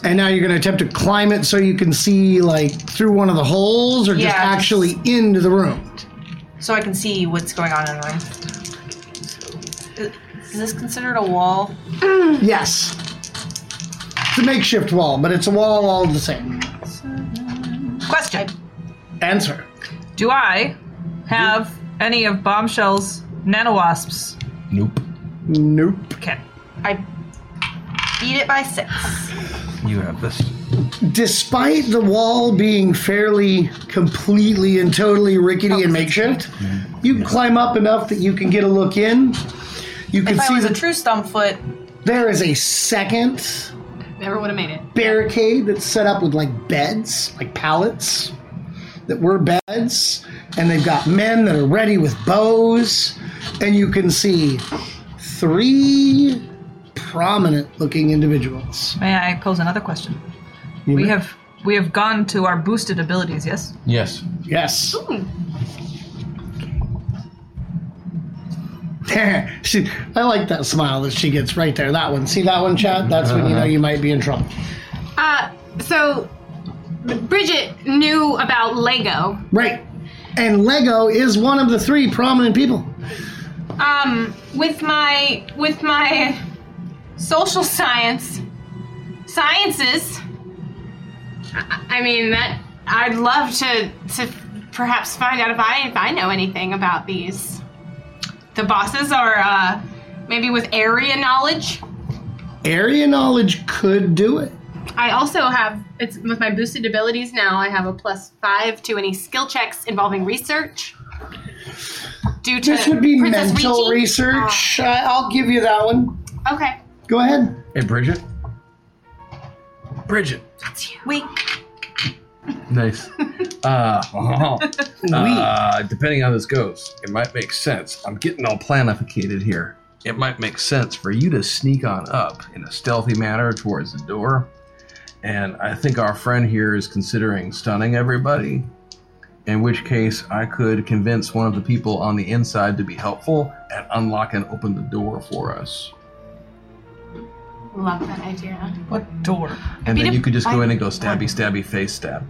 And now you're going to attempt to climb it so you can see, like, through one of the holes or Yeah, just just- actually into the room. So I can see what's going on in the room. Is this considered a wall? Yes. It's a makeshift wall, but it's a wall all the same. Question Answer. Do I have any of Bombshell's nanowasps? Nope. Nope. Okay. I beat it by six. You have this. Despite the wall being fairly completely and totally rickety and makeshift, you climb up enough that you can get a look in. You can If I see was the a true stumpfoot, There is a second Never would have made it. barricade that's set up with like beds, like pallets that were beds, and they've got men that are ready with bows, and you can see three prominent looking individuals. May I pose another question? You We know- have we have gone to our boosted abilities, yes? Yes. yes. Hmm. There. She, I like that smile that she gets right there. That one. See that one, Chad? That's when you know you might be in trouble. Uh, so Bridget knew about Lego. Right. And Lego is one of the three prominent people. Um, with my with my social science sciences. I, I mean that I'd love to to perhaps find out if I if I know anything about these. The bosses are uh, maybe with area knowledge. Area knowledge could do it. I also have it's with my boosted abilities now. I have a plus five to any skill checks involving research. Due to This would be Uh, Princess mental Ricci. research. I I'll give you that one. Ah, okay. Go ahead. Hey, Bridget. Bridget. we Nice. Uh, uh, depending on how this goes, it might make sense. I'm getting all planificated here. It might make sense for you to sneak on up in a stealthy manner towards the door and I think our friend here is considering stunning everybody. In which case, I could convince one of the people on the inside to be helpful and unlock and open the door for us. Love that idea. What door? And then Beat you him. could just go I- in and go stabby, stabby, face stab.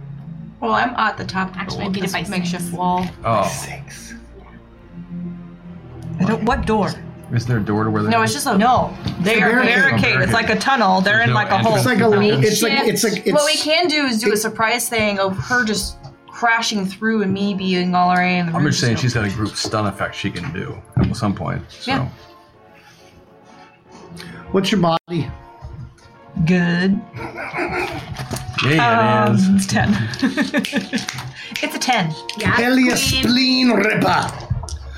Well, I'm at the top of the Actually, wall, beat it this by makeshift wall. Oh, I don't, what door? is there a door to where? No, it's just a No, they are barricade. barricade. It's like a tunnel. They're in like a hole. It's like a. It's like it's like it's. what we can do is do a surprise thing of her just crashing through and me being all the way in the room. I'm just saying so- she's got a group stun effect she can do at some point. So. Yeah. What's your body? Good. Yeah, it Um, is. it's 10. it's a 10. Yeah. Elias queen. spleen ripper.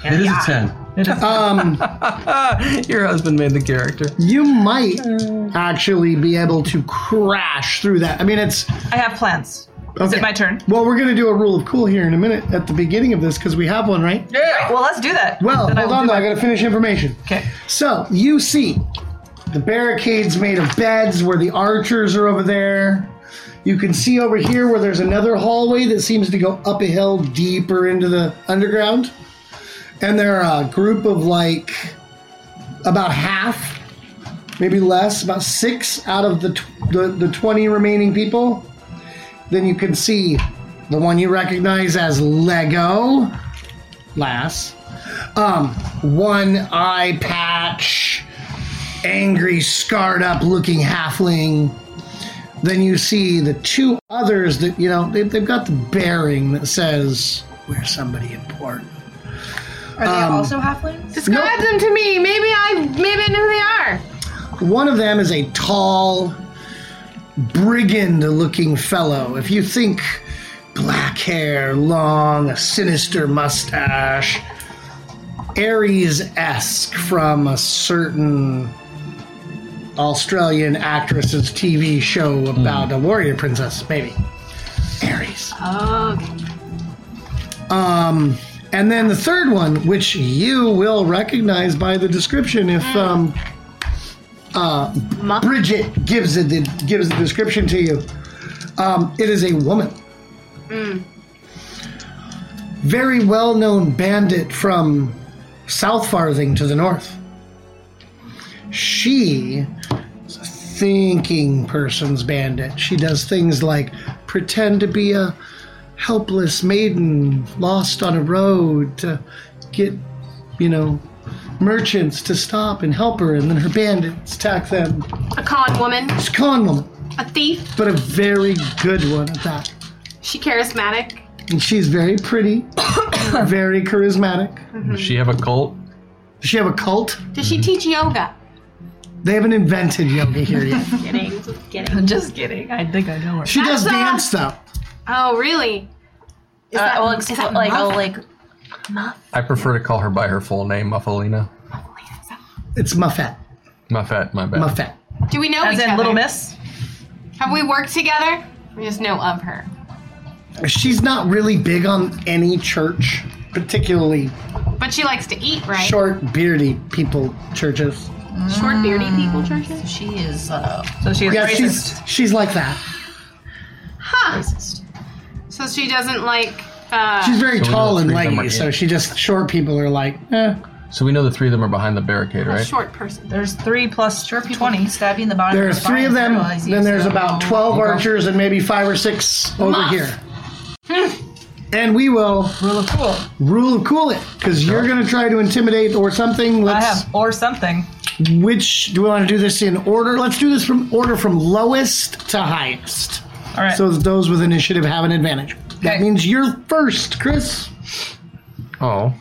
It is a ten. Um, Your husband made the character. Mm-hmm. you might actually be able to crash through that. I mean, it's I have plans. Is Okay. it my turn? well, we're gonna do a rule of cool here in a minute at the beginning of this because we have one, right? Yeah. Well, let's do that. Well, Then I hold will on do though. I my- gotta finish information. Okay. So you see the barricades made of beds where the archers are over there. You can see over here where there's another hallway that seems to go up a hill deeper into the underground. And there are a group of like about half, maybe less, about six out of the, tw- the, the 20 remaining people. Then you can see the one you recognize as Lego Lass um, one eye patch, angry, scarred up looking halfling. Then you see the two others that, you know, they've, they've got the bearing that says, We're somebody important. Um, Are they also halflings? Describe them to me. Maybe I maybe I know who they are. One of them is a tall, brigand looking fellow. If you think black hair, long, a sinister mustache, Aries esque from a certain Australian actress's TV show about a warrior princess, maybe. Aries. Um, and then the third one, which you will recognize by the description if um, uh, Bridget gives it the, gives the description to you. Um, it is a woman. Very well known bandit from South Farthing to the north. She is a thinking person's bandit. She does things like pretend to be a helpless maiden lost on a road to get, you know, merchants to stop and help her, and then her bandits attack them. A con woman, It's a con woman, a thief. but a very good one at that. She charismatic. And she's very pretty, very charismatic. Does she have a cult? Does she have a cult? Does she teach yoga? They haven't invented yoga here yet. Kidding, just kidding. Just kidding. I think I know her. She does That's, uh, dance though. Oh, really? Is Uh, that, I'll is expl- that like, I'll muff? like, I prefer to call her by her full name, Muffalina. It's Muffet. Muffet, my bad. Muffet. Do we know As each in other? Little Miss? Have we worked together? We just know of her. She's not really big on any church, particularly But she likes to eat, right? short, beardy people churches. Short, beardy people churches. she is uh, So she's Yeah, racist. she's she's like that. Huh. racist. So she doesn't like. Uh, She's very So we know tall the and three of them leggy, are so in. she just short people are like, eh. So we know the three of them are behind the barricade, a right? short person. There's three plus people 20. stabbing the bottom. There are of the three of spine, them. realize Then he's there's the- about twelve archers and maybe five or six over Muff. here. Hmm. And we will Rule of cool. rule of cool it because you're going to try to intimidate or something. I Let's. have or something. Which do we want to do this in order? Let's do this from order from lowest to highest, All right. so that those with initiative have an advantage. That Okay. means you're first, Chris. Oh.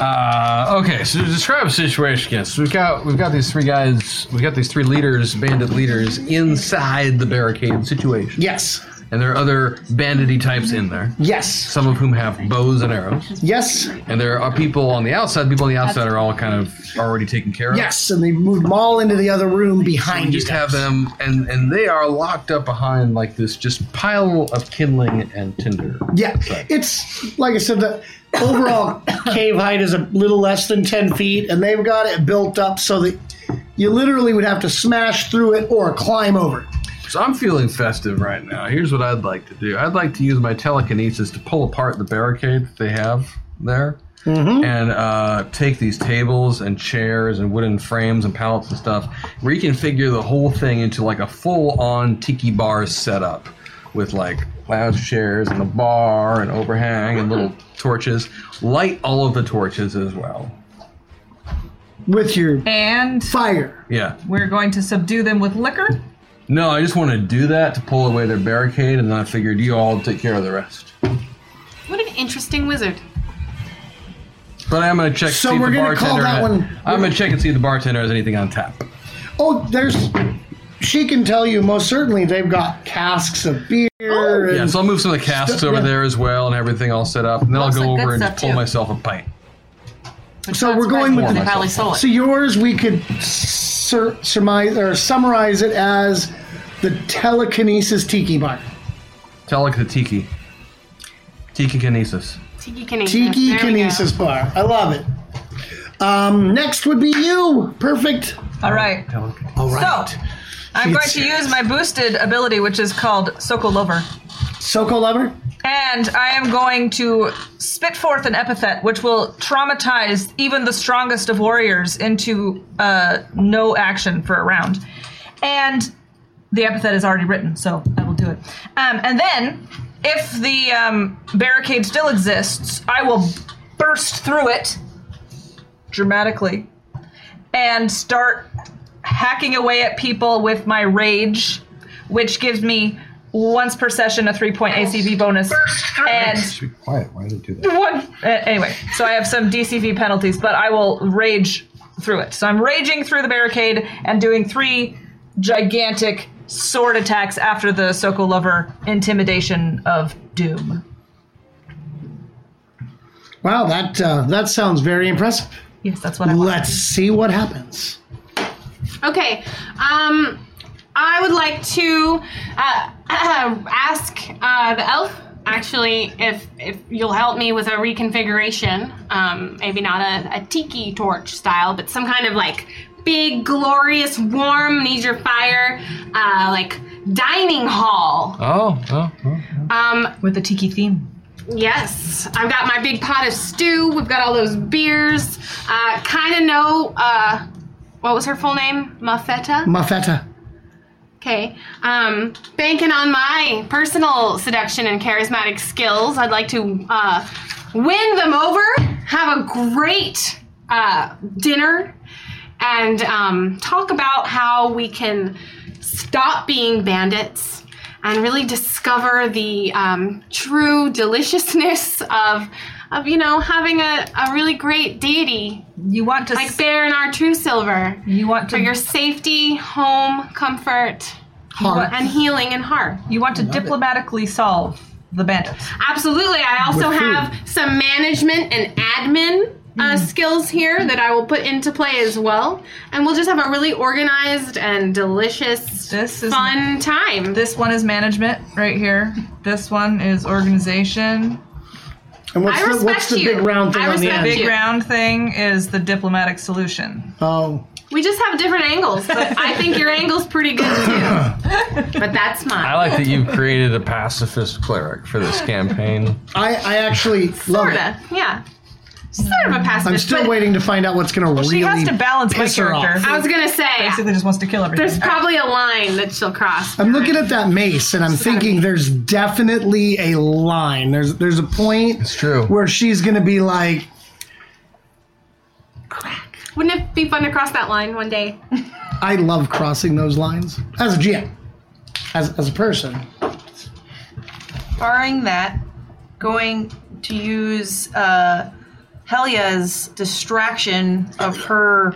Uh, okay, so to describe a situation again. So we've got we've got these three guys, we've got these three leaders, bandit leaders, inside the barricade situation, Yes. and there are other bandity types in there. Yes. Some of whom have bows and arrows, Yes. and there are people on the outside. People on the outside are all kind of already taken care of. Yes. And they moved them all into the other room behind We you. just have them, and and they are locked up behind like this just pile of kindling and tinder. Yeah, it's like I said, the overall cave height is a little less than 10 feet, and they've got it built up so that you literally would have to smash through it or climb over. it. So I'm feeling festive right now. Here's what I'd like to do. I'd like to use my telekinesis to pull apart the barricade that they have there. And uh, take these tables and chairs and wooden frames and pallets and stuff, reconfigure the whole thing into like a full on tiki bar setup with like lounge chairs and a bar and overhang and little torches. Light all of the torches as well. With your and fire. Yeah. We're going to subdue them with liquor. No, I just want to do that to pull away their barricade, and then I figured you all take care of the rest. What an interesting wizard. But I'm gonna check. So see if we're the gonna call bartender that ha- one- I'm gonna check and see if the bartender has anything on tap. Oh, there's. She can tell you most certainly they've got casks of beer. and- Yeah, so I'll move some of the casks Stuff- over yeah. there as well, and everything all set up, and then Lots I'll of go good over and stuff, just pull too. myself a pint. So we're going with Pour the myself a pint. So yours, we could sur- surmise or summarize it as the telekinesis tiki bar. Telic the tiki, tiki kinesis. Tiki Kinesis. Tiki There we go. kinesis bar. I love it. Um, next would be you. Perfect. All right. Oh. All right. So I'm going to use my boosted ability, which is called Sokol Lover. Soko lover. And I am going to spit forth an epithet which will traumatize even the strongest of warriors into uh, no action for a round. And the epithet is already written, so I will do it. Um, and then, if the um, barricade still exists, I will burst through it dramatically and start hacking away at people with my rage, which gives me once per session a three point ACV bonus. And Be quiet. Why did it do that? one. Uh, anyway, so I have some DCV penalties, but I will rage through it. So I'm raging through the barricade and doing three gigantic sword attacks after the Sokol Lover intimidation of doom. Wow, that uh, that sounds very impressive. Yes, that's what I want. Let's see what happens. Okay. Um, I would like to uh, ask uh, the elf actually if if you'll help me with a reconfiguration. Um, maybe not a, a tiki torch style, but some kind of like big, glorious, warm, needs your fire, uh, like dining hall. Oh, oh, oh. Um, With a tiki theme. Yes, I've got my big pot of stew. We've got all those beers. Uh, kind of know uh, what was her full name? Muffetta. Mafeta. Okay. Um, banking on my personal seduction and charismatic skills, I'd like to uh, win them over, have a great uh, dinner, and um, talk about how we can stop being bandits and really discover the um, true deliciousness of. Of you know having a, a really great deity You want to like Baron our true silver you want for to your safety, home, comfort, Heart. and healing and heart. you want to diplomatically solve the bandits. Absolutely. I also With food. Mm. have some management and admin uh, skills here that I will put into play as well. And we'll just have a really organized and delicious, This is fun time. This one is management right here. This one is organization. And what's I the, what's respect the you. big round thing I on the respect end? Big you. round thing is the diplomatic solution. Oh, we just have different angles, but I think your angle's pretty good too. but that's mine. I like that you've created a pacifist cleric for this campaign. I, I actually love Sort it. of, yeah. Sort of a pacifist. Mm. I'm still but waiting to find out what's going to really she has to balance my piss her off. character. I was gonna Basically, say just wants to kill there's everything. probably a line that she'll cross. I'm looking at that mace and I'm thinking there's definitely a line. There's there's a point It's true. where she's gonna be like, Wouldn't it be fun to cross that line one day? I love crossing those lines as a GM, as as a person. Barring that, going to use uh, Helia's distraction of her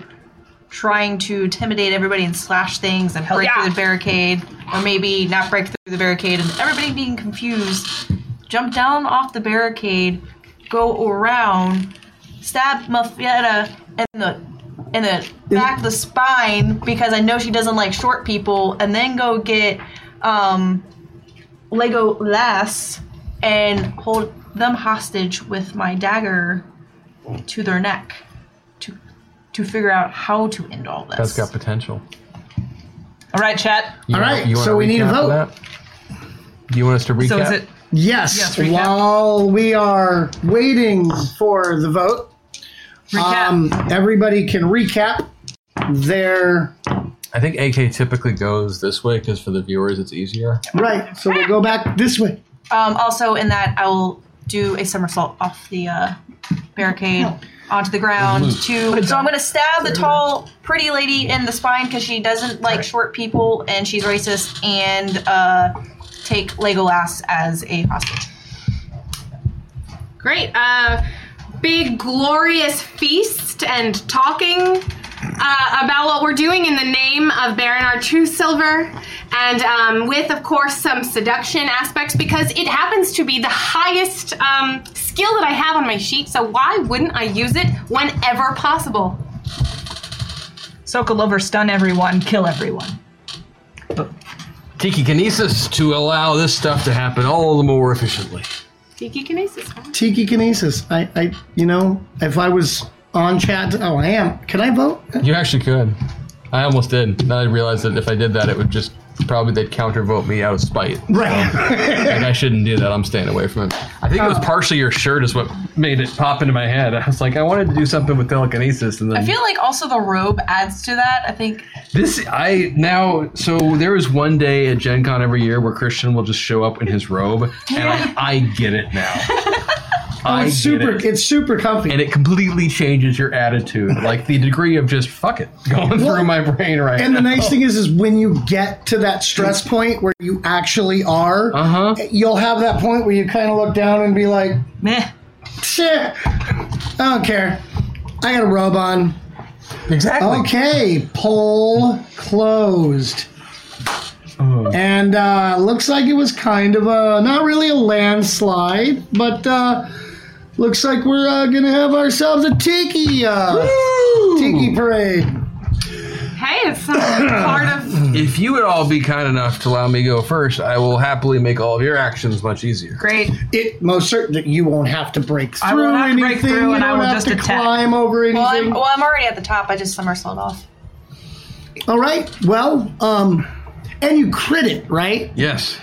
trying to intimidate everybody and slash things and break yeah. through the barricade, or maybe not break through the barricade and everybody being confused. Jump down off the barricade, go around, stab Muffetta in the in the back of the spine because I know she doesn't like short people, and then go get um, Lego Lass and hold them hostage with my dagger to their neck to to figure out how to end all this. That's got potential. All right, chat. You All wanna- right, you wanna so we need a recap vote. that? Do you want us to recap? So is it? Yes, Yes, recap. while we are waiting for the vote, Recap. um, everybody can recap their. I think AK typically goes this way because for the viewers it's easier. Right, so we'll go back this way. Um, also, in that, I will do a somersault off the uh, barricade onto the ground. To so, I'm going to stab the tall, pretty lady in the spine because she doesn't like short people and she's racist, and uh, take Legolas as a hostage. Great. Uh, big glorious feast and talking uh, about what we're doing in the name of Baron R. True Silver, and um, with, of course, some seduction aspects because it happens to be the highest um, skill that I have on my sheet. So why wouldn't I use it whenever possible? Sokol over stun everyone, kill everyone. Tiki Kinesis to allow this stuff to happen all the more efficiently. Tiki Kinesis. huh? Tiki Kinesis. I, I, you know, if I was on chat, oh, I am. Can I vote? You actually could. I almost did. Now I realized that if I did that, it would just probably they'd counter vote me out of spite. Right. Like I shouldn't do that. I'm staying away from it. I think it Oh. was partially your shirt is what made it pop into my head. I was like, I wanted to do something with telekinesis, and then I feel like also the robe adds to that. I think This I now so there is one day at Gen Con every year where Christian will just show up in his robe, and I, I get it now. I it's get super. it. It's super comfy. and it completely changes your attitude, like the degree of just fuck it going through my brain right And the now. nice thing is, is when you get to that stress point where you actually are, Uh huh. you'll have that point where you kind of look down and be like, Meh. shit, I don't care. I got a robe on. Exactly. Okay, poll closed. And uh, looks like it was kind of a not really a landslide, but uh, looks like we're uh, gonna have ourselves a tiki uh, tiki parade. Hey, it's uh, part of. If you would all be kind enough to allow me to go first, I will happily make all of your actions much easier. Great. It most certain that you won't have to break through I won't have to anything. break through you and I don't will have just to attack. climb over well, I'm, anything. well, I'm already at the top. I just somersault off. All right. Well, um, and you crit it, right? Yes.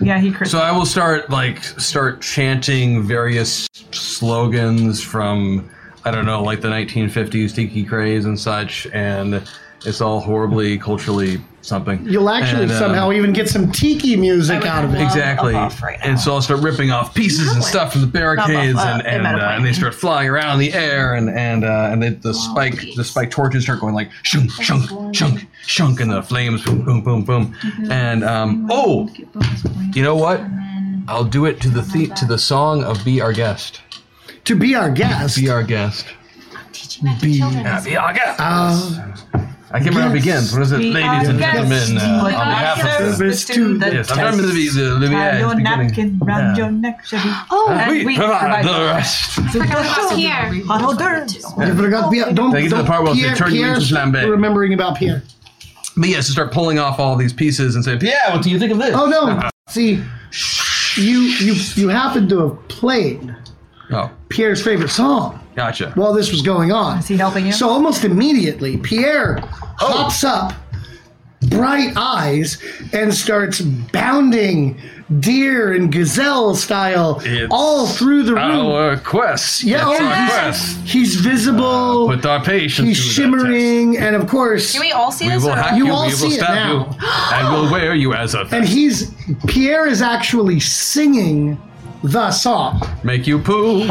Yeah, he crit. So I will start like start chanting various slogans from I don't know like the 1950s tiki craze and such, and it's all horribly culturally something. You'll actually And, uh, somehow even get some tiki music out of it. Exactly, I'm off right now. and so I'll start ripping off pieces and stuff from the barricades, uh, and and, metaphor. uh, and they start flying around in the air, and and uh, and they, Oh, the spike the spike torches start going like shunk shunk shunk shunk, and the flames boom boom boom boom, Mm-hmm. and um oh, you know what? I'll do it to the, the to the song of "Be Our Guest." To be our guest. Be our guest. Be- Yeah, be our guest. Uh, I can't remember how it begins. What is it, Be ladies and our gentlemen? guest. Uh, on behalf of the, service to the yes, I'm trying to be the Olivier Tie your napkin round your neck, Chevy. Oh, And Uh, we provide the rest. It's here. hot hors d'oeuvres. you forgot Pierre. Don't, They get to don't the part where they Pierre, turn you into Pierre's flambe. Remembering about Pierre. But yes, to start pulling off all these pieces and say, "Yeah, what do you think of this?" Oh no! See, you you you happen to have played Oh, Pierre's favorite song gotcha. while this was going on. Is he helping you? So almost immediately, Pierre Oh. hops up, bright eyes, and starts bounding deer and gazelle style It's all through the room. our quest. Yeah, It's oh, our he's- quest. He's visible. With our patience, he's Uh, to the test. shimmering, and of course, Do we all see We this? will or- hack You you. all we see will it stab you, now. and we'll wear you as a and he's Pierre is actually singing the song. make you poo,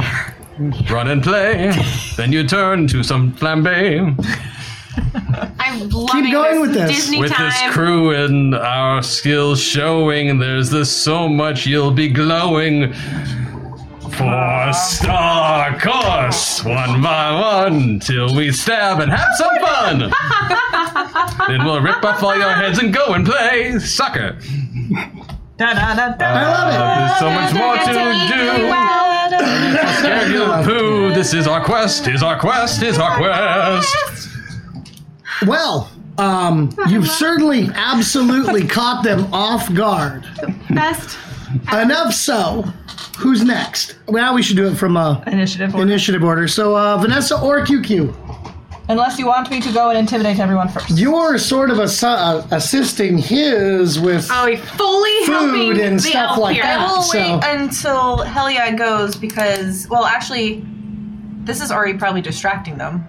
run and play, then you turn to some flambe I'm loving going with this. Disney with time. this crew and our skills showing. There's this so much you'll be glowing. Four star course, one by one, till we stab and have some fun. then we'll rip off all your heads and go and play soccer. Da, da, da, da. Uh, I There's love so much more to do. Scared you'll poo. This is our quest. Is our quest. Is our quest. it. Well, um, you've certainly absolutely caught them off guard. Best. Enough so. Who's next? Well, we should do it from uh, a Initiative. order. initiative order. So uh, Vanessa or QQ? Unless you want me to go and intimidate everyone first. You're sort of assi- uh, assisting his with oh, fully food and stuff like I that. will So wait uh, until Helia goes because, well, actually, this is already probably distracting them.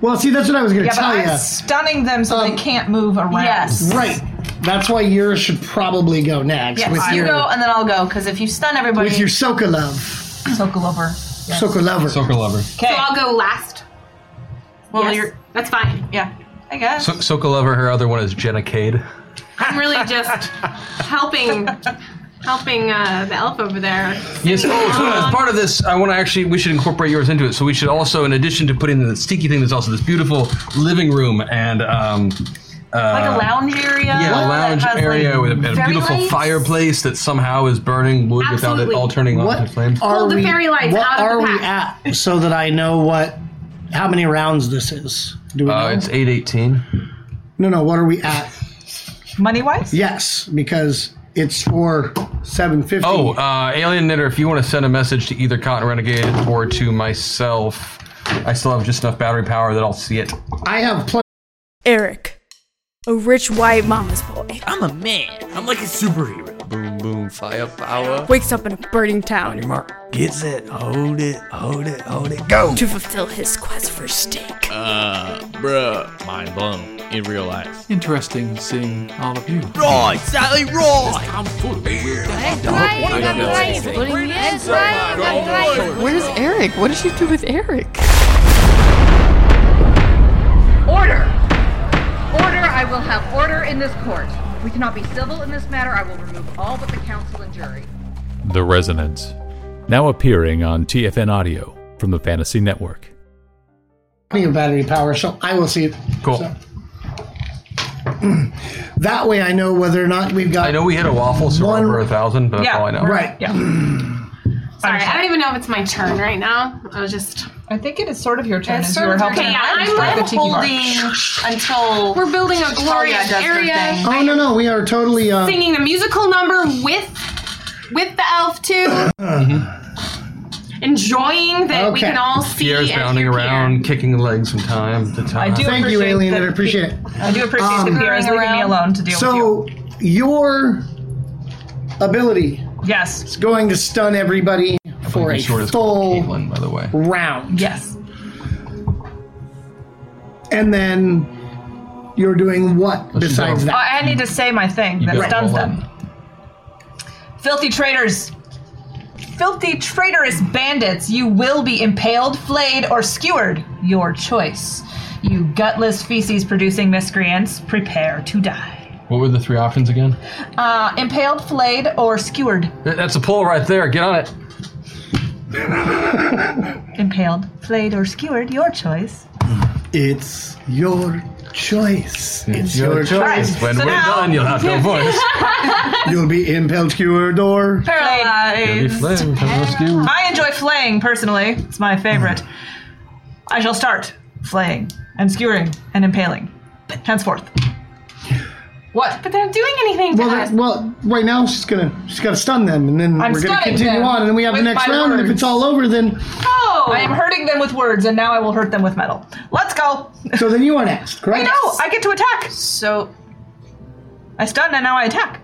well, see, that's what I was going to Yeah, but tell I'm you. stunning them so they can't move around. Yes. Right. That's why yours should probably go next Yes, with you your go and then I'll go because if you stun everybody, with your soca love, Soak over. soca lover. Soaker lover. Okay. So I'll go last. well, Yes, Oh, you're that's fine. yeah, I guess. So- Soaker lover. Her other one is Jenna Cade. I'm really just helping helping uh, the elf over there. Yes. Sitting Oh, so on- as Um, part of this, I want to actually we should incorporate yours into it. So we should also, in addition to putting the stinky thing, there's also this beautiful living room and um, uh, like a lounge area. Yeah, a that lounge has, like, area with a, and a fairy beautiful lights. fireplace that somehow is burning wood without Absolutely. it all turning on to What flame. are the we? fairy lights what out of are the we pack. at so that I know what how many rounds this is? Do we Uh, know? it's eight eighteen. No, no. What are we at? Money wise? Yes, because it's for seven fifty. Oh, uh, Alien Knitter, if you want to send a message to either Cotton Renegade or to myself, I still have just enough battery power that I'll see it. I have plenty. Eric, a rich white mama's boy, I'm a man. I'm like a superhero. Boom, boom, firepower. wakes up in a burning town Mark gets it. Hold it. Hold it. Hold it. Go. to fulfill his quest for steak. Uh, bruh. Mind blown. In real life. Interesting seeing all of you. Right, Sally. Right. I'm full of weird. Where's Eric? What did she do with Eric? Order! Order! I will have order in this court. We cannot be civil in this matter. I will remove all but the counsel and jury. The Resonance. Now appearing on TFN Audio from the Fantasy Network. of battery power, so I will see it. Cool. That way, I know whether or not we've got. I know we hit a waffle, so we're over a thousand, but that's all I know. Right. Sorry, I don't even know if it's my turn right now. I was just. I think it is sort of your turn. It's as sort you were of your helping turn. her I'm with like the tiki bar. until we're building a glorious does her area. thing. Oh no, no, we are totally. Uh, Singing the musical number with with the elf too, enjoying that we Okay. can all see. Pierre's and bounding hear around, kicking legs from time to time. I do Thank you, appreciate Alien. that- I appreciate it. I do appreciate that Pierre is leaving me alone to deal so your ability with Yes. is going to stun everybody for a Making sure it's full Caitlin, by the way. round. Yes. And then you're doing what besides Oh, that? I need to say my thing You that gotta stuns roll them. Filthy traitors. Filthy traitorous bandits, you will be impaled, flayed, or skewered. Your choice. You gutless feces producing miscreants, prepare to die. What were the three options again? Uh, impaled, flayed, or skewered. Th- That's a poll right there. Get on it. Impaled, flayed, or skewered, your choice. It's your choice. It's, your, choice. choice. When So we're now- done, you'll have no voice. you'll be impelled, cured, or Paralyzed. Paralyzed. I enjoy flaying personally. It's my favorite. I shall start flaying and skewering and impaling. Henceforth. What? But they're not doing anything to Well, us. that- well, right now she's gonna she's gotta stun them, and then I'm we're gonna stunning continue them on, and then we have the with next my round. And if words. it's all over, then Oh! I am hurting them with words, and now I will hurt them with metal. Let's go. so then you are I next, correct? know. I get to attack. So I stun, and now I attack.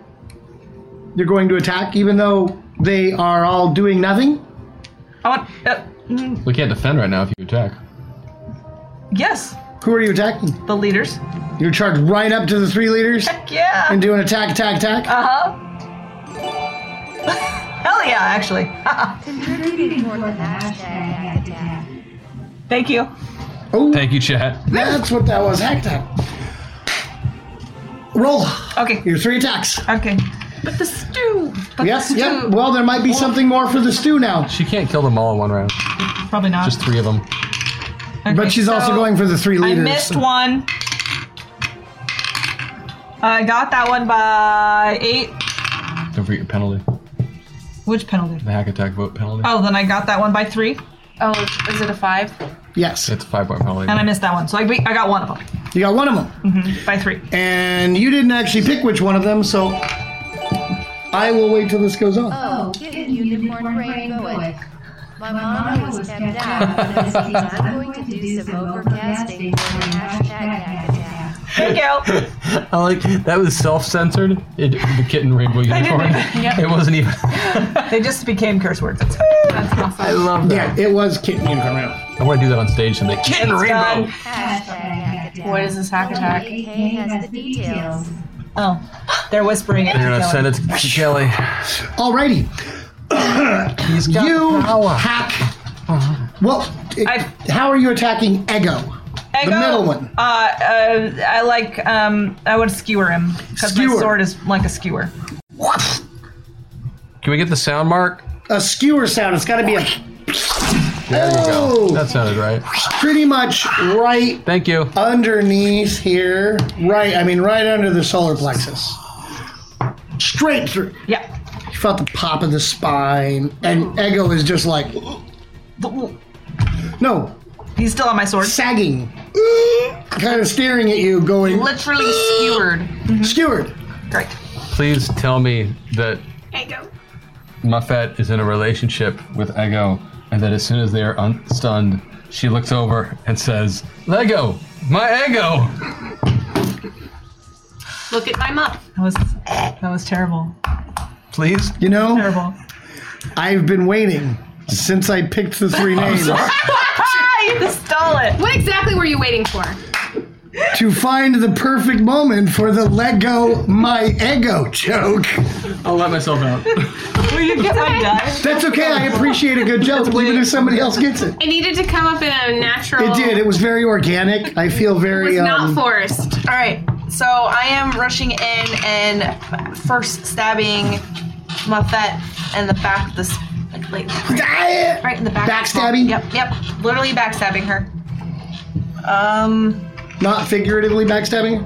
You're going to attack, even though they are all doing nothing. I want. Uh, mm, We can't defend right now if you attack. yes. Who are you attacking? The leaders. You charge right up to the three leaders Yeah. and do an attack, attack, attack. Uh huh. Hell yeah, actually. Contributing toward the hashtag attack. Thank you. Oh. Thank you, chat. That's what that was. Hack that. Roll. Okay. Your three attacks. Okay. But the stew. But yes. the stew. Yep. Well, there might be something more for the stew now. She can't kill them all in one round. Probably not. Just three of them. but she's also so going for the three leaders. I missed one. I got that one by eight. Don't forget your penalty. Which penalty? The hack attack vote penalty. Oh, then I got that one by three. Oh, is it a five? Yes. It's a five point penalty. And I missed that one, so I, I got one of them. You got one of them. Mm-hmm. By three. And you didn't actually pick which one of them, so I will wait till this goes on. Oh, get unicorn brain going. My mom was kept out, but I'm going to to do some overcasting for the hashtag hack attack. Thank you. I like that was self-censored. It, the kitten rainbow unicorn. Yep. It wasn't even. they just became curse words. That's awesome. I love that. Yeah, it was kitten unicorn rainbow. I want to do that on stage someday. Kitten It's rainbow. done. What is this hack attack? has the details. Oh, they're whispering it. They're gonna send it to Kelly. Alrighty. you hack. Well, it- how are you attacking Ego? The Ego, middle one. Uh, uh, I like. Um, I would skewer him because my Skewer. sword is like a skewer. Can we get the sound mark? A skewer sound. It's got to be a There we go. Oh. That sounded right. pretty much right. Thank you. Underneath here, right. I mean, right under the solar plexus. Straight through. Yeah. You felt the pop of the spine, and Ego is just like, no. He's still on my sword. Sagging. Kind of staring at you, going. Literally skewered. Skewered. Great. Please tell me that Ego. Muffet is in a relationship with Ego, and that as soon as they are unstunned, she looks over and says, "Lego, my Ego." Look at my muff. That was that was terrible. Please? You know? Terrible. I've been waiting since I picked the three names you stole it. What exactly were you waiting for? to find the perfect moment for the Lego My Ego joke. I'll let myself out. Will you get my die? That's okay. I appreciate a good joke, even if somebody else gets it. It needed to come up in a natural. It did. It was very organic. I feel very. um, forced. All right. So I am rushing in and first stabbing Muffet in the back of this. Like, like, right, in the back. Backstabbing? Yep, yep. Literally backstabbing her. Um, Not figuratively backstabbing?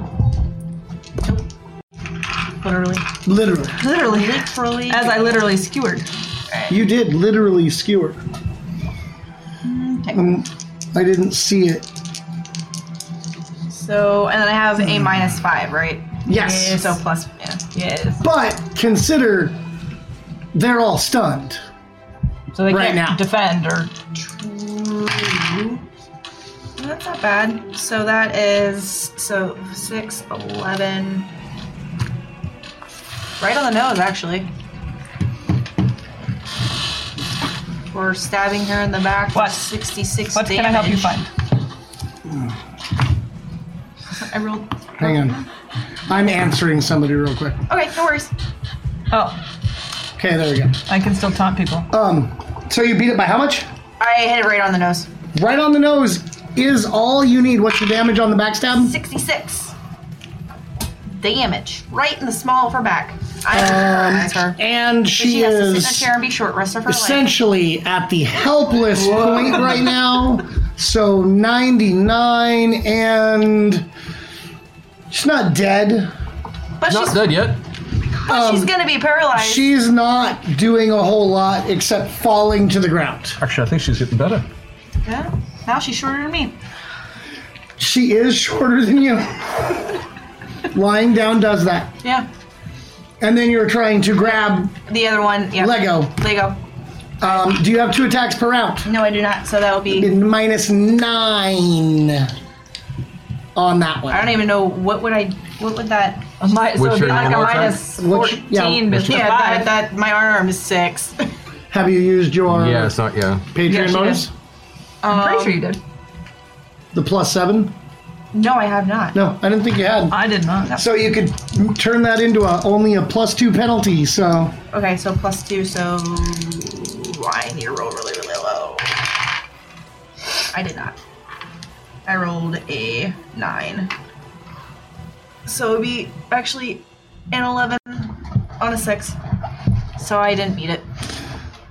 Literally. Literally. Literally. Literally. As I literally skewered. You did literally skewer. Um, I didn't see it. So, and then I have a minus five, right? Yes. Yeah, so plus, yeah. Yes. But consider they're all stunned. So they Right can't now. defend or That's not bad. So that is so six, eleven. Right on the nose, actually. We're stabbing her in the back. What? Sixty-six. What can I help you find? I rolled. Hang on. I'm answering somebody real quick. Okay, no worries. Oh, Okay, there we go. I can still taunt people. Um, so you beat it by how much? I hit it right on the nose. Right on the nose is all you need. What's your damage on the backstab? Sixty-six. Damage, right in the small of her back. Um, I her. and she, she has to sit is in a chair and be short rest of her life. essentially at the helpless Whoa. point right now. So 99 and she's not dead. But Not dead yet. But she's gonna be paralyzed. She's not doing a whole lot except falling to the ground. Actually, I think she's getting better. Yeah. Now she's shorter than me. She is shorter than you. Lying down does that. Yeah. And then you're trying to grab The other one, yeah. Lego. Lego. Um, do you have two attacks per round? No, I do not. So that will be. minus nine on that one. I don't even know what would I. What would that? My, so What's it'd be your like a normal attack? minus What's- fourteen. yeah, 14 what's your- yeah, that, that my arm is six. Have you used your Yeah, it's not. Yeah. Patreon Yeah, she bonus? I'm pretty sure you did. The plus seven? Um, No, I have not. No, I didn't think you had. I did not. So you could turn that into a, only a plus two penalty. So Okay, so plus two. So I need to roll really, really low. I did not. I rolled a nine. So it'd be actually an eleven on a six. So I didn't beat it.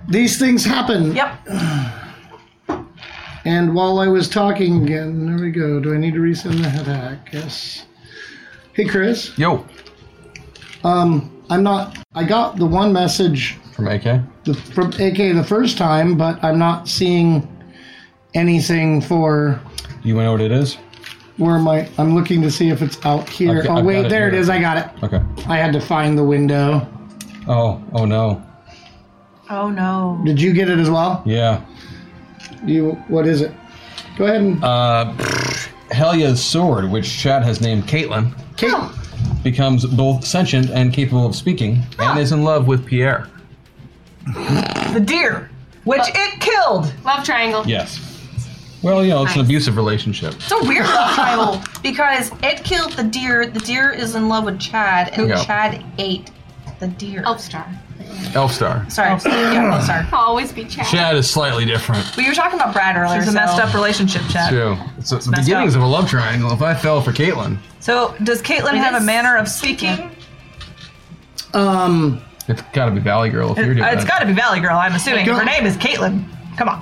these things happen. Yep. And while I was talking again, there we go. Do I need to resend the headache? Yes. Hey, Chris. Yo. Um, I'm not. I got the one message From AK. the, from AK the first time, but I'm not seeing anything for You want to know what it is? where my. I'm looking to see if it's out here. I've got- oh I've wait, got it there it here. is. I got it. Okay. I had to find the window. Oh. Oh no. Oh no. Did you get it as well? Yeah. You. What is it? Go ahead and. Uh, pfft, Helia's sword, which Chad has named Caitlin, becomes both sentient and capable of speaking, and is in love with Pierre. The deer, which Uh, it killed. Love triangle. Yes. Well, you know, it's an Nice. abusive relationship. It's a weird love triangle because it killed the deer. The deer is in love with Chad, and Yeah. Chad ate the deer. Elfstar. Elfstar. Oh, Sorry. yeah, Elfstar. I'll always be Chad. Chad is slightly different. We were talking about Brad earlier. It's a so- messed up relationship, Chad. True. It's, the messed beginnings of a love triangle. If I fell for Caitlin, So, does Caitlyn have a manner of speaking? Um, it's got to be Valley Girl if you're It, doing has got to Uh, be Valley Girl, I'm assuming. Go- Her name is Caitlyn. Come on.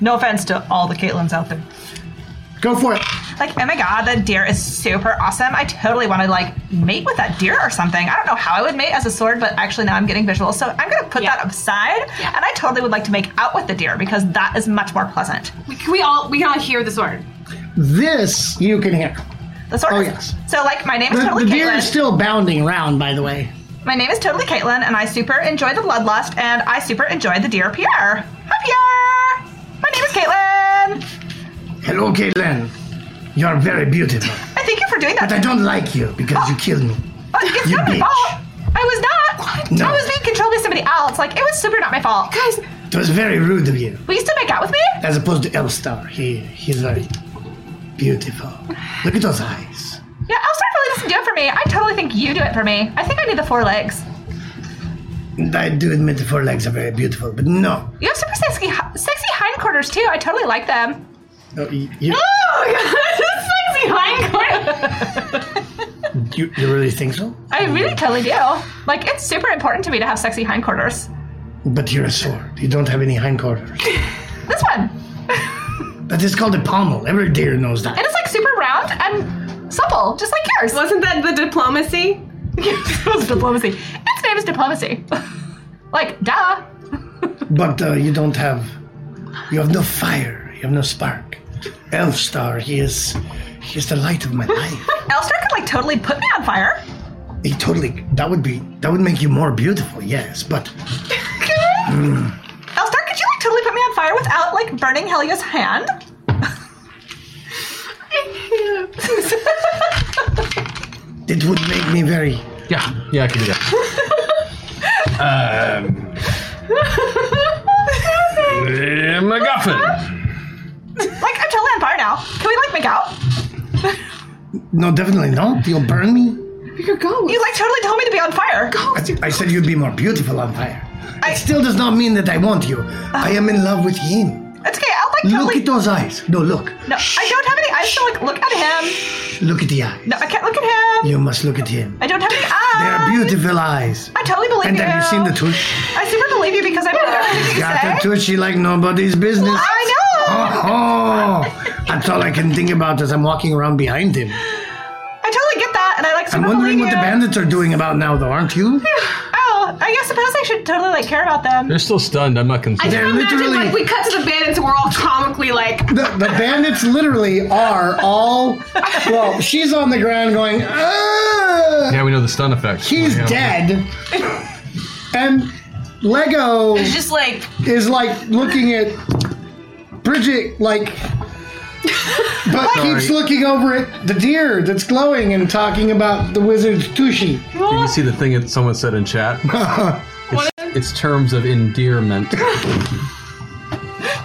No offense to all the Caitlins out there. Go for it. Like, oh my god, that deer is super awesome. I totally want to like mate with that deer or something. I don't know how I would mate as a sword, but actually now I'm getting visual, so I'm gonna put that aside. And I totally would like to make out with the deer because that is much more pleasant. We, can we all we can all hear the sword. This you can hear. The sword. Oh yes. So like my name is The, totally the deer is Caitlin. still bounding around, by the way. My name is totally Caitlin, and I super enjoy the bloodlust, and I super enjoy the deer Pierre. Hi Pierre. My name is Caitlin. Hello, Caitlin. You're very beautiful, I thank you for doing that. but I don't like you because you killed me. But it's You not my bitch. fault. I was not. No. I was being controlled by somebody else. Like it was super not my fault. Guys, It was very rude of you, will you still make out with me? as opposed to Elstar. He he's very beautiful. Look at those eyes. Yeah, Elstar really doesn't do it for me. I totally think you do it for me. I think I need the four legs. I do admit the four legs are very beautiful, but no. You have super sexy, sexy hindquarters too. I totally like them. No, you, you, Oh, God, sexy hindquarters. you, you really think so? I really totally do. Like it's super important to me to have sexy hindquarters. But you're a sword. You don't have any hindquarters. This one, That is called a pommel. Every deer knows that. and it's like super round and supple, just like yours. Wasn't that the diplomacy? it was diplomacy. Its name is diplomacy. like duh. But uh, you don't have. You have no fire. You have no spark. Elfstar, he is. He is the light of my life. Elstar could like totally put me on fire. He totally. That would be. That would make you more beautiful, yes, but. Mm, Elstar, could you like totally put me on fire without like burning Helia's hand? it would make me very. Yeah, yeah, I can do that. um, eh, MacGuffin. like I'm totally on fire now. Can we like make out? No, definitely not. You'll burn me. You're going. You like totally told me to be on fire. Go. I, thi- I said you'd be more beautiful on fire. It still does not mean that I want you. I am in love with him. It's okay. I'll like Look totally. at those eyes. No, look. No, I don't have any eyes to like look at him. Look at the eye. No, I can't look at him. You must look at him. I don't have any eyes. They're beautiful eyes. I totally believe And you. have you seen the tooth? I super believe you because I believe everything you Got say. the tushy like nobody's business. I Oh, know. oh. that's all I can think about as I'm walking around behind him. I totally get that, and I like. Super I'm Oh, wondering believe what the you. bandits are doing about now, though, aren't you? Oh, I guess suppose I should totally like care about them. They're still stunned. I'm not I concerned. just imagine like we cut to the bandits and we're all comically like The, the bandits literally are all. Well, she's on the ground going, "Ah, yeah, we know the stun effect. he's Yeah. dead. And Lego It's just like is like looking at Bridget, like, but Sorry. keeps looking over at the deer that's glowing and talking about the wizard's tushy. Did you see the thing that someone said in chat? it's, it's terms of endearment.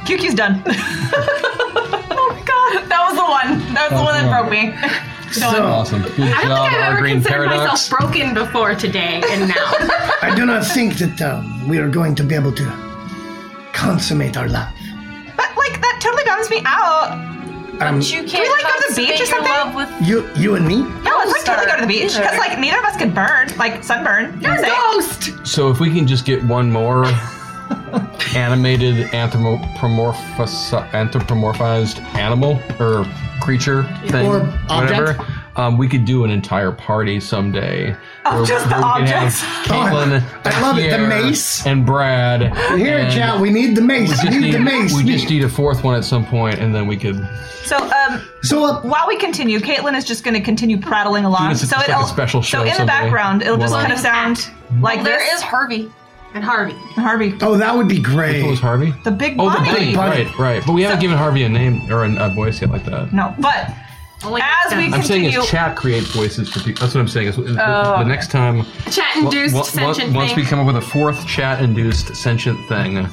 QQ's done. oh my god, that was the one. That was the one that broke me. So- awesome. Good I don't job, think I've our ever green considered paradox. myself broken before today and now. I do not think that um, we are going to be able to consummate our love. But like that totally bums me out. Um, you can't Can we like go to the beach or consummate your something? love with you, you and me. No, let's like totally go to the beach because like neither of us could burn, like sunburn. You're a ghost. So if we can just get one more animated anthropomorphos- anthropomorphized animal or creature thing, Or whatever, um, we could do an entire party someday. Oh, just the we could objects. have Caitlin, I love it, the Pierre, mace. and Brad. Here, and chat, we need the we mace. just We need the need- mace. we just need a fourth one at some point, and then we could. So um, So, uh, while we continue, Caitlin is just going to continue prattling along. This is so just like it'll a special show so in the someday. background, it'll just One-on- kind of sound like there this. is Harvey. And Harvey. Harvey. Oh, that would be Who great. was Harvey? The big oh, bunny. the bunny. Right, right. But we haven't given Harvey a name or a, a voice yet like that. No, but as we I'm saying continue, is chat creates voices for people. That's what I'm saying. Is the- Oh, the okay. next time. Chat-induced Wa- wa- wa- sentient Once we thing. come up with a fourth chat-induced sentient thing,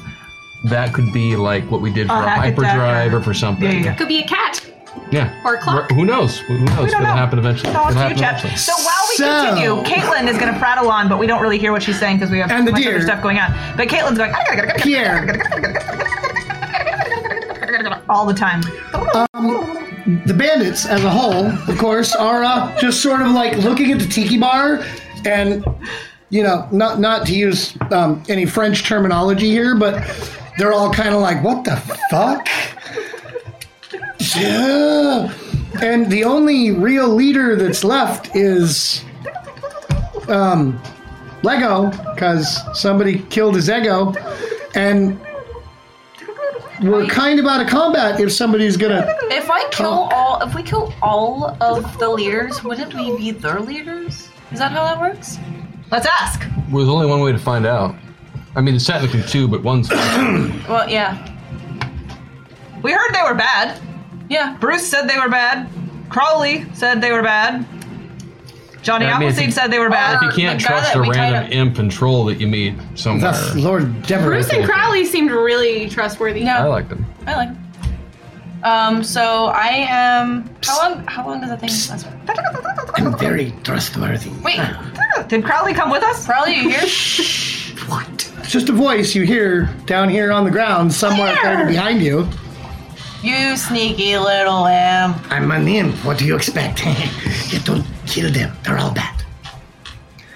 that could be like what we did for Oh, a that could- that- hyperdrive or for something. Could be a cat. Yeah. Or a clock. Wh- Who knows? Who knows? We don't It'll know. happen eventually. It's all up It'll to you, happen Jeff. eventually. So while we So- continue, Caitlin is going to prattle on, but we don't really hear what she's saying because we have too And the much other deer. stuff going on. But Caitlin's going Pierre. all the time. Um, the bandits as a whole, of course, are uh, just sort of like looking at the tiki bar and, you know, not not to use um, any French terminology here, but they're all kind of like, what the fuck? Yeah. And the only real leader that's left is um, Lego, because somebody killed his ego. And we're kind of out of combat if somebody's going to If I kill all, if we kill all of the leaders, wouldn't we be their leaders? Is that how that works? Let's ask. Well, there's only one way to find out. I mean, there's technically two, but one's. Well, yeah. We heard they were bad. Yeah. Bruce said they were bad. Crowley said they were bad. Johnny Yeah, I mean, if Appleseed you- said they were bad. If you can't Uh, The guy trust that a we tied random up- imp and troll that you meet somewhere. That's Lord Deborah. Bruce and Crowley seemed really trustworthy. Yeah. I like them. I like. Them. Um. So I am. How long? How long does that thing last? for? I'm very trustworthy. Wait. Did Crowley come with us? Crowley, you here? It's just a voice you hear down here on the ground, somewhere kind of behind you. You sneaky little imp. I'm an imp. What do you expect? you don't kill them. They're all bad.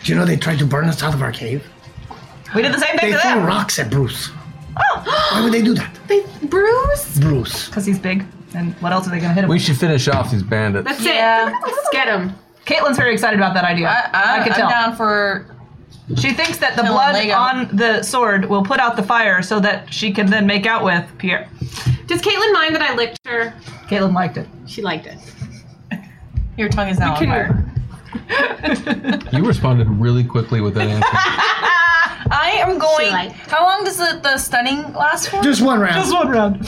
Do you know they tried to burn us out of our cave? We did the same thing They to threw them. rocks at Bruce. Oh. Why would they do that? They, Bruce? Bruce. Because he's big. And what else are they going to hit him We with? should finish off these bandits. That's Yeah. it. Let's get him. Caitlin's very excited about that idea. I, I can I'm tell. down for. She thinks that the Killing blood Lego. on the sword will put out the fire so that she can then make out with Pierre. Does Caitlin mind that I licked her? Caitlin liked it. She liked it. Your tongue is now on can- fire. You responded really quickly with that answer. I am going. How long does the, the stunning last for? Just one round.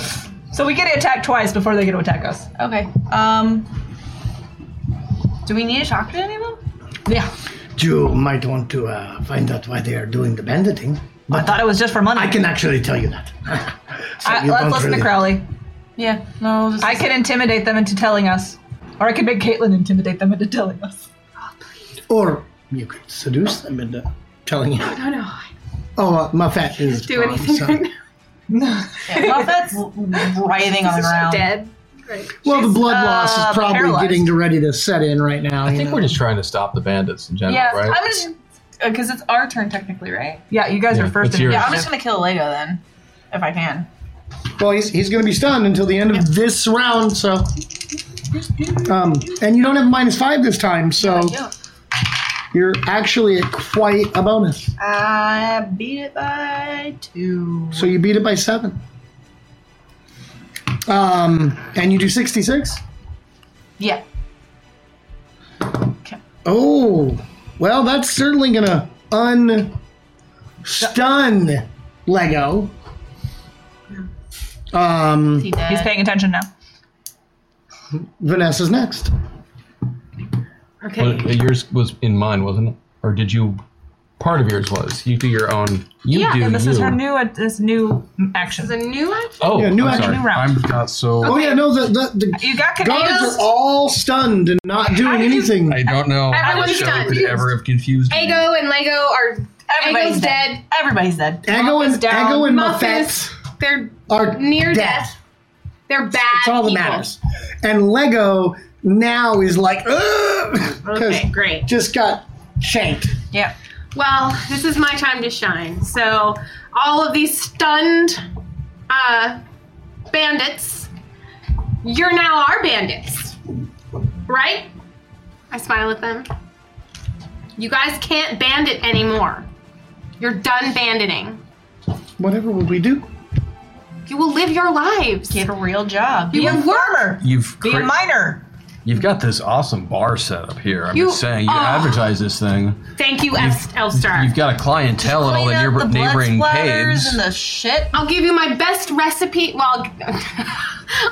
So we get to attack twice before they get to attack us. Okay. Um. Do we need to talk to any of them? Yeah. You might want to uh, find out why they are doing the banditing. But I thought it was just for money. I can actually tell you that. So I, you let's don't listen really- to Crowley. Yeah. No. Just I could intimidate them into telling us, or I could make Caitlin intimidate them into telling us. Or you could seduce them into telling you. No, no. Oh, uh, my fat is. Do anything so- right now. Yeah, Muffet's writhing on the She's ground. Dead. Right. Well, the blood uh, loss is probably paralyzed. getting to ready to set in right now. I think we're just trying to stop the bandits in general, Yeah. right? I'm just because it's our turn technically, right? Yeah, you guys Yeah, are first. it's in- yours. Yeah. I'm just gonna kill Lego then, if I can. Well, he's, he's going to be stunned until the end of this round, so. Um, and you don't have minus five this time, so you're actually at quite a bonus. I beat it by two. So you beat it by seven. Um, and you do 66? Yeah. Oh, well, that's certainly going to un stun Lego. Um, He's paying attention now. Vanessa's next. Well, yours was in mine, wasn't it? Or did you? Part of yours was. You do your own. You yeah, do and this you. is her new uh, this new action. This is a new action. Oh, Yeah, new I'm action, sorry. new I'm not so. Oh yeah, no, the the, the You got guards confused. are all stunned and not doing anything. I don't know. I- I if was Shelley done. could ever have confused. Ego and Lego are. Everybody's Ego's dead. dead. Everybody's dead. Ego Muff is and down. Ego and Muff Muffet is- They're are near dead. death. They're bad. It's all that people. matters. And Lego now is like, because Okay, great. just got shanked. Yeah. Well, this is my time to shine. So, all of these stunned uh, bandits, you're now our bandits, right? I smile at them. You guys can't bandit anymore. You're done banditing. Whatever would we do? You will live your lives. Get a real job. You Be a will work. farmer. You've Be a cre- miner. You've got this awesome bar set up here. I'm You- just saying, you oh. advertise this thing. Thank you, F- Elstar. You've got a clientele Oh, in all the, neighbor- neighboring caves. the shit. I'll give you my best recipe. Well,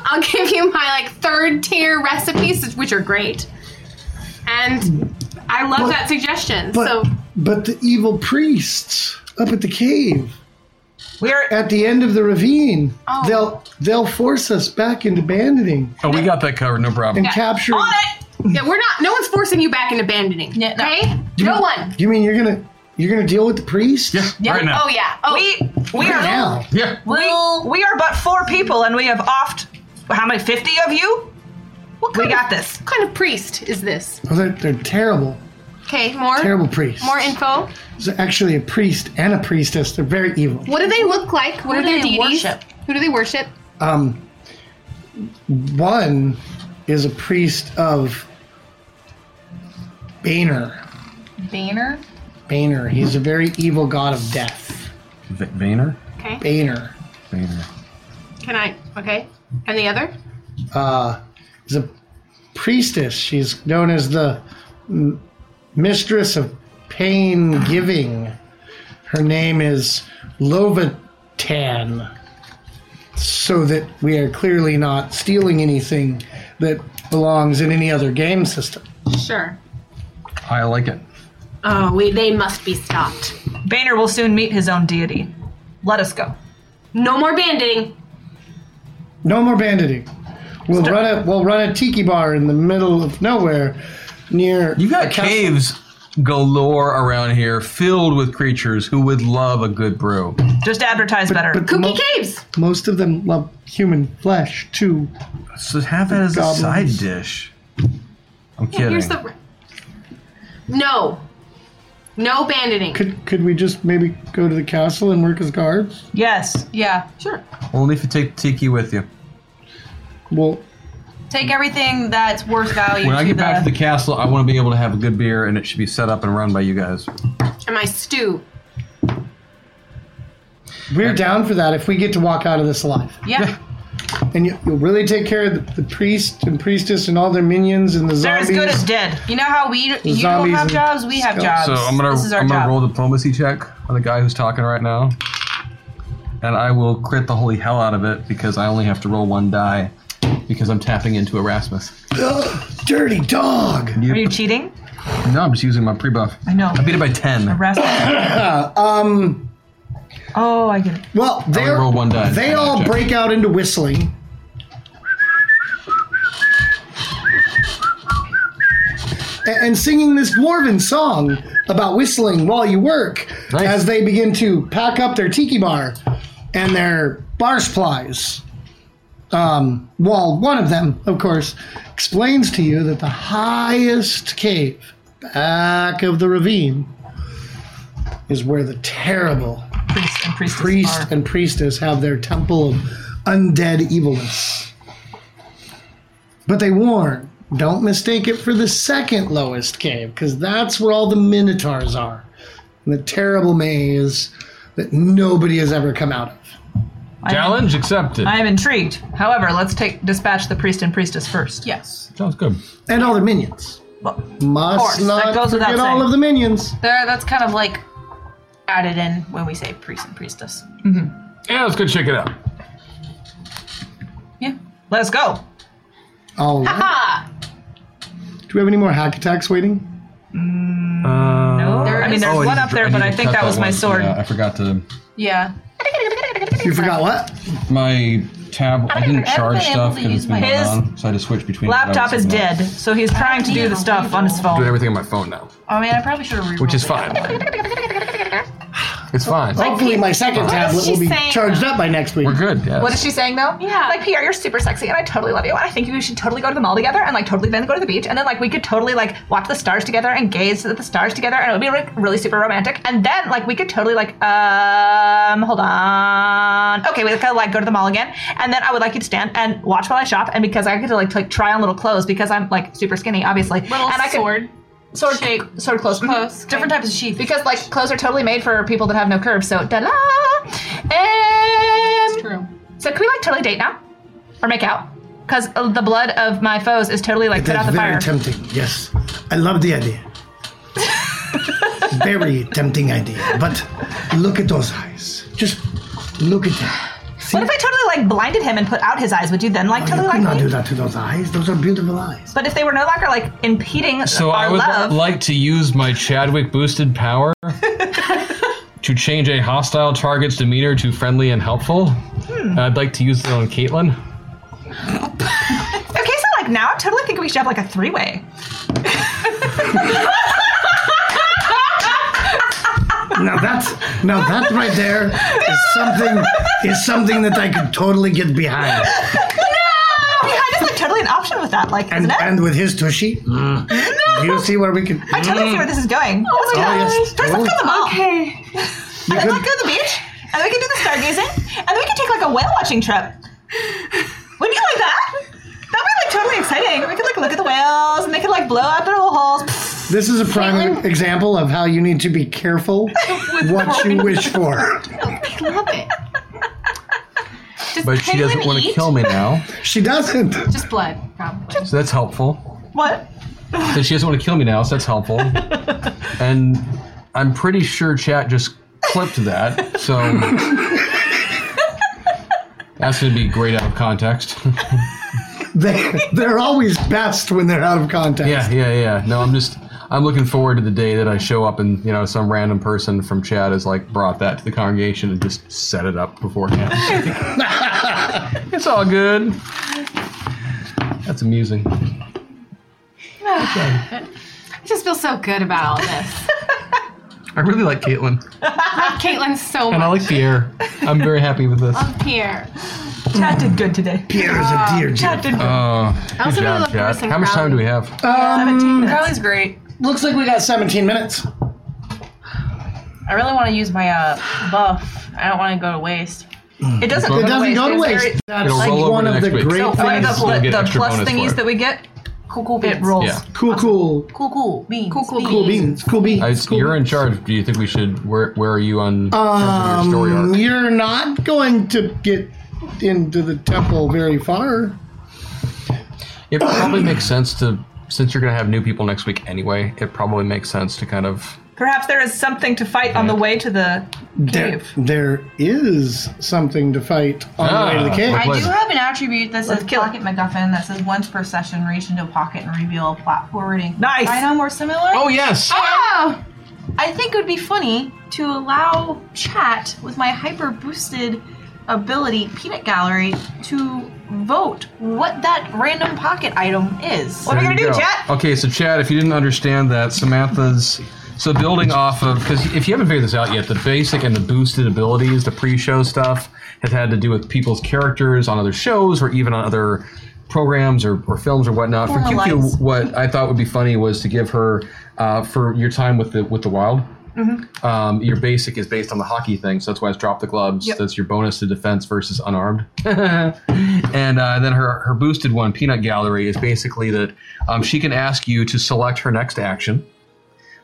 I'll give you my like third tier recipes, which are great. And I love But- that suggestion. But, so but the evil priests up at the cave. We're at the end of the ravine. Oh. They'll they'll force us back into banditing. Oh, we got that covered, no problem. And capture on it. Yeah, we're not. No one's forcing you back into abandoning. Okay, You no mean- one. You mean you're gonna you're gonna deal with the priests? Yeah, Oh yeah. Oh, we We are Yeah. We, we are but four people, and we have offed how many? Fifty of you. we got this. What kind of priest is this? Oh, they're, they're terrible. Okay, more. Terrible priests. More info. There's actually a priest and a priestess. They're very evil. What do they look like? What, are do their they deities? Who do they worship? Um, one is a priest of Boehner. Boehner? Boehner. He's a very evil god of death. V- Vayner? Okay. Boehner Vayner. Can I? Okay. And the other? uh, is a priestess. She's known as the m- mistress of pain giving. Her name is Lovatan. So that we are clearly not stealing anything that belongs in any other game system. Sure. I like it. Oh, we, they must be stopped. Boehner will soon meet his own deity. Let us go. No more banditing. No more banditing. We'll run a we'll run a tiki bar in the middle of nowhere near You got caves galore around here filled with creatures who would love a good brew. Just advertise better. But mo- Most of them love human flesh too. So have that as a side dish. I'm Yeah, kidding. here's the. No. No banditing. Could could we just maybe go to the castle and work as guards? Yes. Yeah. Sure. Only if you take Tiki with you. Well, Take everything that's worth value. when I to get the, back to the castle, I want to be able to have a good beer, and it should be set up and run by you guys. And my stew. We're down for that if we get to walk out of this alive. Yeah. And you, you'll really take care of the, the priest and priestess and all their minions and the They're zombies. as good as dead. You know how we The you don't zombies have and jobs, we have jobs. skeletons. So I'm gonna this is our I'm gonna job. roll a diplomacy check on the guy who's talking right now, and I will crit the holy hell out of it because I only have to roll one die because I'm tapping into Erasmus. dirty dog. Are you cheating? No, I'm just using my pre-buff. I know. I beat it by ten. um. Oh, I get it. Well, only they rolled one die. they all Check. break out into whistling. A- And singing this dwarven song about whistling while you work, as they begin to pack up their tiki bar and their bar supplies. Um, while one of them, of course, explains to you that the highest cave back of the ravine is where the terrible priest and priestess, have their temple of undead evilness. But they warn don't mistake it for the second lowest cave, because that's where all the minotaurs are. And the terrible maze that nobody has ever come out of. Challenge accepted. I am intrigued. However, let's take dispatch the priest and priestess first. Yes. Sounds good. And all the minions. Of course, Must that not goes without forget all saying. of the minions. There, that's kind of like added in when we say priest and priestess. Yeah, let's go check it out. Yeah. Let's go. All right. Ha! Do we have any more hack attacks waiting? Uh, no. Oh, I mean, there's one one up there, but I think that was my sword. Yeah, I forgot to. Yeah. You forgot what? My tab. I didn't charge been stuff able to because it's use been my- His on, so I just switched between. Laptop is dead, so he's trying to do the stuff on his I'm doing phone. everything on my phone now, Oh man, I probably should have which is fine. It's fine. Hopefully, my second What is tablet she will be saying? charged up by next week. We're good. Yes. What is she saying though? Yeah. Like PR, you're super sexy and I totally love you. And I think you should totally go to the mall together and like totally then go to the beach and then like we could totally like watch the stars together and gaze at the stars together and it would be like really super romantic. And then like we could totally like um hold on. Okay, we could like go to the mall again. And then I would like you to stand and watch while I shop and because I could like, t- like try on little clothes because I'm like super skinny, obviously. Little and I could, sword Sword shape, sword clothes, clothes, Mm-hmm. different types of sheath. Because like clothes are totally made for people that have no curves. So da la. Um, true. So can we like totally date now, or make out? because uh, the blood of my foes is totally like put out That's the very fire. tempting. Yes, I love the idea. very tempting idea. But look at those eyes. Just look at them. What if I totally like blinded him and put out his eyes? Would you then like You totally could like not me? do that to those eyes. Those are beautiful eyes. But if they were no longer like impeding So our I would love, like to use my Chadwick boosted power to change a hostile target's demeanor to friendly and helpful. Hmm. I'd like to use it on Caitlin. okay, so like now I totally think we should have like a three-way. Now that now that right there is something is something that I could totally get behind. Behind is like totally an option with that, like And isn't it? and with his tushy, do you see where we could? I totally see where this is going. Oh Let's my do it. gosh. First, let's go to the mall. Okay. And then let's go to the beach, and then we can do the stargazing, and then we can take like a whale watching trip. Wouldn't you like that? That'd be like totally exciting. We could like look at the whales, and they could like blow out their little holes. This is a prime example of how you need to be careful what you wish for. I love it. But she doesn't want to kill me now, She doesn't. Just blood, probably. so that's helpful. What? So she doesn't want to kill me now, so that's helpful. and I'm pretty sure chat just clipped that, so that's going to be great out of context. They they're always best when they're out of context. Yeah, yeah, yeah. No, I'm just I'm looking forward to the day that I show up and you know some random person from chat has like brought that to the congregation and just set it up beforehand. it's all good. That's amusing. I just feel so good about all this. I really like Caitlin I love Caitlin so and I much. like Pierre. I'm very happy with this. Love Pierre. Chad did good today. Pierre is a dear Chad did Oh, I also good really job, love chat. Lewis and How much time do we have? Um, Crowley's great. looks like we got 17 minutes. I really want to use my uh, buff. I don't want to go to waste. Mm. It doesn't It go to doesn't waste. go to It's waste. very- That's It'll roll over one to of next the week. great so things The, you'll pl- get the extra plus bonus thingies for. that we get, cool, cool beans. rolls. Yeah. Cool, cool. Cool, cool beans. Cool, cool, Cool beans. Cool beans. I, you're in charge. Do you think we should? Where Where are you on? terms of your story arc? Um, you're not going to get into the temple very far. It probably makes sense to, since you're going to have new people next week anyway, it probably makes sense to kind of. Perhaps there is something to fight on the way to the There, there is something to fight on the way to the Ah. cave. I do have an attribute that says Pocket MacGuffin that says once per session reach into a pocket and reveal a plot forwarding nice. item or similar. Oh, yes. Ah, Oh! I think it would be funny to allow chat with my hyper boosted ability peanut gallery to vote what that random pocket item is. What are we There you gonna do, go. Oh, chat? Okay, so Chad, if you didn't understand that, Samantha's. So building off of because if you haven't figured this out yet, the basic and the boosted abilities, the pre-show stuff, has had to do with people's characters on other shows or even on other programs or, or films or whatnot. For Former QQ, lives. what I thought would be funny was to give her uh, for your time with the with the wild. Mm-hmm. Um, your basic is based on the hockey thing, so that's why it's drop the gloves. Yep. That's your bonus to defense versus unarmed. and uh, then her her boosted one, peanut gallery, is basically that um, she can ask you to select her next action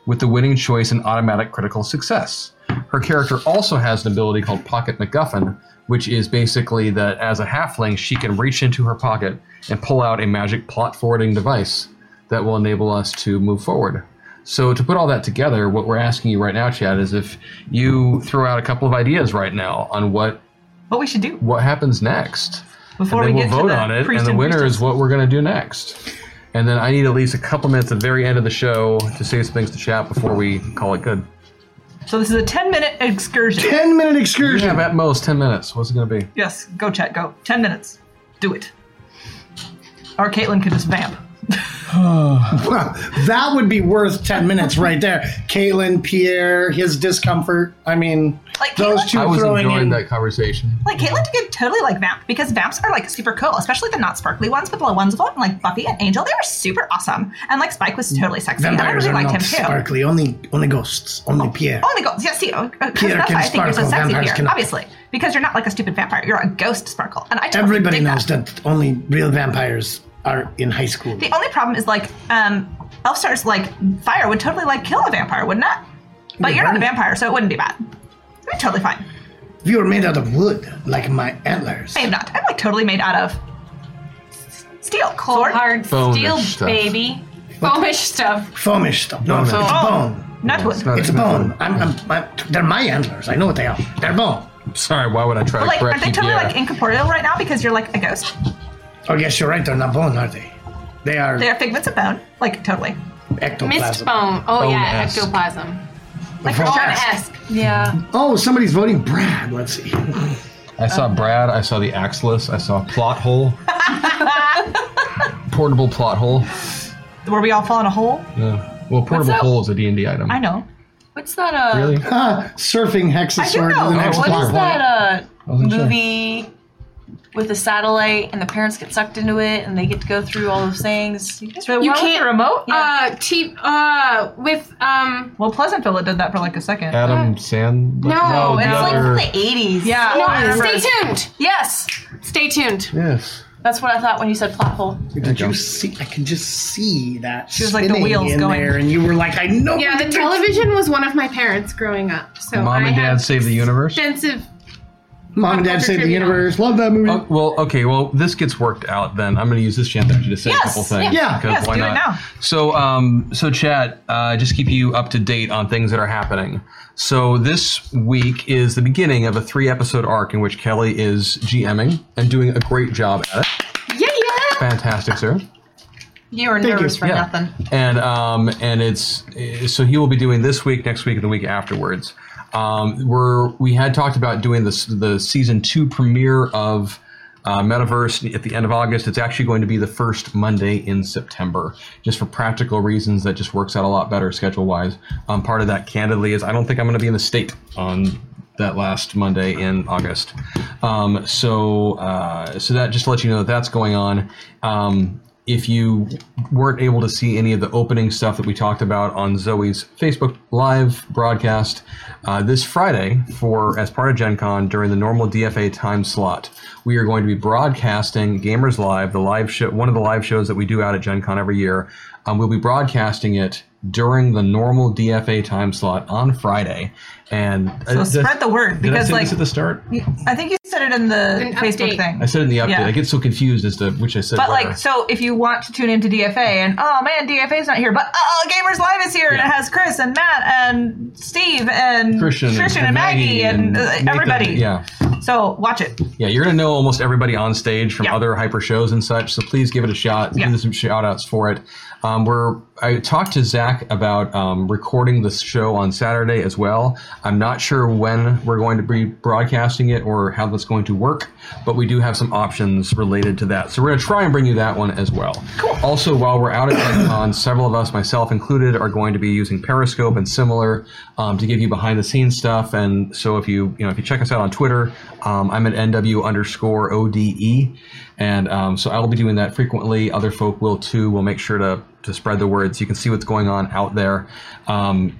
with the winning choice and automatic critical success. Her character also has an ability called Pocket MacGuffin, which is basically that as a halfling, she can reach into her pocket and pull out a magic plot forwarding device that will enable us to move forward. So, to put all that together, what we're asking you right now, Chad, is if you throw out a couple of ideas right now on what what we should do, what happens next, Before and then we we'll get to vote the on it, priest and the and winner priestess. is what we're going to do next. And then I need at least a couple minutes at the very end of the show to say some things to chat before we call it good. So this is a ten minute excursion. 10 minute excursion. Yeah, at most 10 minutes. What's it going to be? Yes, go chat, go. Ten minutes. Do it. Or Caitlin could just vamp. Well, that would be worth 10 minutes right there. Caitlin, Pierre, his discomfort. I mean, those two I was throwing enjoying in. that conversation. Like Caitlin could totally like vamp because vamps are like super cool, especially the not sparkly ones, but the ones with like Buffy and Angel, they were super awesome. And like Spike was totally sexy, Vampires and I really are liked not him too. sparkly. Only, only ghosts. Oh. Only Pierre. Only ghosts, yeah. See, uh, 'cause Peter that's can why I think you're so sparkle, sexy vampires here, cannot. obviously, because you're not like a stupid vampire. You're a ghost sparkle, and I totally Everybody dig that. knows that. only real vampires are in high school. The only problem is like um Elfstar's like fire would totally like kill a vampire, wouldn't it? But you're not a vampire, so it wouldn't be bad. It'd be totally fine. You are made out of wood, like my antlers. I am not. I'm like totally made out of Steel. Cold hard Bone-ish steel, stuff. baby. Foamish stuff. Foamish stuff. No, no, it's Oh. bone. Not wood. It's bone. I'm, I'm, I'm, they're my antlers. I know what they are. They're bone. Sorry, why would I try But to like, are correct they you? totally Yeah. like incorporeal right now because you're like a ghost? Oh, yes, you're right. They're not bone, are they? They are They are figments of bone, like totally. ectoplasm. Mist bone. Oh yeah, Bone-esque. ectoplasm. Like Bone-esque. Yeah. Oh, somebody's voting Brad. Let's see. I saw Brad. I saw the Axless. I saw Plot Hole. portable Plot Hole. Where we all fall in a hole? Yeah. Well, What's Portable up? Hole is a D&D item. I know. What's that? Uh, Really? Ah, Surfing hexa I don't sword to know. the next What is level. that uh, Wasn't sure. movie with the satellite and the parents get sucked into it and they get to go through all those things? You, guys really You well with can't- the remote. Uh, t- uh, with um. Well, Pleasantville did that for like a second. Adam Sand. No, the it's like other- the eighties. Yeah. No, I remember. stay tuned. Yes. Stay tuned. Yes. That's what I thought when you said plot hole. Did you see? I can just see that. She was like, the spinning wheels in going. there, and you were like, I know. Yeah, Oh, the television was one of my parents growing up, so Mom I and Dad have Save the Universe. extensive. Mom and Dad saved the universe. Love that Oh. movie. Uh, well, okay. Well, this gets worked out then. I'm going to use this chance actually to say Yes, a couple things. yeah, because yes, why do it not? now. So, um, so chat, uh, just keep you up to date on things that are happening. So this week is the beginning of a three-episode arc in which Kelly is GMing and doing a great job at it. Yeah, yeah. Fantastic, sir. You were nervous for Yeah. nothing. And um, and it's so he will be doing this week, next week, and the week afterwards. Um, we're we had talked about doing this the season two premiere of uh, Metaverse at the end of August. It's actually going to be the first Monday in September, just for practical reasons. That just works out a lot better schedule wise. Um, part of that, candidly, is I don't think I'm going to be in the state on that last Monday in August. Um, so, uh, so that just to let you know that that's going on. Um, if you weren't able to see any of the opening stuff that we talked about on Zoe's Facebook live broadcast uh, this Friday, for as part of Gen Con during the normal DFA time slot, we are going to be broadcasting Gamers Live, the live show, one of the live shows that we do out at Gen Con every year. Um, we'll be broadcasting it during the normal DFA time slot on Friday, and uh, So spread the word, did I because, say this like- at the start? I think you said it in the Facebook thing. I said it in the update. Yeah. I get so confused as to which I said. But where. like, so if you want to tune into DFA and oh man, DFA's not here, but oh, Gamers Live is here and it has Chris and Matt and Steve and Christian, and- and, Maggie and, uh, Nathan. everybody. Yeah, So watch it. yeah. You're gonna know almost everybody on stage from other hyper shows and such. So please give it a shot. Give us some shout outs for it. Um, we're I talked to Zach about um, recording the show on Saturday as well. I'm not sure when we're going to be broadcasting it or how that's going to work, but we do have some options related to that. So we're going to try and bring you that one as well. Also, while we're out at GenCon, several of us, myself included, are going to be using Periscope and similar um, to give you behind the scenes stuff. And so if you you know if you check us out on Twitter, um, I'm at nw underscore ode, and um, so I will be doing that frequently. Other folk will too. We'll make sure to to spread the word so you can see what's going on out there. Um,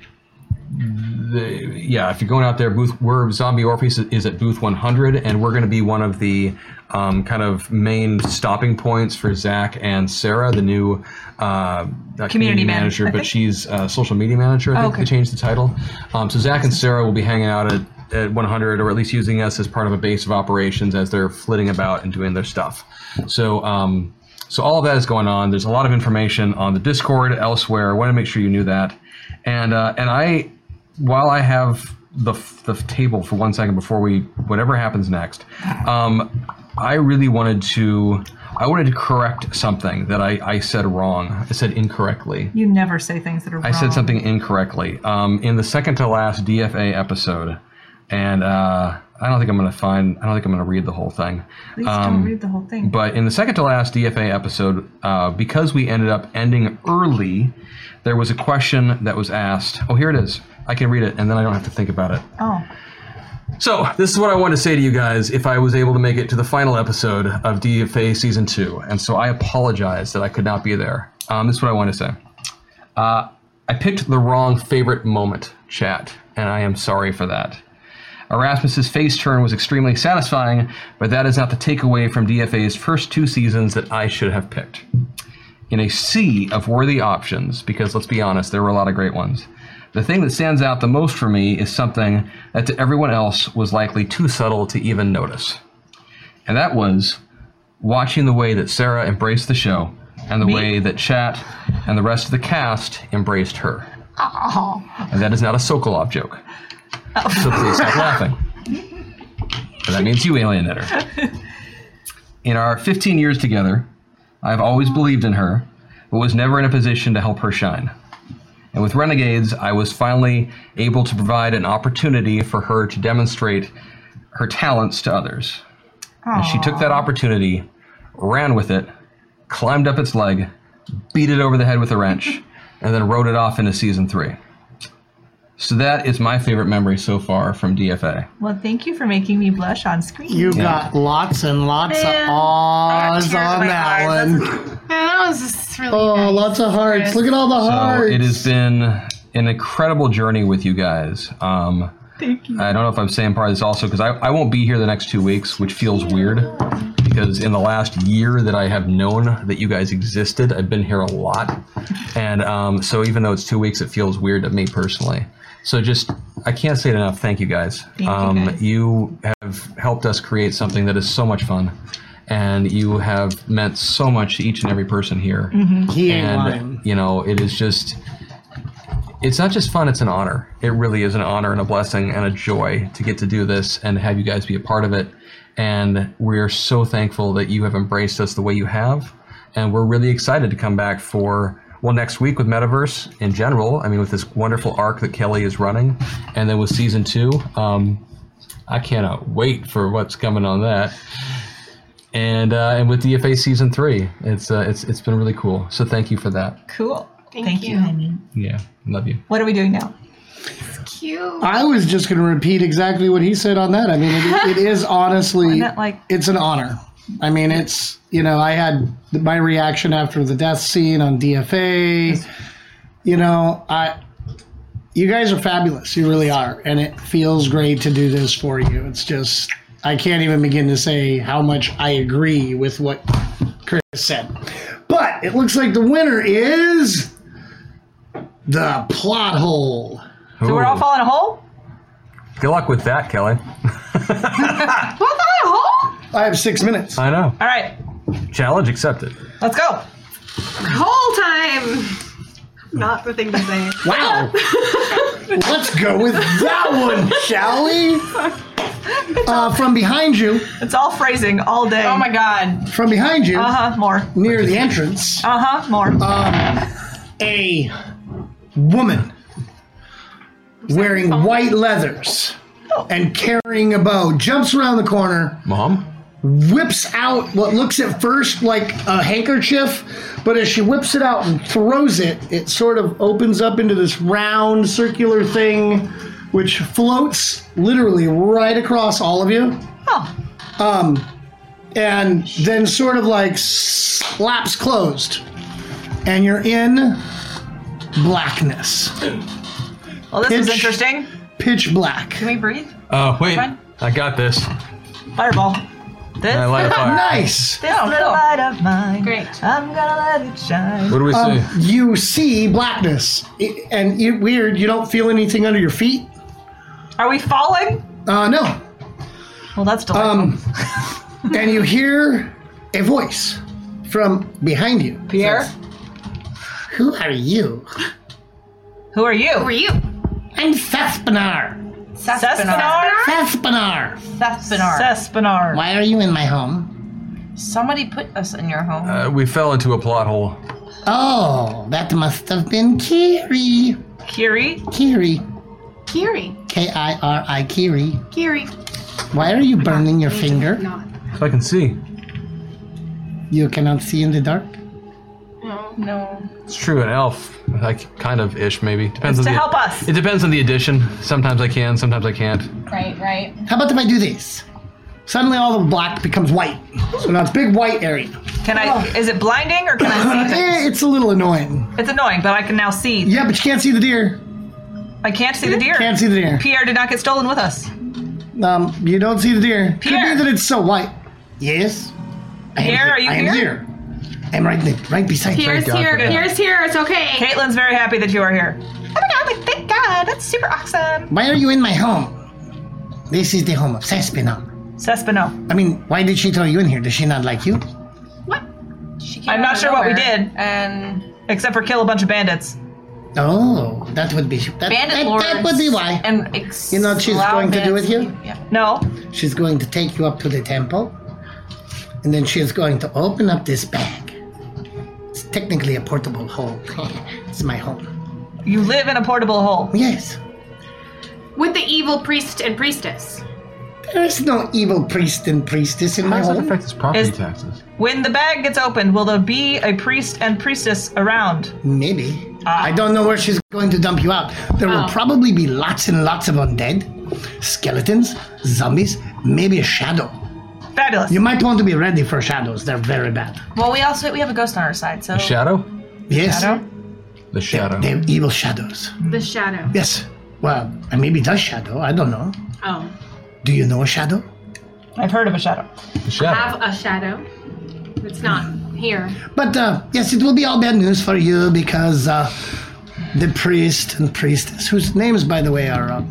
the, yeah, if you're going out there, booth we're Zombie Orpheus is at booth 100, and we're going to be one of the um, kind of main stopping points for Zach and Sarah, the new uh, not Community man, manager, I but think. she's uh, social media manager. I Oh, think okay. they changed the title. Um, so Zach and Sarah will be hanging out at, at 100, or at least using us as part of a base of operations as they're flitting about and doing their stuff. So. Um, so all of that is going on. There's a lot of information on the Discord elsewhere. I want to make sure you knew that. And uh, and I while I have the, the table for one second before we whatever happens next, um, I really wanted to I wanted to correct something that I, I said wrong. I said incorrectly. You never say things that are. I said something incorrectly um, in the second to last DFA episode, and uh, I don't think I'm gonna find. I don't think I'm gonna read the whole thing. Please Um, don't read the whole thing. but in the second to last DFA episode, uh, because we ended up ending early, there was a question that was asked. Oh, here it is. I can read it, and then I don't have to think about it. oh. So, this is what I wanted to say to you guys if I was able to make it to the final episode of DFA Season 2. And so I apologize that I could not be there. Um, this is what I want to say. Uh, I picked the wrong favorite moment, chat, and I am sorry for that. Erasmus's face turn was extremely satisfying, but that is not the takeaway from DFA's first two seasons that I should have picked in a sea of worthy options, because let's be honest, there were a lot of great ones. The thing that stands out the most for me is something that to everyone else was likely too subtle to even notice. And that was watching the way that Sarah embraced the show and the Me? way that Chat and the rest of the cast embraced her. Oh. And that is not a Sokolov joke. So please stop laughing. And that means you alienated her. In our 15 years together, I've always believed in her, but was never in a position to help her shine. And with Renegades, I was finally able to provide an opportunity for her to demonstrate her talents to others. And she took that opportunity, ran with it, climbed up its leg, beat it over the head with a wrench, and then rode it off into season three. So that is my favorite memory so far from DFA. Well, thank you for making me blush on screen. You got lots and lots of awes on that one. that was just really Oh, lots of hearts. Look at all the So hearts. it has been an incredible journey with you guys. Um, Thank I don't know if I'm saying part of this also because I, I won't be here the next two weeks, which feels weird because in the last year that I have known that you guys existed, I've been here a lot. And um, so even though it's two weeks, it feels weird to me personally. So just, I can't say it enough. Thank you guys. um, you have helped us create something that is so much fun. And you have meant so much to each and every person here. Mhm. He ain't and, lying. You know, it is just it's not just fun, it's an honor. It really is an honor and a blessing and a joy to get to do this and have you guys be a part of it. And we're so thankful that you have embraced us the way you have. And we're really excited to come back for, well, next week with Metaverse in general. I mean, with this wonderful arc that Kelly is running. And then with season two, um, I cannot wait for what's coming on that. And uh, and with DFA season three, it's uh, it's it's been really cool. So thank you for that. Cool. Thank, you. honey. Yeah, love you. What are we doing now? Cute. I was just going to repeat exactly what he said on that. I mean, it, it is honestly, it's an honor. I mean, it's, you know, I had my reaction after the death scene on DFA. You know, I, you guys are fabulous. You really are. And it feels great to do this for you. It's just, I can't even begin to say how much I agree with what Chris said. But it looks like the winner is the plot hole. So we're all Ooh. falling a hole? Good luck with that, Kelly. What the hole? I have six minutes. I know. All right. Challenge accepted. Let's go. Whole time. Not the thing to say. Wow. Let's go with that one, shall we? Uh, from behind you. It's all phrasing all day. Oh my god. From behind you. Uh huh. More. Near the entrance. Uh huh. More. Um, a woman wearing white leathers and carrying a bow jumps around the corner. Mom? Whips out what looks at first like a handkerchief, but as she whips it out and throws it, it sort of opens up into this round circular thing which floats literally right across all of you. Um, and then sort of like slaps closed, and you're in blackness. Well, this is Pitch- interesting. Pitch black. Can we breathe? Oh, wait. I got this. Fireball. This? I light a fire. Nice. This Oh, little light of mine. Great. I'm gonna let it shine. What do we Um, say? You see blackness, I- and it, weird. You don't feel anything under your feet. Are we falling? Uh, no. Well, that's delightful. and you hear a voice from behind you. Pierre? Who are you? Who are you? Who are you? I'm Cespinar. Cespinar? Cespinar. Cespinar. Cespinar. Why are you in my home? Somebody put us in your home. Uh, we fell into a plot hole. Oh, that must have been Kiri. Kiri? Kiri. Kiri. K I R I Kiri. Kiri. Why are you burning your finger? Not. If I can see. You cannot see in the dark. No. No. It's true, an elf. Like, kind of ish, maybe. Depends It's on to the, help us. It depends on the edition. Sometimes I can, sometimes I can't. Right, right. How about if I do this? Suddenly, all the black becomes white. So now it's big white area. Can I? Is it blinding or can I see Eh, things? it's a little annoying. It's annoying, but I can now see. Yeah, but you can't see the deer. I can't see the deer. Can't see the deer. Pierre did not get stolen with us. Um, you don't see the deer. Pierre. Could be that it's so white. Yes. I am Pierre, here. are you I am here? I'm right there, right beside Pierre's you. here. Pierre's here. It's okay. Caitlin's very happy that you are here. Oh my god, like, thank god. That's super awesome. Why are you in my home? This is the home of Cespinar. Cespino. I mean, why did she throw you in here? Does she not like you? I'm not out of sure what we nowhere, did, and except for kill a bunch of bandits. Oh, that would be that, Bandit that, that would be why. And You know what she's allow going to do with you? No. She's going to take you up to the temple, and then she is going to open up this bag. It's technically a portable hole. it's my home. You live in a portable hole. Yes. With the evil priest and priestess. There is no evil priest and priestess in my home. Property taxes. When the bag gets opened, will there be a priest and priestess around? Maybe. I don't know where she's going to dump you out. There will Oh. probably be lots and lots of undead, skeletons, zombies, maybe a shadow. Fabulous. You might want to be ready for shadows. They're very bad. Well, we also we have a ghost on our side, so shadow? Yes. Shadow? The shadow. They're evil shadows. The shadow. Yes. Well, and maybe the shadow. I don't know. Oh. Do you know a shadow? I've heard of a shadow. A Have a shadow. It's not here. But uh, yes, it will be all bad news for you because uh, the priest and priestess, whose names, by the way, are uh,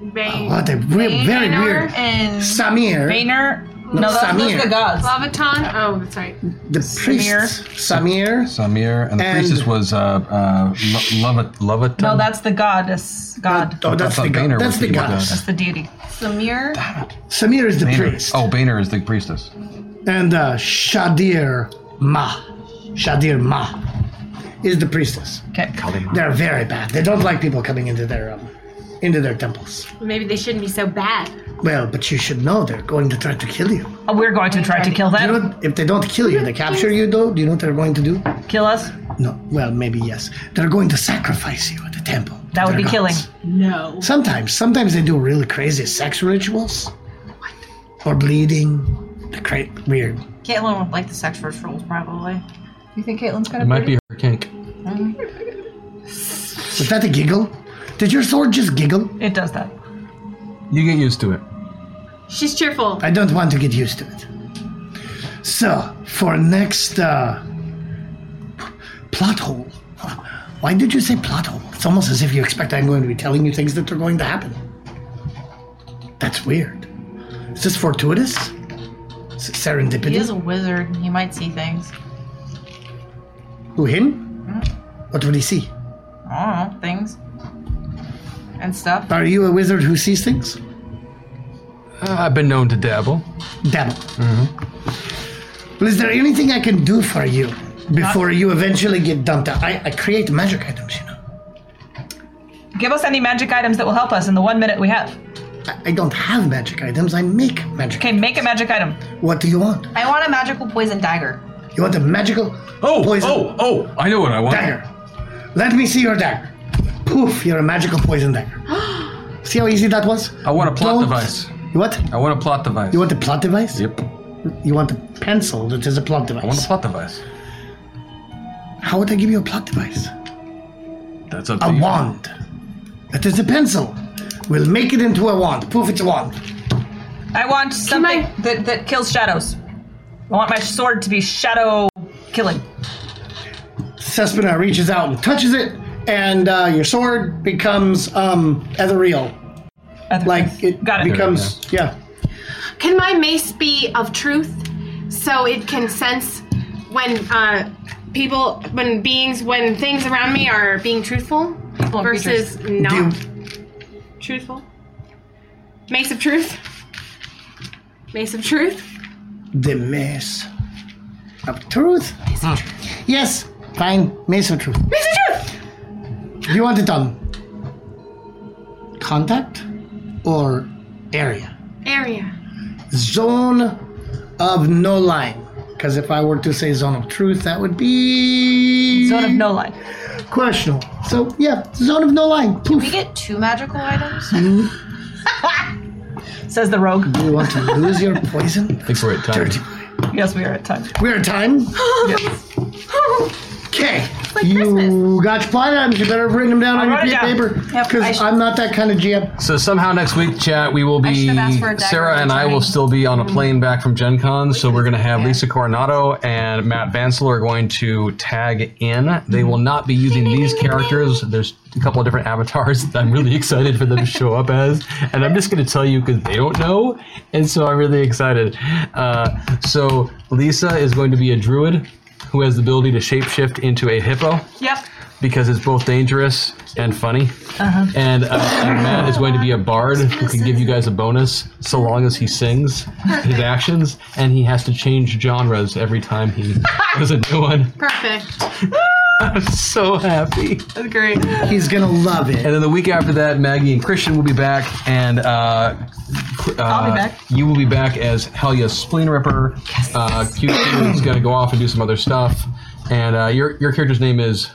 what a re- Oh, very Vaynor weird and Samir. Vaynor. No, No, that's- those are Samir. the gods. Lavaton. Oh, that's right. The priest Samir. Samir. And the And- priestess was uh, uh, Lo- Lovat- Lovaton. No, that's the goddess. God. Oh, that's I thought the god- Vayner that's was the the evil goddess. god. That's the deity. Samir. Samir is the Boehner. priest. Oh, Boehner is the priestess. And uh, Shadir Ma. Shadir Ma is the priestess. Okay. They're very bad. They don't like people coming into their um, into their temples. Maybe they shouldn't be so bad. Well, but you should know they're going to try to kill you. Oh, we're going to try to kill them. You know what- if they don't kill you, they capture you, though. Do you know what they're going to do? Kill us? No. Well, maybe yes. They're going to sacrifice you at the temple. That would They're be killing. gods. No. Sometimes, sometimes they do really crazy sex rituals. Or bleeding. The cra- weird. Caitlin would like the sex rituals probably. You think Caitlin's gonna? It might be her kink. Was that a giggle? Did your sword just giggle? It does that. You get used to it. She's cheerful. I don't want to get used to it. So, for next uh, plot hole. Why did you say plot hole? It's almost as if you expect I'm going to be telling you things that are going to happen. That's weird. Is this fortuitous? Is it serendipity? He is a wizard. He might see things. Who, him? What would he see? I don't know things and stuff. Are you a wizard who sees things? Uh, I've been known to dabble. Dabble. Well, Mm-hmm. is there anything I can do for you before you eventually get dumped out? I, I create magic items, you know. Give us any magic items that will help us in the one minute we have. I, I don't have magic items. I make magic. Okay, make a magic item. What do you want? I want a magical poison dagger. You want a magical oh, poison Oh, oh, I know what I want. dagger? Let me see your dagger. Poof! You're a magical poison dagger. see how easy that was? I want a plot Don't- device. What? I want a plot device. You want a plot device? Yep. You want a pencil that is a plot device. I want a plot device. How would I give you a plot device? That's up to A you. wand. That is a pencil. We'll make it into a wand. Poof! It's a wand. I want something that, that kills shadows. I want my sword to be shadow killing. Cespina reaches out and touches it, and uh, your sword becomes um, ethereal. Like it, becomes yeah. Can my mace be of truth, so it can sense when uh, people, when beings, when things around me are being truthful versus not Do you- truthful? Mace of truth. Mace of truth. the mace of truth. Hmm. Yes, fine. Mace of truth. Mace of truth. You want it on contact or area Area. zone of no line. Because if I were to say zone of truth, that would be Zone of no line. Questionable. So yeah, zone of no line. Poof. We get two magical items. Says the rogue. Do you want to lose your poison? I think we're at time. Dirty. Yes, we are at time. We're at time. Okay. you got your plot items. You better have written them down I on your wrote it piece of down. paper Yep, because I sh- I'm not that kind of GM. So somehow next week, chat, we will I be should have asked for a diagram Sarah and I will still be on a Mm-hmm. plane back from Gen Con. So we're going to have Lisa Coronado and Matt Vansel are going to tag in. They will not be using these characters. There's a couple of different avatars that I'm really excited for them to show up as, and I'm just going to tell you because they don't know, and so I'm really excited. Uh, so Lisa is going to be a druid who has the ability to shapeshift into a hippo Yep. because it's both dangerous and funny. Uh-huh. And, uh, and Matt is going to be a bard who can give you guys a bonus so long as he sings his actions, and he has to change genres every time he does a new one. Perfect. I'm so happy. That's great. He's gonna love it. And then the week after that, Maggie and Christian will be back, and uh, cr- uh, I'll be back. You will be back as Helia Spleen Ripper. Uh, QQ is going to go off and do some other stuff, and uh, your your character's name is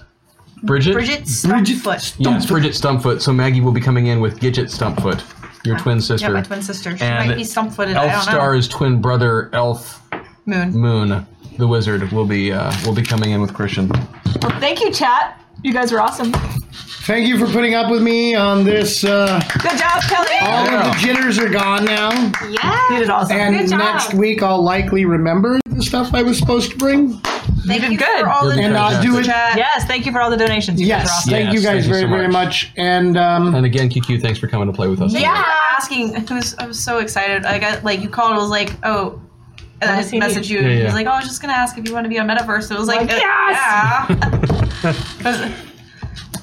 Bridget. Bridget Stumpfoot. Yes, Bridget Stumpfoot. So Maggie will be coming in with Gidget Stumpfoot, your twin sister. Yeah, my twin sister. She And might be stumpfooted. I Elf don't know. Star's twin brother, Elf Moon. Moon, the wizard, will be uh, will be coming in with Christian. Well, thank you, chat. You guys were awesome. Thank you for putting up with me on this. Uh, Good job, Kelly. all of the jitters are gone now. Yeah, you did awesome. And Good job. next week, I'll likely remember the stuff I was supposed to bring. Thank you, good. for all the And I'll do it. Yes, thank you for all the donations. You guys were Yes, awesome. thank you Yes, guys thank you very, so very much. And um, And again, QQ, thanks for coming to play with us. Thank you for asking. I was, I was so excited. I got like you called. I was like, oh. And I does just he need? messaged you. Yeah, and He was yeah. like, oh, I was just gonna ask if you want to be on Metaverse. It was like, Like, uh, yes! yeah.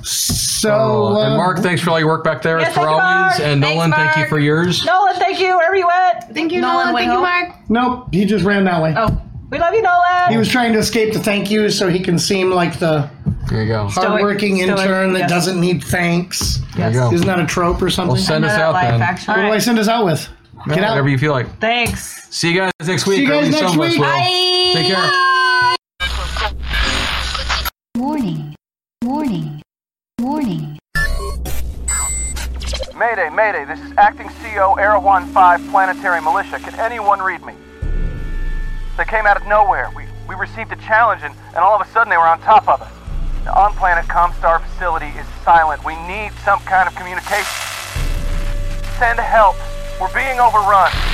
So Uh, and uh, Mark, thanks for all your work back there Yes, as per thank you, always. Mark. And Thanks, Nolan, thank you Mark. for yours. Nolan, thank you. Wherever you went. Thank you, Nolan, Thank you, Mark. nope, he just ran that way. Oh, we love you, Nolan. He was trying to escape the thank yous so he can seem like the There you go. hardworking Stoic, stoic, intern that yes. doesn't need thanks. There you go. Isn't that a trope or something? Oh. Well, send us out then. What do I send us out with? Yeah, Get out. Whatever you feel like. Thanks. See you guys next week. See you or at guys least next some of us week. will. Take care. Warning. Warning. Warning. Mayday, Mayday, this is Acting CO Air 1-5 Planetary Militia. Can anyone read me? They came out of nowhere. We, we received a challenge and, and all of a sudden they were on top of us. The on-planet Comstar facility is silent. We need some kind of communication. Send help. We're being overrun.